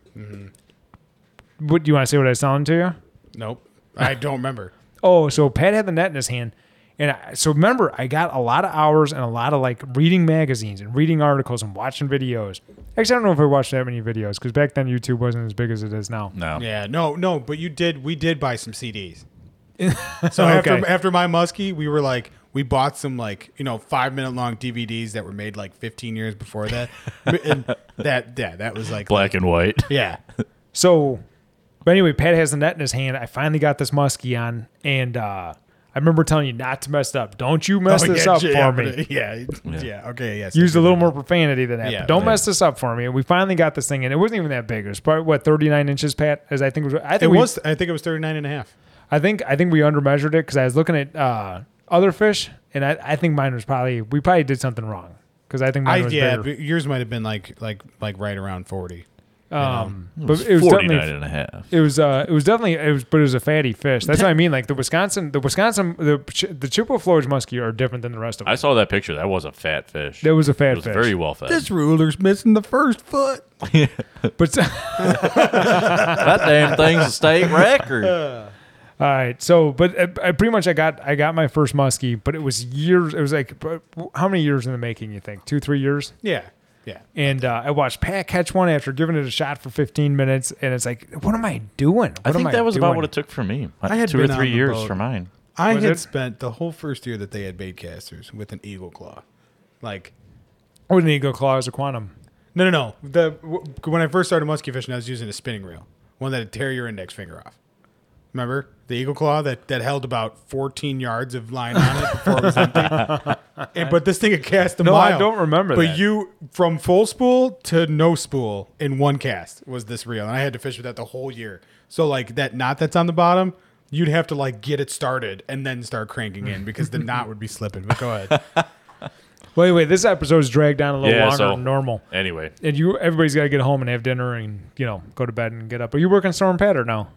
Speaker 2: What do you want to say? What I was telling to you?
Speaker 1: nope. <laughs> I don't remember.
Speaker 2: Oh, so Pat had the net in his hand. And I, so remember, I got a lot of hours and a lot of like reading magazines and reading articles and watching videos. Actually, I don't know if I watched that many videos because back then YouTube wasn't as big as it is now.
Speaker 3: No.
Speaker 1: Yeah, no, no, but you did. We did buy some
Speaker 2: <laughs>
Speaker 1: CDs. so after
Speaker 2: Okay.
Speaker 1: after my muskie, we were like, we bought some like you know five minute long DVDs that were made like 15 years before
Speaker 2: <laughs>
Speaker 1: that, and that yeah, that was like
Speaker 3: Black and white.
Speaker 1: yeah,
Speaker 2: So, but anyway, Pat has the net in his hand. I finally got this muskie on, and uh, I remember telling you not to mess it up. Don't you mess
Speaker 1: Oh,
Speaker 2: this
Speaker 1: yeah,
Speaker 2: up
Speaker 1: yeah,
Speaker 2: for me.
Speaker 1: <laughs> Yeah, yeah, okay, yes.
Speaker 2: Used a little more profanity than that.
Speaker 1: Yeah,
Speaker 2: but don't
Speaker 1: yeah.
Speaker 2: mess this up for me. And we finally got this thing, and it wasn't even that big. It was probably what 39 inches, Pat, as I think was. I think
Speaker 1: It
Speaker 2: we,
Speaker 1: was. I think it was 39 and a half.
Speaker 2: I think I think we undermeasured it because I was looking at uh, other fish, and I, I think mine was probably we probably did something wrong because I think
Speaker 1: I
Speaker 2: mine was
Speaker 1: yeah,
Speaker 2: bigger.
Speaker 1: but yours might have been like like like right around 40.
Speaker 2: Um,
Speaker 3: It
Speaker 2: but
Speaker 3: was
Speaker 2: it was
Speaker 3: 49
Speaker 2: definitely
Speaker 3: and a half.
Speaker 2: It was uh, it was definitely it was, but it was a fatty fish. That's what I mean. Like the Wisconsin, the Wisconsin, the Ch- the Chippewa Flores muskie are different than the rest of
Speaker 3: I
Speaker 2: them.
Speaker 3: saw that picture. That was a fat fish.
Speaker 2: That was a fat
Speaker 3: It was
Speaker 2: fish.
Speaker 3: very well fed.
Speaker 1: ruler's missing the first foot.
Speaker 2: but <laughs> all
Speaker 3: that damn thing's a state record.
Speaker 2: right, so but uh, I pretty much I got I got my first muskie, but it was years. It was like but how many years in the making? You think two three years?
Speaker 1: Yeah, yeah.
Speaker 2: And uh, I watched Pat catch one after giving it a shot for 15 minutes, and it's like, what am I doing? What
Speaker 3: I think
Speaker 2: am
Speaker 3: that was about
Speaker 2: doing?
Speaker 3: what it took for me.
Speaker 1: I had
Speaker 3: two or
Speaker 1: been on
Speaker 3: three
Speaker 1: the
Speaker 3: years
Speaker 1: boat.
Speaker 3: for mine.
Speaker 1: I
Speaker 2: Was
Speaker 1: had
Speaker 2: it?
Speaker 1: spent the whole first year that they had bait casters with an eagle claw, like
Speaker 2: It was an eagle claw as a quantum.
Speaker 1: No, no, no. The w- when I first started muskie fishing, I was using a spinning reel, one that'd tear your index finger off. Remember the eagle claw that, that held about 14 yards of line on it before it was empty.
Speaker 2: <laughs>
Speaker 1: and, but this thing had cast a
Speaker 2: No, I
Speaker 1: mile.
Speaker 2: don't remember
Speaker 1: But
Speaker 2: that.
Speaker 1: you from full spool to no spool in one cast was this reel, and I had to fish with that the whole year. So like that knot that's on the bottom. You'd have to like get it started and then start cranking in because the knot would be slipping. But go ahead.
Speaker 2: Well, anyway, this episode's dragged down a little
Speaker 3: Yeah,
Speaker 2: longer
Speaker 3: so-
Speaker 2: than normal.
Speaker 3: Anyway,
Speaker 2: and you everybody's got to get home and have dinner and you know go to bed and get up. Are you working storm pad or no?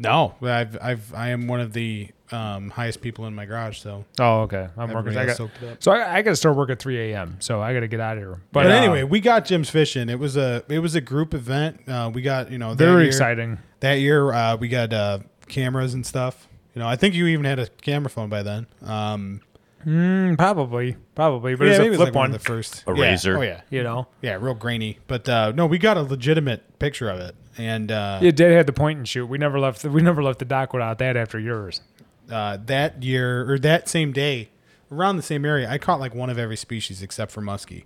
Speaker 1: No, but I've I've I am one of the um, highest people in my garage, so
Speaker 2: Oh, okay. I'm working.
Speaker 1: Everybody
Speaker 2: I
Speaker 1: else
Speaker 2: got,
Speaker 1: soaked it up.
Speaker 2: so I, I got to start work at 3 a.m. So I got to get out of here. But,
Speaker 1: But
Speaker 2: uh,
Speaker 1: anyway, we got Jim's fishing. It was a it was a group event. Uh, we got you know that
Speaker 2: very
Speaker 1: year-
Speaker 2: exciting.
Speaker 1: that year. Uh, we got uh, cameras and stuff. You know, I think you even had a camera phone by then. Um,
Speaker 2: Mm, probably, probably, but
Speaker 1: yeah,
Speaker 2: it's
Speaker 1: maybe
Speaker 2: a flip
Speaker 1: like
Speaker 2: one.
Speaker 1: of the first
Speaker 3: A
Speaker 1: Yeah.
Speaker 3: razor.
Speaker 1: Oh yeah,
Speaker 2: you know,
Speaker 1: yeah, real grainy. But uh, no, we got a legitimate picture of it, and uh,
Speaker 2: it did have the point and shoot. We never left. The, we never left the dock without that after yours.
Speaker 1: uh, that year or that same day, around the same area, I caught like one of every species except for muskie.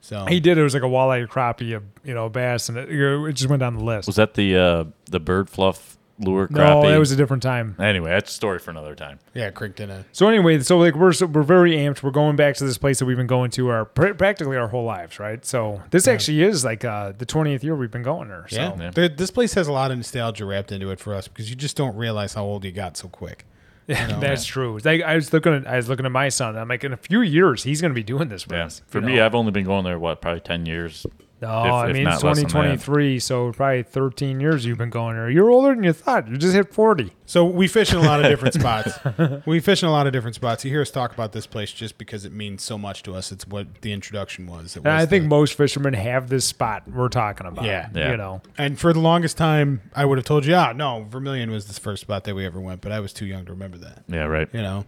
Speaker 1: So
Speaker 2: He did. It was like a walleye, a crappie, a you know bass, and it, it just went down the list.
Speaker 3: Was that the uh, the bird fluff lure
Speaker 2: no,
Speaker 3: crappie?
Speaker 2: that was a different time.
Speaker 3: anyway, that's a story for another time.
Speaker 1: yeah, cranked in a
Speaker 2: So anyway, so like we're so we're very amped. We're going back to this place that we've been going to our pr- practically our whole lives, right? So this actually is like uh, the twentieth year we've been going there. So.
Speaker 1: yeah.
Speaker 3: Yeah.
Speaker 1: There- this place has a lot of nostalgia wrapped into it for us because you just don't realize how old you got so quick.
Speaker 2: <laughs> Yeah,
Speaker 1: know?
Speaker 2: <laughs> that's true. It's Like I was looking, at, I was looking at my son. and I'm like, in a few years, he's going to be doing this.
Speaker 3: Yeah.
Speaker 2: us,
Speaker 3: For
Speaker 2: you
Speaker 3: me,
Speaker 2: know?
Speaker 3: I've only been going there what probably ten years.
Speaker 2: no,
Speaker 3: if-
Speaker 2: I
Speaker 3: if
Speaker 2: mean it's
Speaker 3: not less than that.
Speaker 2: 2023, so probably 13 years you've been going there. You're older than you thought. You just hit 40.
Speaker 1: So we fish in a lot of
Speaker 2: <laughs>
Speaker 1: different spots. We fish in a lot of different spots. You hear us talk about this place just because it means so much to us. It's what the introduction was. It
Speaker 2: And
Speaker 1: was
Speaker 2: Uh, I think
Speaker 1: the-
Speaker 2: most fishermen have this spot we're talking about.
Speaker 1: Yeah.
Speaker 3: Yeah.
Speaker 2: you know.
Speaker 1: and for the longest time, I would have told you, ah, no, Vermilion was the first spot that we ever went, but I was too young to remember that.
Speaker 3: Yeah, right.
Speaker 1: You know,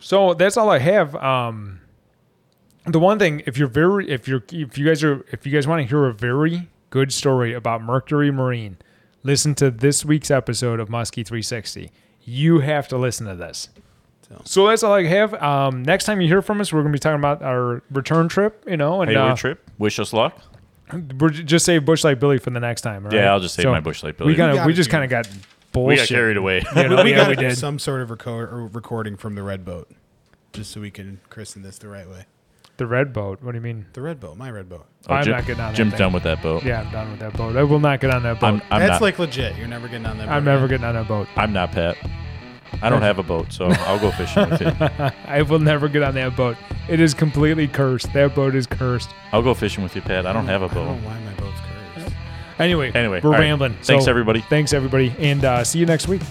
Speaker 2: So that's all I have. Um, the one thing, if you're very, if you're, if you guys are, if you guys want to hear a very good story about Mercury Marine, listen to this week's episode of Muskie 360. You have to listen to this.
Speaker 1: So-
Speaker 2: So that's all I have. Um, next time you hear from us, we're going to be talking about our return trip, you know, and
Speaker 3: Hayward
Speaker 2: uh,
Speaker 3: trip. Wish us luck.
Speaker 2: we're j- just say Bush like Billy for the next time. all
Speaker 3: Yeah,
Speaker 2: right?
Speaker 3: I'll just save
Speaker 2: So
Speaker 3: my bush light
Speaker 2: We
Speaker 3: Billy.
Speaker 2: kind of,
Speaker 1: gotta
Speaker 2: we just
Speaker 1: do
Speaker 2: kind of got
Speaker 3: We
Speaker 2: bullshit.
Speaker 3: got carried
Speaker 2: <laughs>
Speaker 3: away.
Speaker 1: <laughs>
Speaker 2: You know,
Speaker 1: we
Speaker 2: Oh, yeah,
Speaker 1: got
Speaker 2: we did.
Speaker 1: some sort of reco- or recording from the Red Boat, just so we can christen this the right way.
Speaker 2: The red boat. What do you mean?
Speaker 1: The Red Boat, my Red Boat.
Speaker 3: Oh,
Speaker 2: I'm
Speaker 3: Jim-
Speaker 2: not getting on that
Speaker 3: Jim's
Speaker 2: thing.
Speaker 3: done with that boat.
Speaker 2: Yeah, I'm done with that boat. I will not get on that boat.
Speaker 3: I'm, I'm
Speaker 1: That's
Speaker 3: not.
Speaker 1: like legit. You're never getting on that.
Speaker 2: I'm
Speaker 1: boat.
Speaker 2: never getting on a boat.
Speaker 3: I'm not Pat. I don't have a boat, so I'll go fishing
Speaker 2: <laughs>
Speaker 3: with you.
Speaker 2: I will never get on that boat. It is completely cursed. That boat is cursed.
Speaker 3: I'll go fishing with you, Pat. I don't have a
Speaker 1: I don't
Speaker 3: boat.
Speaker 1: know why my boat's cursed.
Speaker 2: Anyway,
Speaker 3: Anyway,
Speaker 2: we're
Speaker 3: all right.
Speaker 2: rambling.
Speaker 3: Thanks, everybody.
Speaker 2: Thanks, everybody. And uh, see you next week.